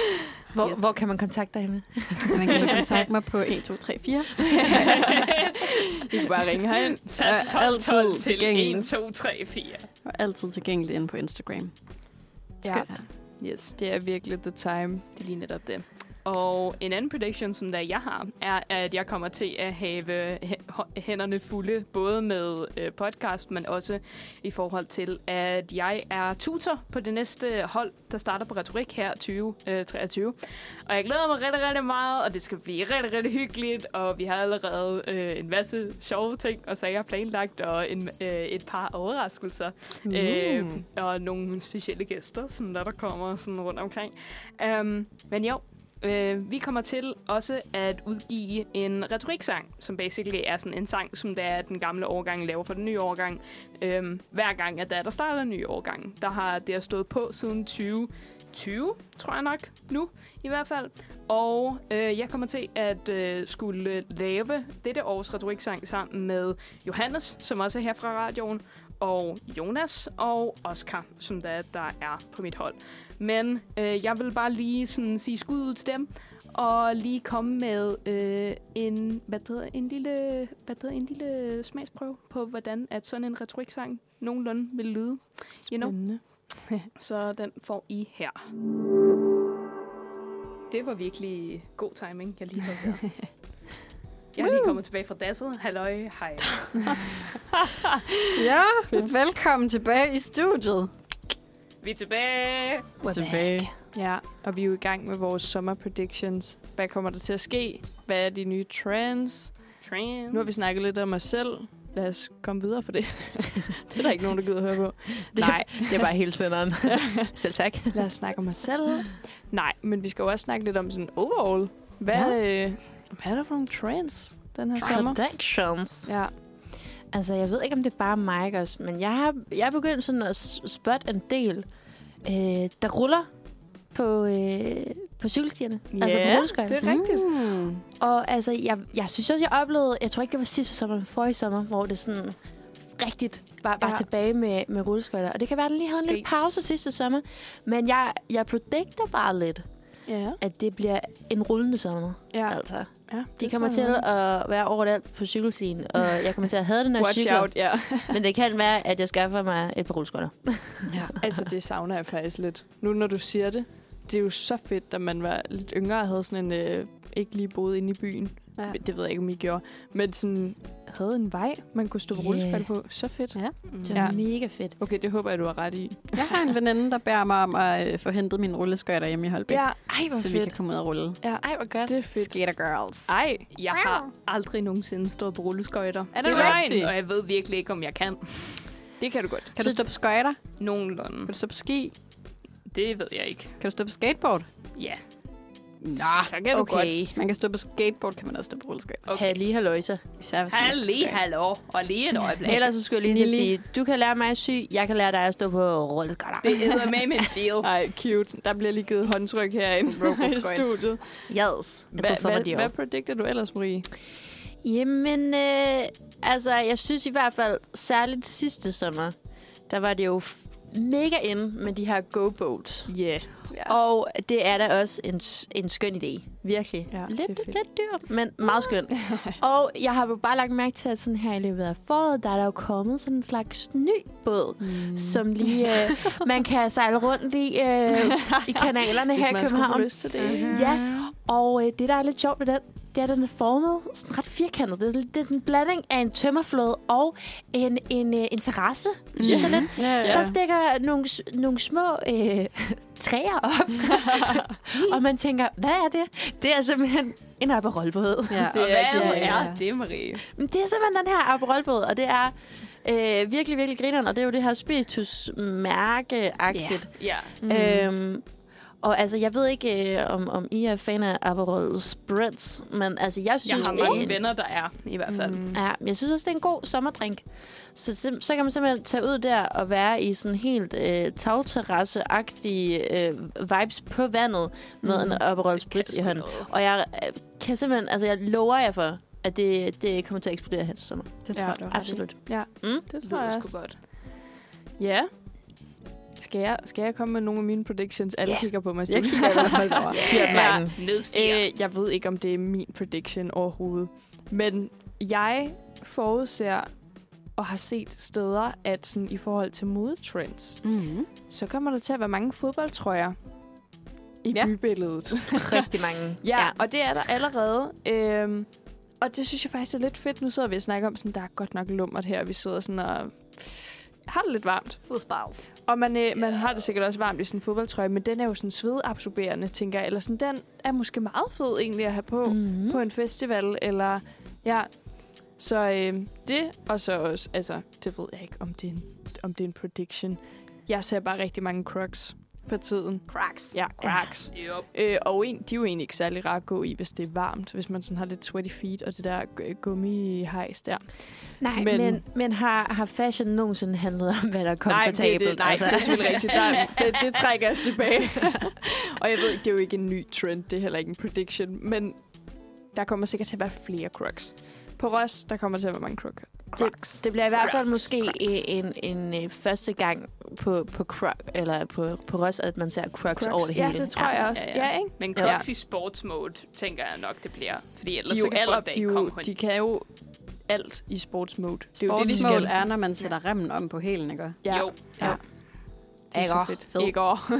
Speaker 3: Hvor,
Speaker 5: Yes.
Speaker 3: hvor kan man kontakte dig med?
Speaker 4: Man kan kontakte mig på 1, 2, 3, 4.
Speaker 2: I kan bare ringe herind.
Speaker 4: Tast 12, 12
Speaker 5: til
Speaker 4: tilgængelig.
Speaker 5: 1, 2, 3, 4.
Speaker 4: Og altid tilgængelig inde på Instagram.
Speaker 2: Ja.
Speaker 5: Yes,
Speaker 2: Det er virkelig the time.
Speaker 5: det er lige netop det. Og en anden prediction, som der jeg har, er, at jeg kommer til at have hæ- hå- hænderne fulde, både med øh, podcast, men også i forhold til, at jeg er tutor på det næste hold, der starter på retorik her 2023. Og jeg glæder mig rigtig, rigtig meget, og det skal blive rigtig, rigtig hyggeligt. Og vi har allerede øh, en masse sjove ting og sager planlagt, og en, øh, et par overraskelser. Mm. Øh, og nogle specielle gæster, sådan der, der kommer sådan rundt omkring. Um, men jo, øh, vi kommer til også at udgive en retoriksang, som basically er sådan en sang, som der er den gamle årgang laver for den nye årgang. Øhm, hver gang, at der, er- der starter en ny årgang. Der har det har stået på siden 2020, tror jeg nok, nu i hvert fald. Og øh, jeg kommer til at øh, skulle lave dette års retoriksang sammen med Johannes, som også er her fra radioen, og Jonas og Oscar, som der, er- der er på mit hold. Men øh, jeg vil bare lige sådan sige skud ud til dem, og lige komme med øh, en, hvad det hedder, en, lille, hvad det hedder, en lille smagsprøve på, hvordan at sådan en retoriksang nogenlunde vil lyde. You know?
Speaker 2: Spændende.
Speaker 5: Så den får I her. Det var virkelig god timing, jeg lige havde der. Jeg er lige kommet tilbage fra dasset. Halløj, hej.
Speaker 4: Ja, velkommen tilbage i studiet.
Speaker 5: Vi er tilbage.
Speaker 4: tilbage.
Speaker 2: Ja, og vi er jo i gang med vores sommer predictions. Hvad kommer der til at ske? Hvad er de nye trends?
Speaker 5: Trans.
Speaker 2: Nu har vi snakket lidt om os selv. Lad os komme videre for det. det er der ikke nogen, der gider at høre på. Nej,
Speaker 3: Det er bare hele senderen. Selv tak.
Speaker 2: lad os snakke om os selv. Nej, men vi skal jo også snakke lidt om sådan overall. Hvad, ja. øh, hvad er der for nogle trends den her sommer?
Speaker 3: Productions.
Speaker 2: Ja,
Speaker 3: Altså, jeg ved ikke, om det er bare mig, ikke også, men jeg har jeg er begyndt sådan at s- spotte en del, øh, der ruller på, øh, på cykelstierne. altså på rulleskøjerne.
Speaker 2: det er rigtigt.
Speaker 4: Mm.
Speaker 3: Og altså, jeg, jeg synes også, jeg oplevede, jeg tror ikke, det var sidste sommer, men forrige sommer, hvor det sådan rigtigt var, var
Speaker 2: Ja.
Speaker 3: ja. tilbage med, med rulleskøjter. Og det kan være, at den lige havde en lille
Speaker 2: Skates.
Speaker 3: pause sidste sommer. Men jeg, jeg predicter bare lidt,
Speaker 2: Ja,
Speaker 3: at det bliver en rullende sommer.
Speaker 2: ja.
Speaker 3: Altså,
Speaker 2: ja
Speaker 3: de kommer til at være overalt på cykelstien, og jeg kommer til at have den, når jeg
Speaker 2: Watch
Speaker 3: cykler.
Speaker 2: out, ja.
Speaker 3: Men det kan være, at jeg skaffer mig et par rulleskøjter.
Speaker 2: Ja, altså det savner jeg faktisk lidt. Nu når du siger det, det er jo så fedt, da man var lidt yngre og havde sådan en, øh, ikke lige boet inde i byen. Ja.
Speaker 4: Ja.
Speaker 2: Det ved jeg ikke, om I gjorde. Men sådan, havde en vej, man kunne stå på
Speaker 3: Yeah.
Speaker 2: yeah. rulleskøjt på. Så fedt.
Speaker 4: Ja.
Speaker 3: Det
Speaker 2: Mm. Ja.
Speaker 3: var mega fedt.
Speaker 2: Okay, det håber jeg, du har ret i.
Speaker 4: Jeg har en veninde, der bærer mig om at øh, få hentet min rulleskøjter hjemme i Holbæk.
Speaker 3: Ej,
Speaker 4: så vi kan komme ud og rulle.
Speaker 2: Ja. Ej, hvor godt. Det er fedt.
Speaker 4: Skater girls.
Speaker 5: Ej, jeg har aldrig nogensinde stået på rulleskøjter.
Speaker 4: Er det
Speaker 5: løgn,
Speaker 4: rigtigt?
Speaker 5: Og jeg ved virkelig ikke, om jeg kan.
Speaker 2: Det kan du godt.
Speaker 4: Kan du stå på skøjter?
Speaker 5: Nogenlunde.
Speaker 4: Kan du stå på ski?
Speaker 5: Det ved jeg ikke.
Speaker 4: Kan du stå på skateboard?
Speaker 5: Ja,
Speaker 4: Nå,
Speaker 5: så kan du godt.
Speaker 4: Hvis man kan stå på skateboard, kan man også stå på rulleskøjter.
Speaker 5: Okay.
Speaker 3: Okay. lige haløjse.
Speaker 4: Især hvis man
Speaker 5: Halli, hallo, og lige et øjeblik.
Speaker 3: Ellers så skulle jeg lige til at
Speaker 4: Snillig.
Speaker 3: sige, du kan lære mig at sy, jeg kan lære dig at stå på rulleskøjter.
Speaker 5: Det hedder med en deal.
Speaker 2: Ej, cute. Der bliver lige givet håndtryk herinde i studiet.
Speaker 3: Yes. Altså, Jeg tager
Speaker 2: Hva,
Speaker 3: sommerdeal.
Speaker 2: hva, hvad predicter du ellers, Marie?
Speaker 3: Jamen, øh, altså, jeg synes i hvert fald, særligt sidste sommer, der var det jo f- mega inde med de her go-boats.
Speaker 2: Yeah.
Speaker 3: Og det er da også en, s- en skøn idé. Virkelig.
Speaker 2: Ja,
Speaker 3: lidt,
Speaker 2: det er fedt.
Speaker 3: lidt dyrt, men meget skønt. og jeg har jo bare lagt mærke til, at sådan her i løbet af foråret, der er der jo kommet sådan en slags ny båd, mm. som lige øh, man kan sejle rundt i, øh, i kanalerne
Speaker 2: Hvis
Speaker 3: her i
Speaker 2: man skulle
Speaker 3: København.
Speaker 2: have lyst til det. Mm-hmm.
Speaker 3: Ja, og øh, det, der er lidt sjovt ved den, det er, at den er formet sådan ret firkantet. Det er, sådan- det er sådan en blanding af en tømmerflåde og en, en, øh, en terrasse, mm. synes jeg lidt.
Speaker 4: Ja,
Speaker 3: Ja. Der stikker nogle, s- nogle små øh, træer op, og man tænker, hvad er det? Det er simpelthen en aperolbåd.
Speaker 4: ja.
Speaker 5: Det er,
Speaker 2: Ja,
Speaker 5: hvad
Speaker 2: ja, ja.
Speaker 5: er det, Marie?
Speaker 3: Men det er simpelthen den her aperolbåd, og det er øh, virkelig, virkelig grineren, og det er jo det her spiritus-mærke-agtigt.
Speaker 5: Ja.
Speaker 3: Mm. Øhm, og altså, jeg ved ikke, øh, om, om I er fan af Aperol Spritz, men altså, jeg
Speaker 5: Jeg
Speaker 3: synes,
Speaker 5: har mange venner, der er, i hvert fald. Mm.
Speaker 3: ja, jeg synes også, det er en god sommerdrink. Så, sim- så kan man simpelthen tage ud der og være i sådan helt øh, tagterrasse-agtige øh, vibes på vandet med mm. en Aperol Spritz i hånden. Og jeg øh, kan simpelthen, altså jeg lover jer for, at det, det kommer til at eksplodere her til sommer.
Speaker 4: det tror
Speaker 2: Ja.
Speaker 4: jeg, du har.
Speaker 3: Absolut.
Speaker 2: Det
Speaker 5: Det
Speaker 2: tror jeg
Speaker 5: lyder
Speaker 2: også.
Speaker 5: sgu godt.
Speaker 2: Ja. Skal jeg, skal jeg komme med nogle af mine predictions? Alle yeah. kigger på mig. Jeg
Speaker 4: kigger i hvert fald over.
Speaker 3: Fyrt
Speaker 2: Ja.
Speaker 3: ja.
Speaker 5: Nødstiger.
Speaker 2: øh, jeg ved ikke, om det er min prediction overhovedet. Men jeg forudser og har set steder, at sådan, i forhold til modetrends,
Speaker 4: Mm-hmm.
Speaker 2: så kommer der til at være mange fodboldtrøjer i ja.
Speaker 4: Ja.
Speaker 2: bybilledet.
Speaker 3: Rigtig mange.
Speaker 2: Ja, ja, og det er der allerede. Øhm, og det synes jeg faktisk er lidt fedt. Nu sidder vi og snakker om, sådan, der er godt nok lummert her. og Vi sidder sådan og har det lidt varmt.
Speaker 10: Fodspars.
Speaker 2: Og man, øh, man har det sikkert også varmt i sådan en fodboldtrøje, men den er jo sådan svedabsorberende, tænker jeg. Eller sådan, den er måske meget fed egentlig at have på
Speaker 3: Mm-hmm.
Speaker 2: på en festival, eller ja. Så øh, det, og så også, altså, det ved jeg ikke, om det er en, om det er en prediction. Jeg ser bare rigtig mange crocs for tiden.
Speaker 10: Cracks.
Speaker 2: Ja, crocs.
Speaker 5: Yep.
Speaker 2: Øh, og en, de er jo egentlig ikke særlig rare at gå i, hvis det er varmt, hvis man sådan har lidt sweaty feet og det der g- gummihejs der.
Speaker 3: Nej,
Speaker 2: Men-
Speaker 3: men, men, men har, har fashion nogensinde handlet om, hvad der er komfortabelt?
Speaker 2: det, det, nej, altså. det er selvfølgelig rigtigt. Der, det, det trækker jeg tilbage. og jeg ved ikke, det er jo ikke en ny trend, det er heller ikke en prediction, men der kommer sikkert til at være flere crocs. På Ros, der kommer til at være mange crocs.
Speaker 3: det, det bliver i hvert fald måske en, en, en øh, første gang på, på, Croc, eller på, på Ros, at man ser Crocs, over det
Speaker 2: ja,
Speaker 3: hele.
Speaker 2: det tror jeg også. Ja,
Speaker 5: Ja,
Speaker 2: ja.
Speaker 5: ja.
Speaker 2: ja ikke?
Speaker 5: Men Crocs i sportsmode, tænker jeg nok, det bliver. Fordi ellers
Speaker 2: De, er
Speaker 5: så
Speaker 2: jo
Speaker 5: kan
Speaker 2: aller,
Speaker 5: folk da
Speaker 2: de, er
Speaker 5: ikke
Speaker 2: jo,
Speaker 5: komme hen.
Speaker 2: de kan jo alt i sportsmode. Det er jo det, de
Speaker 4: Sportsmål
Speaker 2: skal.
Speaker 4: er, når man sætter remmen om på hælen, ikke?
Speaker 2: Ja.
Speaker 5: Jo.
Speaker 3: Ja.
Speaker 2: Det er så fedt. Ikke over.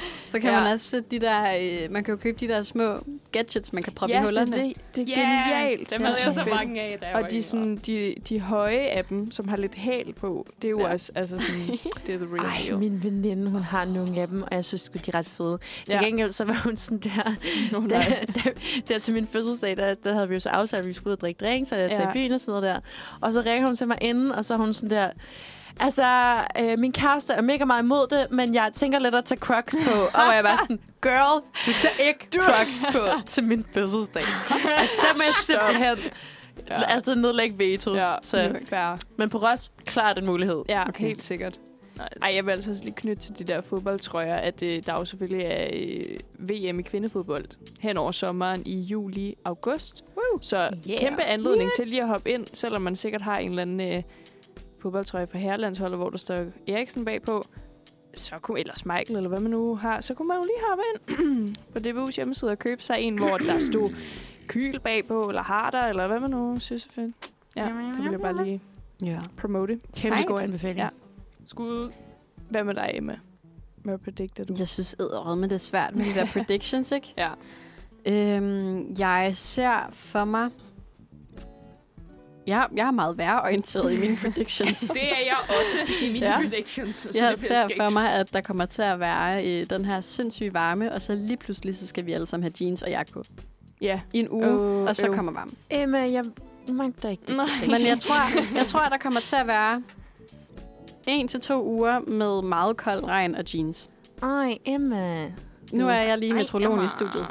Speaker 4: Så kan ja. man også sætte de der, øh, man kan jo købe de der små gadgets, man kan proppe i hullerne.
Speaker 2: det, det er genialt.
Speaker 5: Dem
Speaker 2: Det er
Speaker 5: havde jeg så
Speaker 2: fedt.
Speaker 5: mange af, da jeg var
Speaker 2: Og de,
Speaker 5: yngre.
Speaker 2: sådan, de, de høje af dem, som har lidt hæl på, det er jo
Speaker 4: Ja.
Speaker 2: ja. også altså sådan, det er the real
Speaker 3: Ej,
Speaker 2: deal.
Speaker 3: min veninde, hun har nogle af dem, og jeg synes sgu, de er ret fede. Til
Speaker 2: Ja.
Speaker 3: gengæld, så var hun sådan der,
Speaker 2: Nå,
Speaker 3: da,
Speaker 2: nej.
Speaker 3: da, der til min fødselsdag, der, der havde vi jo så aftalt, at vi skulle ud og drikke drinks, og jeg tager
Speaker 2: Ja.
Speaker 3: i byen og sådan noget der. Og så ringer hun til mig inden, og så er hun sådan der, altså, øh, min kæreste er mega meget imod det, men jeg tænker lidt at tage crocs på. Og hvor jeg var sådan, girl, du tager ikke crocs på til min fødselsdag. altså, der må jeg simpelthen
Speaker 2: Ja.
Speaker 3: ja. altså, nedlægge veto. Ja.
Speaker 2: Ja,
Speaker 3: Så,
Speaker 2: fair.
Speaker 3: men på Ros, klart en mulighed.
Speaker 2: Ja, okay. helt sikkert.
Speaker 5: Nice.
Speaker 2: Ej, jeg vil altså også lige knytte til de der fodboldtrøjer, at øh, der jo selvfølgelig er øh, VM i kvindefodbold hen over sommeren i juli, august. Woo. Så yeah. kæmpe anledning yeah. til lige at hoppe ind, selvom man sikkert har en eller anden øh, fodboldtrøje fra herrelandsholdet, hvor der står Eriksen bagpå. Så kunne, eller Michael, eller hvad man nu har, så kunne man jo lige hoppe ind på DBU's hjemmeside og købe sig en, hvor der stod kyl bagpå, eller harder, eller hvad man nu synes er fedt. Ja, det vil jeg bare lige
Speaker 4: Ja.
Speaker 2: promote.
Speaker 3: Kæmpe god anbefaling.
Speaker 2: Ja.
Speaker 3: Ja.
Speaker 5: Skud.
Speaker 2: Hvad med dig, Emma? Hvad predikter du?
Speaker 4: Jeg synes æderød, men det er svært med de der predictions, ikke?
Speaker 2: Ja.
Speaker 4: Øhm, jeg ser for mig... Jeg, jeg er meget værreorienteret i mine predictions.
Speaker 5: Det er jeg også i mine
Speaker 4: Ja.
Speaker 5: ja. predictions, så
Speaker 4: jeg
Speaker 5: det
Speaker 4: ser
Speaker 5: bliver skægt.
Speaker 4: for mig, at der kommer til at være øh, den her sindssyge varme, og så lige pludselig så skal vi alle sammen have jeans og jakke på
Speaker 2: Ja.
Speaker 4: i en
Speaker 5: Uh,
Speaker 4: uge,
Speaker 2: Åh,
Speaker 4: og så
Speaker 2: øv.
Speaker 4: kommer varmen.
Speaker 3: Emma, jeg magter ikke det.
Speaker 2: Nej.
Speaker 4: Men jeg tror, jeg tror, at der kommer til at være en til to uger med meget kold regn og jeans.
Speaker 3: Ej, Emma.
Speaker 4: Nu er jeg lige
Speaker 5: Mm. Ej,
Speaker 4: metrologen i
Speaker 5: Emma.
Speaker 4: studiet.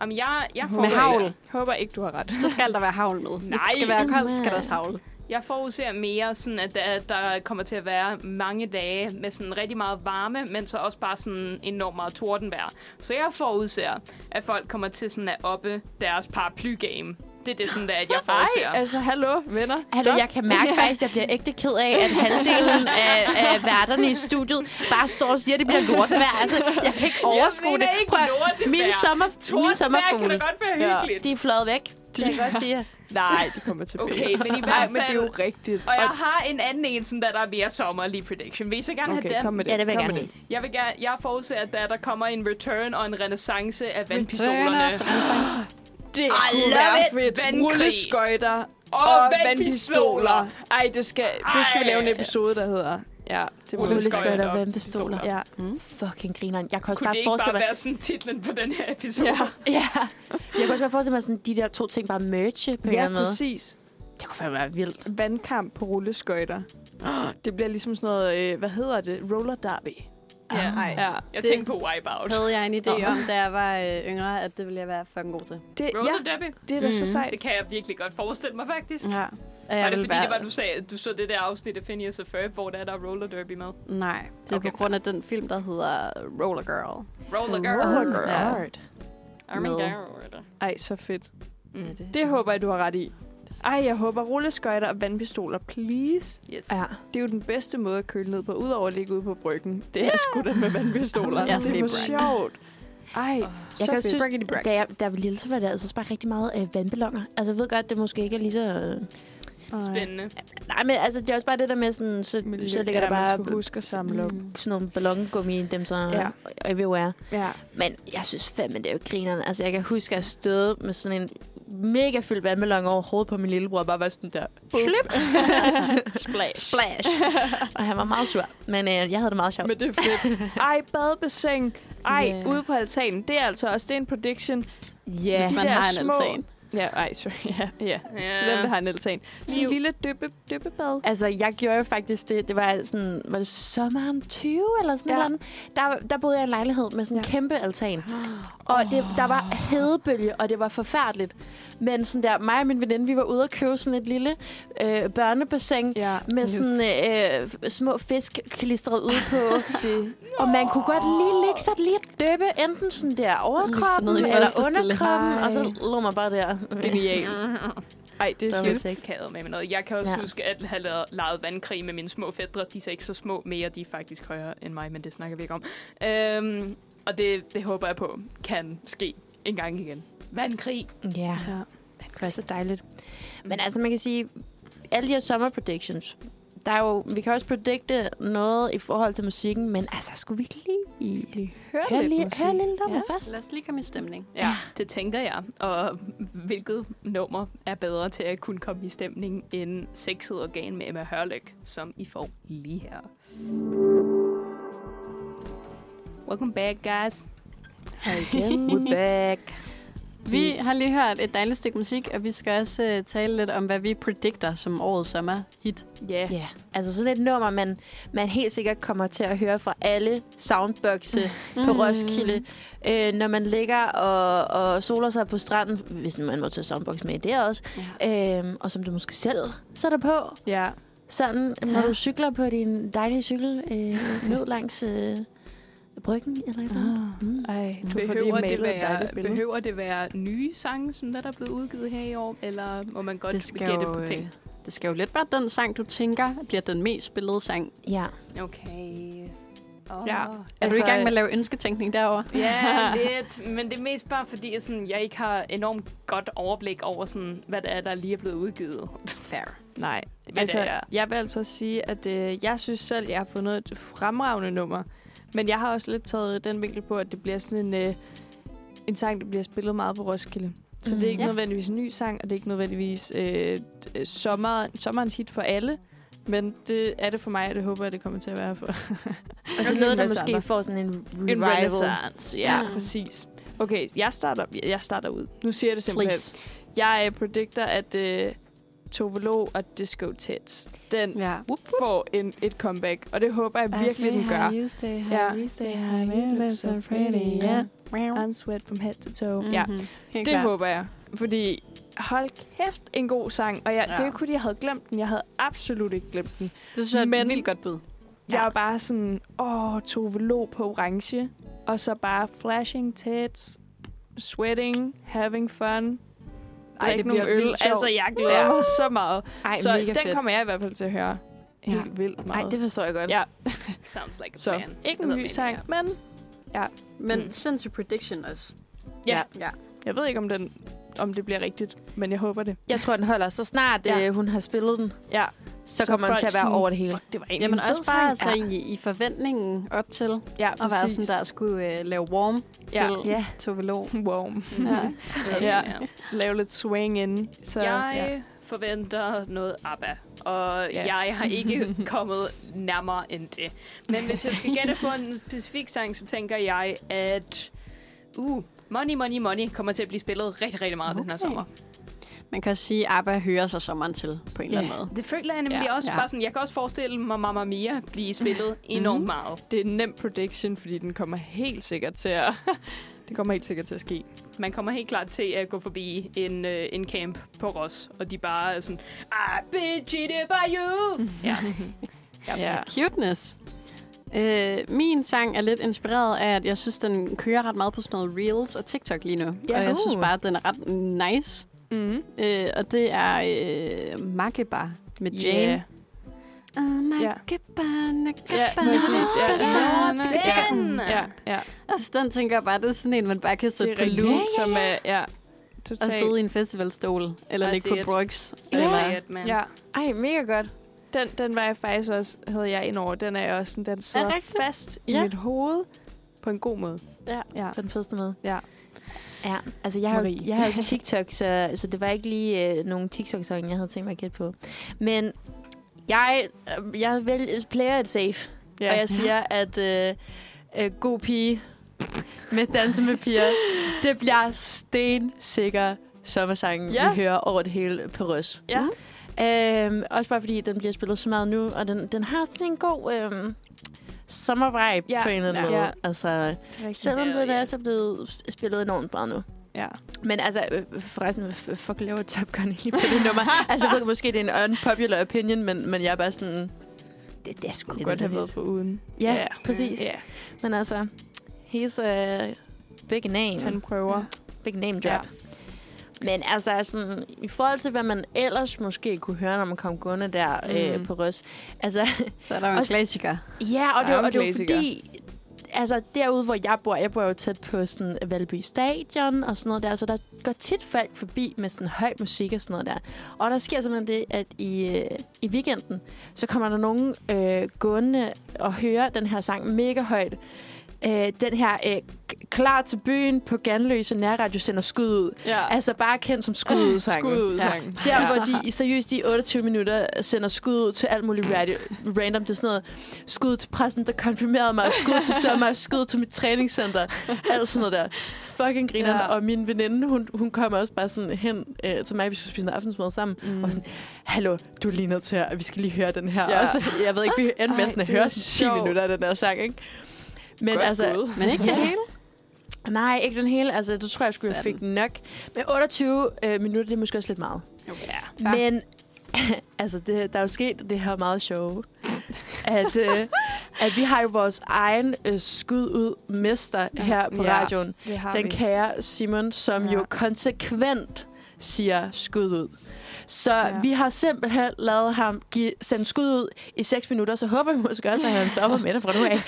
Speaker 5: Jamen, jeg, jeg,
Speaker 4: Med
Speaker 5: forudser,
Speaker 4: havl.
Speaker 2: Håber ikke, du har ret.
Speaker 4: Så skal der være havl med. Hvis det skal
Speaker 5: Nej,
Speaker 4: være koldt, så skal
Speaker 3: Emma.
Speaker 4: der også havl.
Speaker 5: jeg forudser mere, sådan, at der, der kommer til at være mange dage med sådan rigtig meget varme, men så også bare sådan enormt meget tordenvejr. Så jeg forudser, at folk kommer til sådan at oppe deres paraply-game. Det er det sådan, der, at jeg forudser.
Speaker 2: Nej, altså hallo, venner.
Speaker 3: Hallo, jeg kan mærke faktisk, at jeg bliver ægte ked af, at halvdelen af, af værterne i studiet bare står og siger, at det bliver lortevejr. Altså, jeg kan ikke overskue det.
Speaker 5: mener ikke
Speaker 3: at-
Speaker 5: lortevejr.
Speaker 3: min, sommer, min
Speaker 5: Tordenvejr kan da
Speaker 3: sommerfugle,
Speaker 5: godt være
Speaker 2: Ja.
Speaker 5: hyggeligt.
Speaker 3: de er fløjet væk. Det kan jeg godt sige.
Speaker 2: Nej, det kommer tilbage.
Speaker 5: Okay, men i hvert
Speaker 2: Nej, men det
Speaker 5: fald-
Speaker 2: er jo rigtigt.
Speaker 5: Og jeg har en anden en, sådan, der, der er mere sommerlig prediction. Vil I så gerne have
Speaker 2: Okay,
Speaker 5: den?
Speaker 2: kom med det.
Speaker 3: Ja, det vil jeg
Speaker 2: kom
Speaker 3: gerne
Speaker 2: med det.
Speaker 5: Jeg, vil gerne, jeg forudser, at der, der kommer en return og en renaissance af
Speaker 4: Turn
Speaker 5: vandpistolerne.
Speaker 4: after renaissance.
Speaker 2: Det
Speaker 3: love
Speaker 2: kunne være fedt.
Speaker 3: it.
Speaker 5: Vandkrig.
Speaker 2: Rulleskøjter
Speaker 5: Og
Speaker 2: og
Speaker 5: vandpistoler.
Speaker 2: vandpistoler. Ej, det skal, det skal vi
Speaker 5: Ej.
Speaker 2: lave en episode, der hedder. Ja, det må vi
Speaker 5: Rulleskøjter.
Speaker 2: skrive.
Speaker 3: Rulleskøjter og
Speaker 5: og
Speaker 3: vandpistoler. Ja.
Speaker 2: Ja.
Speaker 3: Fucking grineren. Jeg kan også
Speaker 5: Kunne det
Speaker 3: bare
Speaker 5: ikke
Speaker 3: forestille
Speaker 5: bare
Speaker 3: mig...
Speaker 5: være sådan titlen på den her episode?
Speaker 2: Ja.
Speaker 3: Ja. Jeg kan også bare forestille mig, sådan, de der to ting bare merge på en eller
Speaker 2: ja,
Speaker 3: anden måde.
Speaker 2: præcis.
Speaker 3: Det kunne fandme være vildt.
Speaker 2: Vandkamp på rulleskøjter. Det bliver ligesom sådan noget, øh, hvad hedder det? Roller derby.
Speaker 3: Ah,
Speaker 5: ja.
Speaker 4: Ej.
Speaker 2: Ja,
Speaker 5: Jeg
Speaker 4: Det-
Speaker 5: tænkte på Wipeout.
Speaker 4: havde jeg en idé om, da jeg var øh, yngre, at det ville jeg være fucking god til.
Speaker 2: det, ja,
Speaker 5: Roller Derby?
Speaker 2: det er da så sejt.
Speaker 5: Det kan jeg virkelig godt forestille mig, faktisk.
Speaker 4: Ja. Og Mm, jeg
Speaker 5: Var det
Speaker 4: ville
Speaker 5: fordi, det var, du, sagde, du så det der afsnit af Phineas og Ferb, hvor der, der er roller derby med?
Speaker 4: Nej, det er okay,
Speaker 5: Okay,
Speaker 4: på grund af den film, der hedder Roller Girl.
Speaker 5: Roller girl.
Speaker 2: Mm. Roller girl.
Speaker 4: Ja.
Speaker 5: Armin
Speaker 4: Med.
Speaker 5: Garrett.
Speaker 2: Ej, så fedt.
Speaker 5: Mm.
Speaker 2: Det håber jeg, du har ret i. Ej, jeg håber rulleskøjter og vandpistoler, please.
Speaker 5: Yes.
Speaker 3: Ja.
Speaker 2: Det er jo den bedste måde at køle ned på, udover at ligge ude på bryggen. Det er sgu da med vandpistoler.
Speaker 4: Ja,
Speaker 2: det er
Speaker 4: det er
Speaker 2: for sjovt. Ej,
Speaker 3: Jeg
Speaker 2: så
Speaker 3: kan
Speaker 2: fedt.
Speaker 3: synes,
Speaker 2: Braggity Brags.
Speaker 3: da jeg, da jeg var lille, så var det altså også bare rigtig meget øh, vandballoner. Altså, jeg ved godt, det måske ikke er lige så... Øh,
Speaker 5: Spændende.
Speaker 3: Nej, men altså, det er også bare det der med, sådan, så,
Speaker 2: Miljø.
Speaker 3: så ligger
Speaker 2: ja,
Speaker 3: der bare
Speaker 2: Man skal huske at samle op.
Speaker 3: mm, sådan nogle ballongummi i dem, så
Speaker 2: Ja.
Speaker 3: ja. everywhere.
Speaker 2: Ja.
Speaker 3: Men jeg synes fandme, det er jo grinerne. Altså, jeg kan huske, at jeg stod med sådan en mega fyldt vandballon over hovedet på min lillebror, og bare var sådan der, slip,
Speaker 2: Splash.
Speaker 3: splash. og han var meget sur, men øh, jeg havde det meget sjovt.
Speaker 2: Men det er fedt. Ej, badebassin. Ej,
Speaker 3: Ja.
Speaker 2: ude på altanen. Det er altså også det er en prediction.
Speaker 3: Ja,
Speaker 4: Hvis
Speaker 2: de
Speaker 4: man
Speaker 2: der
Speaker 4: har en
Speaker 2: små-
Speaker 4: altan.
Speaker 2: Ja, ej, sorry. Ja, ja. Det er
Speaker 5: Ja.
Speaker 2: dem, der har en altan. Sådan en lille dyppe, dyppebad.
Speaker 3: Altså, jeg gjorde jo faktisk det, det var sådan, var det sommeren 20 eller sådan
Speaker 2: Ja.
Speaker 3: ja. noget andet? Der, der boede jeg i en lejlighed med sådan en ja. kæmpe altan. Og det, der var hedebølge, og det var forfærdeligt. Men sådan der, mig og min veninde, vi var ude og købe sådan et lille øh, børnebassin
Speaker 2: Ja,
Speaker 3: med sådan øh, små fisk klistret ude på.
Speaker 2: det.
Speaker 3: og man kunne godt lige lægge sig lige at døbe, enten sådan der overkroppen
Speaker 4: ned i
Speaker 3: eller
Speaker 4: fosterstilling.
Speaker 3: underkroppen.
Speaker 4: Ej.
Speaker 3: Og så lå man bare der.
Speaker 2: Genialt. Ej, det er
Speaker 3: var
Speaker 2: fedt.
Speaker 3: fedt.
Speaker 5: Kaget med, med noget. Jeg kan også ja.
Speaker 3: Ja.
Speaker 5: huske at have lavet, leget vandkrig med mine små fædre. De er så ikke så små mere, de er faktisk højere end mig, men det snakker vi ikke om. Øhm, og det, det håber jeg på kan ske en gang igen. Vandkrig.
Speaker 3: Ja,
Speaker 2: Ja.
Speaker 3: det var så dejligt. Men altså, man kan sige, alle de her sommer predictions, der er jo, vi kan også predikte noget i forhold til musikken, men altså, skulle vi ikke lige, lige høre, høre,
Speaker 2: lidt
Speaker 3: lige,
Speaker 2: musik?
Speaker 3: høre lidt nummer
Speaker 4: Ja.
Speaker 3: ja. først?
Speaker 4: Lad os lige komme i stemning.
Speaker 5: Ja, det tænker jeg. Og hvilket nummer er bedre til at kunne komme i stemning end sexet organ med Emma Hørløk, som I får lige her. Welcome back, guys.
Speaker 3: We're back.
Speaker 4: Vi har lige hørt et dejligt stykke musik, og vi skal også øh, tale lidt om, hvad vi predikter som årets sommerhit.
Speaker 2: Ja.
Speaker 3: Ja, altså sådan et nummer, man, man helt sikkert kommer til at høre fra alle soundboxe mm. på Roskilde, øh, når man ligger og, og soler sig på stranden, hvis nu man må tage soundbox med i det også, ja. øh, og som du måske selv sætter på,
Speaker 2: ja.
Speaker 3: sådan når du cykler på din dejlige cykel øh, ned langs øh, bryggen eller et eller andet.
Speaker 2: Ah.
Speaker 3: Mm.
Speaker 2: Ej, du får lige
Speaker 5: Behøver
Speaker 2: malet
Speaker 5: det,
Speaker 2: et dejligt
Speaker 5: være,
Speaker 2: billede.
Speaker 5: behøver det være nye sange, som der er blevet udgivet her i år? Eller må man godt
Speaker 4: Det
Speaker 5: det
Speaker 4: skal,
Speaker 5: gætte
Speaker 4: jo,
Speaker 5: på
Speaker 4: øh,
Speaker 5: ting?
Speaker 4: det skal jo lidt være den sang, du tænker, bliver den mest spillede sang.
Speaker 3: Ja.
Speaker 5: Okay. Oh.
Speaker 4: Ja. Er
Speaker 3: Altså,
Speaker 4: du i gang med at lave ønsketænkning derovre?
Speaker 5: Ja, lidt. Men det er mest bare fordi, jeg, sådan, jeg ikke har enormt godt overblik over, sådan, hvad det er, der lige er blevet udgivet.
Speaker 4: Fair.
Speaker 2: Nej.
Speaker 5: Hvad
Speaker 2: Altså,
Speaker 5: det er.
Speaker 2: jeg vil altså sige, at øh, jeg synes selv, jeg har fundet et fremragende nummer. Men jeg har også lidt taget den vinkel på, at det bliver sådan en, øh, en sang, der bliver spillet meget på Roskilde. Så mm, det er ikke
Speaker 4: Ja.
Speaker 2: ja. nødvendigvis en ny sang, og det er ikke nødvendigvis øh, øh, sommer, sommerens hit for alle. Men det er det for mig, og det håber jeg, det kommer til at være for
Speaker 3: Og så
Speaker 2: en
Speaker 3: noget, der
Speaker 2: masse
Speaker 3: måske
Speaker 2: andre.
Speaker 3: får sådan en revival.
Speaker 2: en renaissance. Ja,
Speaker 3: Mm.
Speaker 2: mm. præcis. Okay, jeg starter, jeg starter ud. Nu siger jeg det simpelthen.
Speaker 4: Please.
Speaker 2: Jeg øh, predikter, at øh, Tove Lo og Disco Tits, den
Speaker 4: Ja.
Speaker 2: whoop, får en, et comeback, og Altså, det håber jeg virkelig, den gør. Ja.
Speaker 3: Mm.
Speaker 2: I'm sweat from head to toe.
Speaker 4: Uh,
Speaker 2: Mm. Ja,
Speaker 4: Helt
Speaker 2: det
Speaker 4: klart.
Speaker 2: håber jeg. Fordi hold kæft, en god sang. Og jeg, ja. det er jo
Speaker 4: Ja.
Speaker 2: kun, jeg havde glemt den. Jeg havde absolut ikke glemt den.
Speaker 4: Det synes jeg er
Speaker 2: Men-
Speaker 4: et vildt godt bud.
Speaker 2: Ja. Jeg er bare sådan, åh, Tove Lo på orange. Og så bare flashing tits, sweating, having fun. Ej, det nogle
Speaker 4: bliver
Speaker 2: øl.
Speaker 4: vildt sjovt.
Speaker 2: Altså, jeg glæder mig så meget.
Speaker 3: Ej,
Speaker 2: så
Speaker 3: mega
Speaker 2: den
Speaker 3: fedt.
Speaker 2: kommer jeg i hvert fald til at høre helt ja. vildt meget.
Speaker 3: Ej, det forstår jeg godt.
Speaker 2: Ja,
Speaker 5: Sounds like a
Speaker 2: så
Speaker 5: plan.
Speaker 2: ikke en
Speaker 5: Eller
Speaker 2: ny
Speaker 5: maybe,
Speaker 2: sang,
Speaker 5: ja.
Speaker 2: men
Speaker 4: Men mm. sindssyg prediction også.
Speaker 2: Ja.
Speaker 4: ja.
Speaker 2: jeg ved ikke, om, den, om det bliver rigtigt. Men jeg håber det.
Speaker 3: Jeg tror, den holder. Så snart
Speaker 2: Ja.
Speaker 3: ja. øh, hun har spillet den,
Speaker 2: Ja.
Speaker 3: så, så kommer den
Speaker 2: folk
Speaker 3: til at være
Speaker 2: sådan,
Speaker 3: over det hele.
Speaker 2: Fuck, det var egentlig
Speaker 4: Jamen
Speaker 2: en fed
Speaker 4: også
Speaker 2: sang.
Speaker 4: bare altså, i, i forventningen op til
Speaker 2: ja,
Speaker 4: at være sådan der skulle øh, lave warm
Speaker 2: Ja.
Speaker 4: til Øh,
Speaker 3: Ja.
Speaker 4: Tove Lo.
Speaker 2: Wow.
Speaker 4: Ja.
Speaker 2: Ja. Lave lidt swing ind. Så,
Speaker 5: Jeg forventer noget ABBA, og
Speaker 2: Ja.
Speaker 5: ja. jeg har ikke kommet nærmere end det. Men hvis jeg skal gætte på en specifik sang, så tænker jeg, at uh, Money, Money, Money kommer til at blive spillet rigtig, rigtig meget okay. den her
Speaker 2: Okay.
Speaker 5: sommer.
Speaker 4: Man kan også sige, at ABBA hører sig sommeren til på en yeah. eller anden måde.
Speaker 5: Det føler jeg nemlig
Speaker 2: Ja,
Speaker 5: ja, også
Speaker 4: ja.
Speaker 5: ja. Mhm. bare sådan, jeg kan også forestille mig Mamma Mia blive spillet enormt meget.
Speaker 2: Det er en nem prediction, fordi den kommer helt sikkert til at... det kommer helt sikkert til at ske.
Speaker 5: Man kommer helt klart til at gå forbi en, øh, en camp på Ross, og de bare er sådan,
Speaker 2: "Ah,
Speaker 5: I've been cheated by you! Ja.
Speaker 2: Ja.
Speaker 4: Cuteness. Øh, min sang er lidt inspireret af, at jeg synes, den kører ret meget på sådan noget Reels og TikTok lige nu.
Speaker 2: Ja.
Speaker 4: Og jeg synes
Speaker 3: Uh.
Speaker 4: bare, at den er ret nice.
Speaker 2: Mm.
Speaker 4: Øh, og det er øh, Makeba med Jane.
Speaker 2: Ja. Ah,
Speaker 4: Oh,
Speaker 2: Ja.
Speaker 4: Makeba,
Speaker 2: Ja,
Speaker 4: Nakeba,
Speaker 2: præcis. Ja, ah,
Speaker 4: Nakeba.
Speaker 5: Den!
Speaker 2: ja, ja.
Speaker 4: Altså, den tænker jeg bare, det er sådan en, man bare kan
Speaker 2: Det
Speaker 4: sætte
Speaker 2: er
Speaker 4: på
Speaker 2: rigtig,
Speaker 4: loop.
Speaker 2: som er... Ja,
Speaker 4: Og sidde i
Speaker 2: totalt.
Speaker 4: en festivalstol. Eller
Speaker 5: I
Speaker 4: ligge
Speaker 5: see
Speaker 4: på
Speaker 5: it.
Speaker 4: Brooks.
Speaker 5: Eller,
Speaker 4: Eller,
Speaker 5: at man,
Speaker 2: Ja,
Speaker 3: Ej, mega godt.
Speaker 2: den, den var jeg faktisk også, havde jeg ind over. Den er jeg også sådan, den sidder
Speaker 4: rigtigt?
Speaker 2: fast i
Speaker 4: Ja.
Speaker 2: mit hoved på en god måde.
Speaker 4: Ja.
Speaker 2: ja.
Speaker 3: På den fedeste måde.
Speaker 2: Ja.
Speaker 3: Ja, altså jeg har, jo,
Speaker 2: Marie.
Speaker 3: jeg har jo TikTok, så, så det var ikke lige øh, nogen TikTok-sange, jeg havde tænkt mig at gætte på. Men jeg, øh, jeg vælger, player et safe,
Speaker 2: Ja.
Speaker 3: og jeg siger, at øh, øh, god pige med danse med piger, det bliver stensikker sommersangen,
Speaker 2: Ja.
Speaker 3: vi hører over det hele på Røs.
Speaker 2: Ja.
Speaker 3: Øhm, også bare fordi, den bliver spillet så meget nu, og den, den har sådan en god øhm, sommervibe
Speaker 2: Ja,
Speaker 3: på en eller anden
Speaker 2: ja.
Speaker 3: måde.
Speaker 2: Ja.
Speaker 3: Altså, selvom
Speaker 5: Ja,
Speaker 3: den
Speaker 5: ja.
Speaker 3: også er blevet spillet enormt meget nu.
Speaker 2: Ja.
Speaker 3: Men altså, øh, forresten, hvad f- fuck laver Top Gun egentlig på det nummer? altså, jeg ved, måske det er en unpopular opinion, men, men jeg er bare sådan... Det, det er sgu
Speaker 2: kunne
Speaker 3: lidt
Speaker 2: godt have været
Speaker 3: underligt.
Speaker 2: for uden.
Speaker 3: Ja,
Speaker 2: Ja.
Speaker 3: præcis.
Speaker 2: Ja,
Speaker 3: Men altså, he's a big name.
Speaker 2: han prøver.
Speaker 3: Big name drop.
Speaker 2: Ja.
Speaker 3: Ja. Men altså, sådan, i forhold til, hvad man ellers måske kunne høre, når man kom gående der mm.
Speaker 2: Mm.
Speaker 3: øh, på Røs. Altså,
Speaker 4: så er der jo en
Speaker 3: Også-
Speaker 4: klassiker.
Speaker 3: ja, og
Speaker 2: Der er
Speaker 3: det,
Speaker 2: jo en
Speaker 3: og det var
Speaker 2: klassiker.
Speaker 3: fordi, altså derude, hvor jeg bor, jeg bor jo tæt på sådan Valby Stadion og sådan noget der, så der går tit folk forbi med sådan høj musik og sådan noget der. Og der sker simpelthen det, at i, øh, i weekenden, så kommer der nogen øh, gående og hører den her sang mega højt. Øh, den her øh, k- klar til byen på Ganløse Nærradio sender skud ud.
Speaker 2: Ja.
Speaker 3: Altså bare kendt som skududsangen.
Speaker 2: Skud ud,
Speaker 3: Ja.
Speaker 2: sangen.
Speaker 3: Der, hvor de i seriøst i 28 minutter sender skud ud til alt muligt radio, random. Det er sådan noget skud til præsten, der konfirmerede mig, skud til sommer, skud til mit træningscenter. Alt sådan noget der. Fucking griner. Ja.
Speaker 2: Ja.
Speaker 3: Og min veninde, hun, hun kommer også bare sådan hen øh, til mig, vi skulle spise noget aftensmad sammen. Mm. Og sådan, hallo, du er lige nødt til at, vi skal lige høre den her. Ja.
Speaker 2: Ja.
Speaker 3: Og så, jeg ved ikke, vi endte med
Speaker 2: Ej,
Speaker 3: sådan at
Speaker 2: det er
Speaker 3: høre sådan 10
Speaker 2: sjovt.
Speaker 3: minutter af den der sang, ikke? Men
Speaker 2: Godt
Speaker 3: altså,
Speaker 2: gået.
Speaker 4: Men ikke det hele.
Speaker 3: nej, ikke den hele. Altså, du tror, jeg skulle have fik nok. Men 28 øh, minutter, det er måske også lidt meget.
Speaker 2: Ja.
Speaker 3: Ja. Men altså, det, der er jo sket det her meget sjove, at, øh, at vi har jo vores egen øh, skud ud mester her på
Speaker 2: Ja,
Speaker 3: radioen.
Speaker 2: Det har
Speaker 3: Den
Speaker 2: vi.
Speaker 3: kære Simon, som ja.
Speaker 2: Ja.
Speaker 3: jo konsekvent siger skud ud. Så ja.
Speaker 2: Ja.
Speaker 3: vi har simpelthen lavet ham give, sende skud ud i 6 minutter, så håber vi måske også, at han stopper med det fra nu af.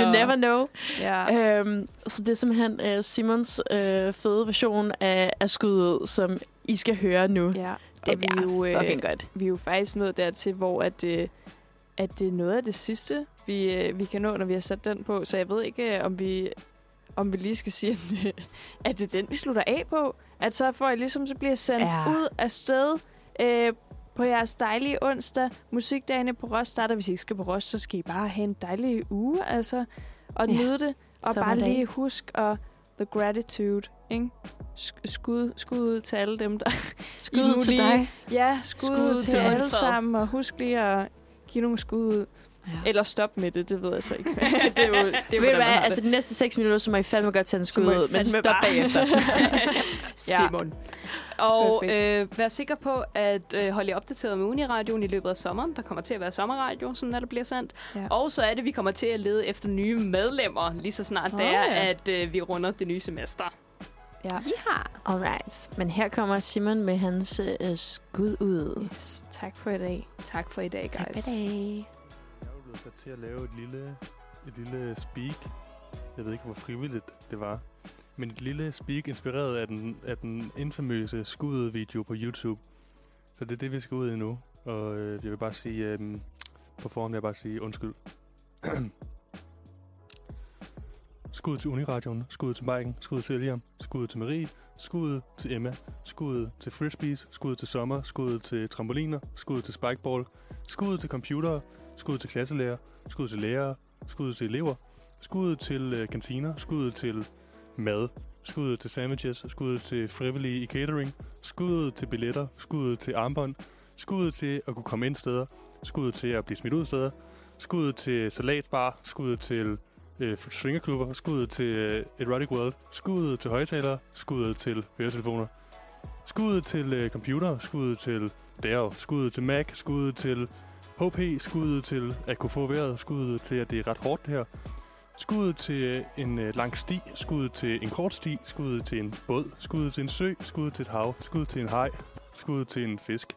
Speaker 3: you never know.
Speaker 2: Ja.
Speaker 3: Øhm, så det er simpelthen øh, Simons øh, fede version af, af skud ud, som I skal høre nu.
Speaker 2: ja.
Speaker 3: Det
Speaker 2: Og vi
Speaker 3: er
Speaker 2: er jo, øh,
Speaker 3: fucking godt.
Speaker 2: vi er jo faktisk nået dertil, hvor at, øh, at det er noget af det sidste, vi, øh, vi kan nå, når vi har sat den på. Så jeg ved ikke, øh, om vi, om vi lige skal sige, at, øh, at det er den, vi slutter af på. At så får I ligesom, så bliver sendt
Speaker 3: Ja.
Speaker 2: ja. ud af sted øh, på jeres dejlige onsdag. Musikdagene på Ros starter. Hvis I ikke skal på Ros, så skal I bare have en dejlig uge, altså. Og
Speaker 3: Ja.
Speaker 2: ja. nyde det. Og bare
Speaker 3: Sommerdag.
Speaker 2: lige husk at the gratitude, ikke? Sk- Skud, skud ud til alle dem, der
Speaker 4: Skud
Speaker 2: I nu
Speaker 4: ud til
Speaker 2: lige-
Speaker 4: dig.
Speaker 2: Ja, skud,
Speaker 4: Skud
Speaker 2: skud
Speaker 4: til
Speaker 2: til alle
Speaker 4: Alfred.
Speaker 2: sammen, og husk lige at give nogle skud ud.
Speaker 4: Ja.
Speaker 2: Ja. Eller stop med det, det ved jeg så ikke. det er jo, det er,
Speaker 3: Det
Speaker 2: hvordan
Speaker 3: Ved du
Speaker 2: man
Speaker 3: hvad,
Speaker 2: har
Speaker 3: altså de næste 6 minutter, så må I fandme godt tage en skud
Speaker 2: må I
Speaker 3: ud, men
Speaker 2: fandme
Speaker 3: stop
Speaker 2: bare-
Speaker 3: bagefter.
Speaker 5: Simon. Og
Speaker 2: Perfekt.
Speaker 5: øh, vær sikker på at øh, holde jer opdateret med Uniradioen i løbet af sommeren. Der kommer til at være sommerradio, som når der bliver sendt.
Speaker 2: Ja.
Speaker 5: Ja. Og så er det, at vi kommer til at lede efter nye medlemmer, lige så snart
Speaker 2: Åh,
Speaker 5: det er,
Speaker 2: ja.
Speaker 5: at øh, vi runder det nye semester.
Speaker 3: Alright, men her kommer Simon med hans øh, skud ud.
Speaker 2: Yes, tak for i dag.
Speaker 5: Tak for i dag, guys.
Speaker 3: Tak for det.
Speaker 11: Jeg er blevet sat til at lave et lille, et lille speak. Jeg ved ikke, hvor frivilligt det var. Men et lille speak inspireret af den, af den infamøse skudvideo på YouTube. Så det er det, vi skal ud i nu. Og øh, jeg vil bare sige, øh, på forhånd vil jeg bare sige undskyld. skud til Uniradioen, skud til Maiken, skud til Eliam, skud til Marie, skud til Emma, skud til Frisbees, skud til Sommer, skud til Trampoliner, skud til Spikeball, skud til computere, Skud til klasselærer, skud til lærere, skud til elever, skud til øh, kantiner, skud til mad, skud til sandwiches, skud til frivillige i catering, skud til billetter, skud til armbånd, skud til at kunne komme ind steder, skud til at blive smidt ud steder, skud til salatbar, skud til øh, swingerklubber, skud til øh, erotic world, skud til højtalere, skud til høretelefoner, skud til øh, computer, skud til Dell, skud til Mac, skud til HP, skuddet til at kunne få vejret, skuddet til, at det er ret hårdt det her. Skuddet til en øh, lang sti, skuddet til en kort sti, skuddet til en båd, skuddet til en sø, skuddet til et hav, skuddet til en haj, skuddet til en fisk,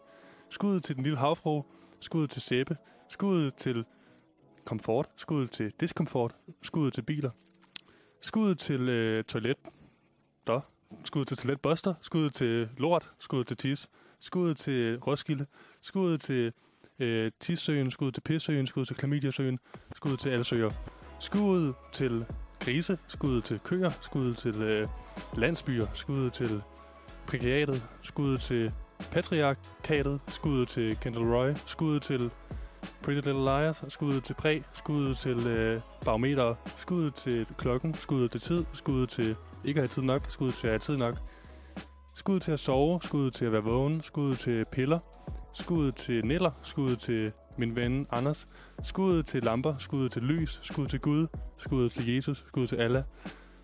Speaker 11: skuddet til den lille havfru, skuddet til sæbe, skuddet til komfort, skuddet til diskomfort, skuddet til biler, skuddet til øh, toilet, der, skuddet til toiletbuster, skuddet til lort, skuddet til tis, skuddet til Roskilde, skuddet til øh, Tissøen, skud til Pissøen, skud til Klamydiasøen, skud til alle søer. Skud til grise, skud til køer, skud til øh, landsbyer, skud til prikriatet, skud til patriarkatet, skud til Kendall Roy, skud til Pretty Little Liars, skud til præ, skud til øh, barometer, skud til klokken, skud til tid, skud til ikke at have tid nok, skud til at have tid nok, skud til at sove, skud til at være vågen, skud til piller, Skud til Niller, skud til min ven Anders, skud til lamper, skud til lys, skud til Gud, skud til Jesus, skud til Allah,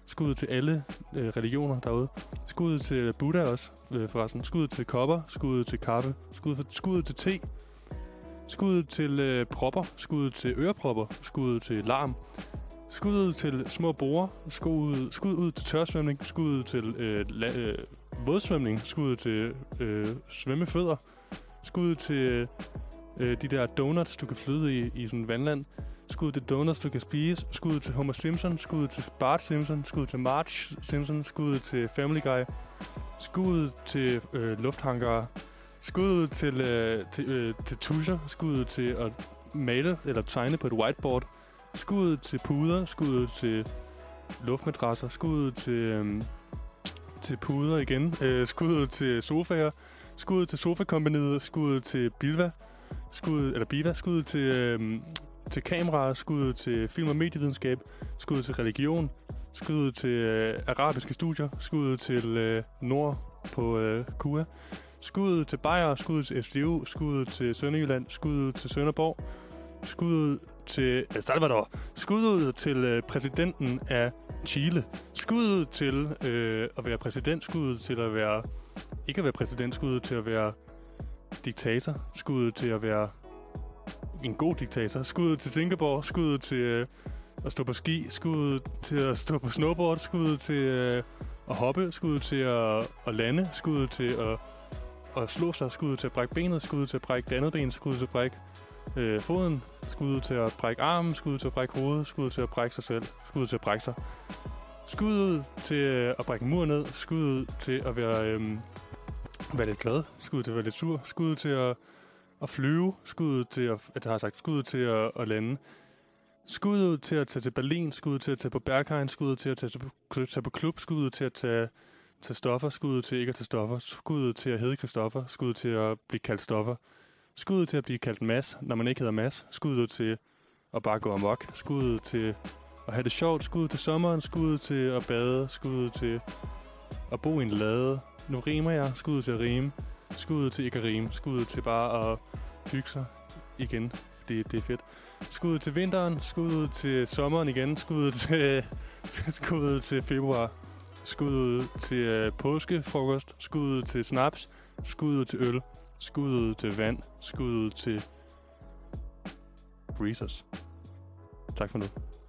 Speaker 11: skud til alle øh, religioner derude, skud til Buddha også, øh, forresten, skud til kopper, skud til kaffe, skud, for, skud til te, skud til øh, propper, skud til ørepropper, skud til larm, skud til små borer, skud, skud ud til tørsvømning, skud til øh, la, øh, vådsvømning, skud til øh, svømmefødder, skud til øh, de der donuts, du kan flyde i, i sådan vandland. Skud til donuts, du kan spise. Skud til Homer Simpson. Skud til Bart Simpson. Skud til Marge Simpson. Skud til Family Guy. Skud til øh, lufthankere. Skud til, øh, til, øh, til tuscher. Skud til at male eller tegne på et whiteboard. Skud til puder. Skud til luftmadrasser. Skud til, øh, til puder igen. Øh, skud til sofaer. Skud til sofakompaniet. Skud til Bilva. Skud, eller Biva. Skud til, øh, til kameraer. Skud til film- og medievidenskab. Skud til religion. Skud til øh, arabiske studier. Skud til øh, Nord på øh, Kua. Skud til Bayer, skud til SDU, skud til Sønderjylland, skud til Sønderborg, skud til El Salvador, skud til øh, præsidenten af Chile, skud til øh, at være præsident, skud til at være ikke at være præsident, skud til at være diktator, skud til at være en god diktator, skud til Singapore, skud til øh, at stå på ski, skud til at stå på snowboard, skud til øh, at hoppe, skud til at, at lande, skud til at at slå sig, skud til at brække benet, skud til at brække det andet ben, skud til at brække øh, foden, skud til at brække armen, skud til at brække hovedet, skud til at brække sig selv, skud til at brække sig. Skud til øh, at brække en mur ned, skud til at være, øh, være lidt glad, skud til at være lidt sur, skud til at, at flyve, skud til at, at har jeg sagt, skud til at, at lande. Skud til at tage til Berlin, skud til at tage på Berghain, skud til at tage, til- tage på klub, skud til at tage til stoffer, skud til ikke at tage stoffer, skud til at hedde Christoffer, skud til at blive kaldt stoffer, skud til at blive kaldt Mads, når man ikke hedder Mads, skud til at bare gå amok, skud til at have det sjovt, skud til sommeren, skud til at bade, skud til at bo i en lade, nu rimer jeg, skud til at rime, skud til ikke at rime, skud til bare at hygge sig igen, det, det er fedt. Skud til vinteren, skud til sommeren igen, skud til, skud til februar. Skud ud til øh, påskefrokost, skud ud til snaps, skud ud til øl, skud ud til vand, skud ud til breezers. Tak for nu.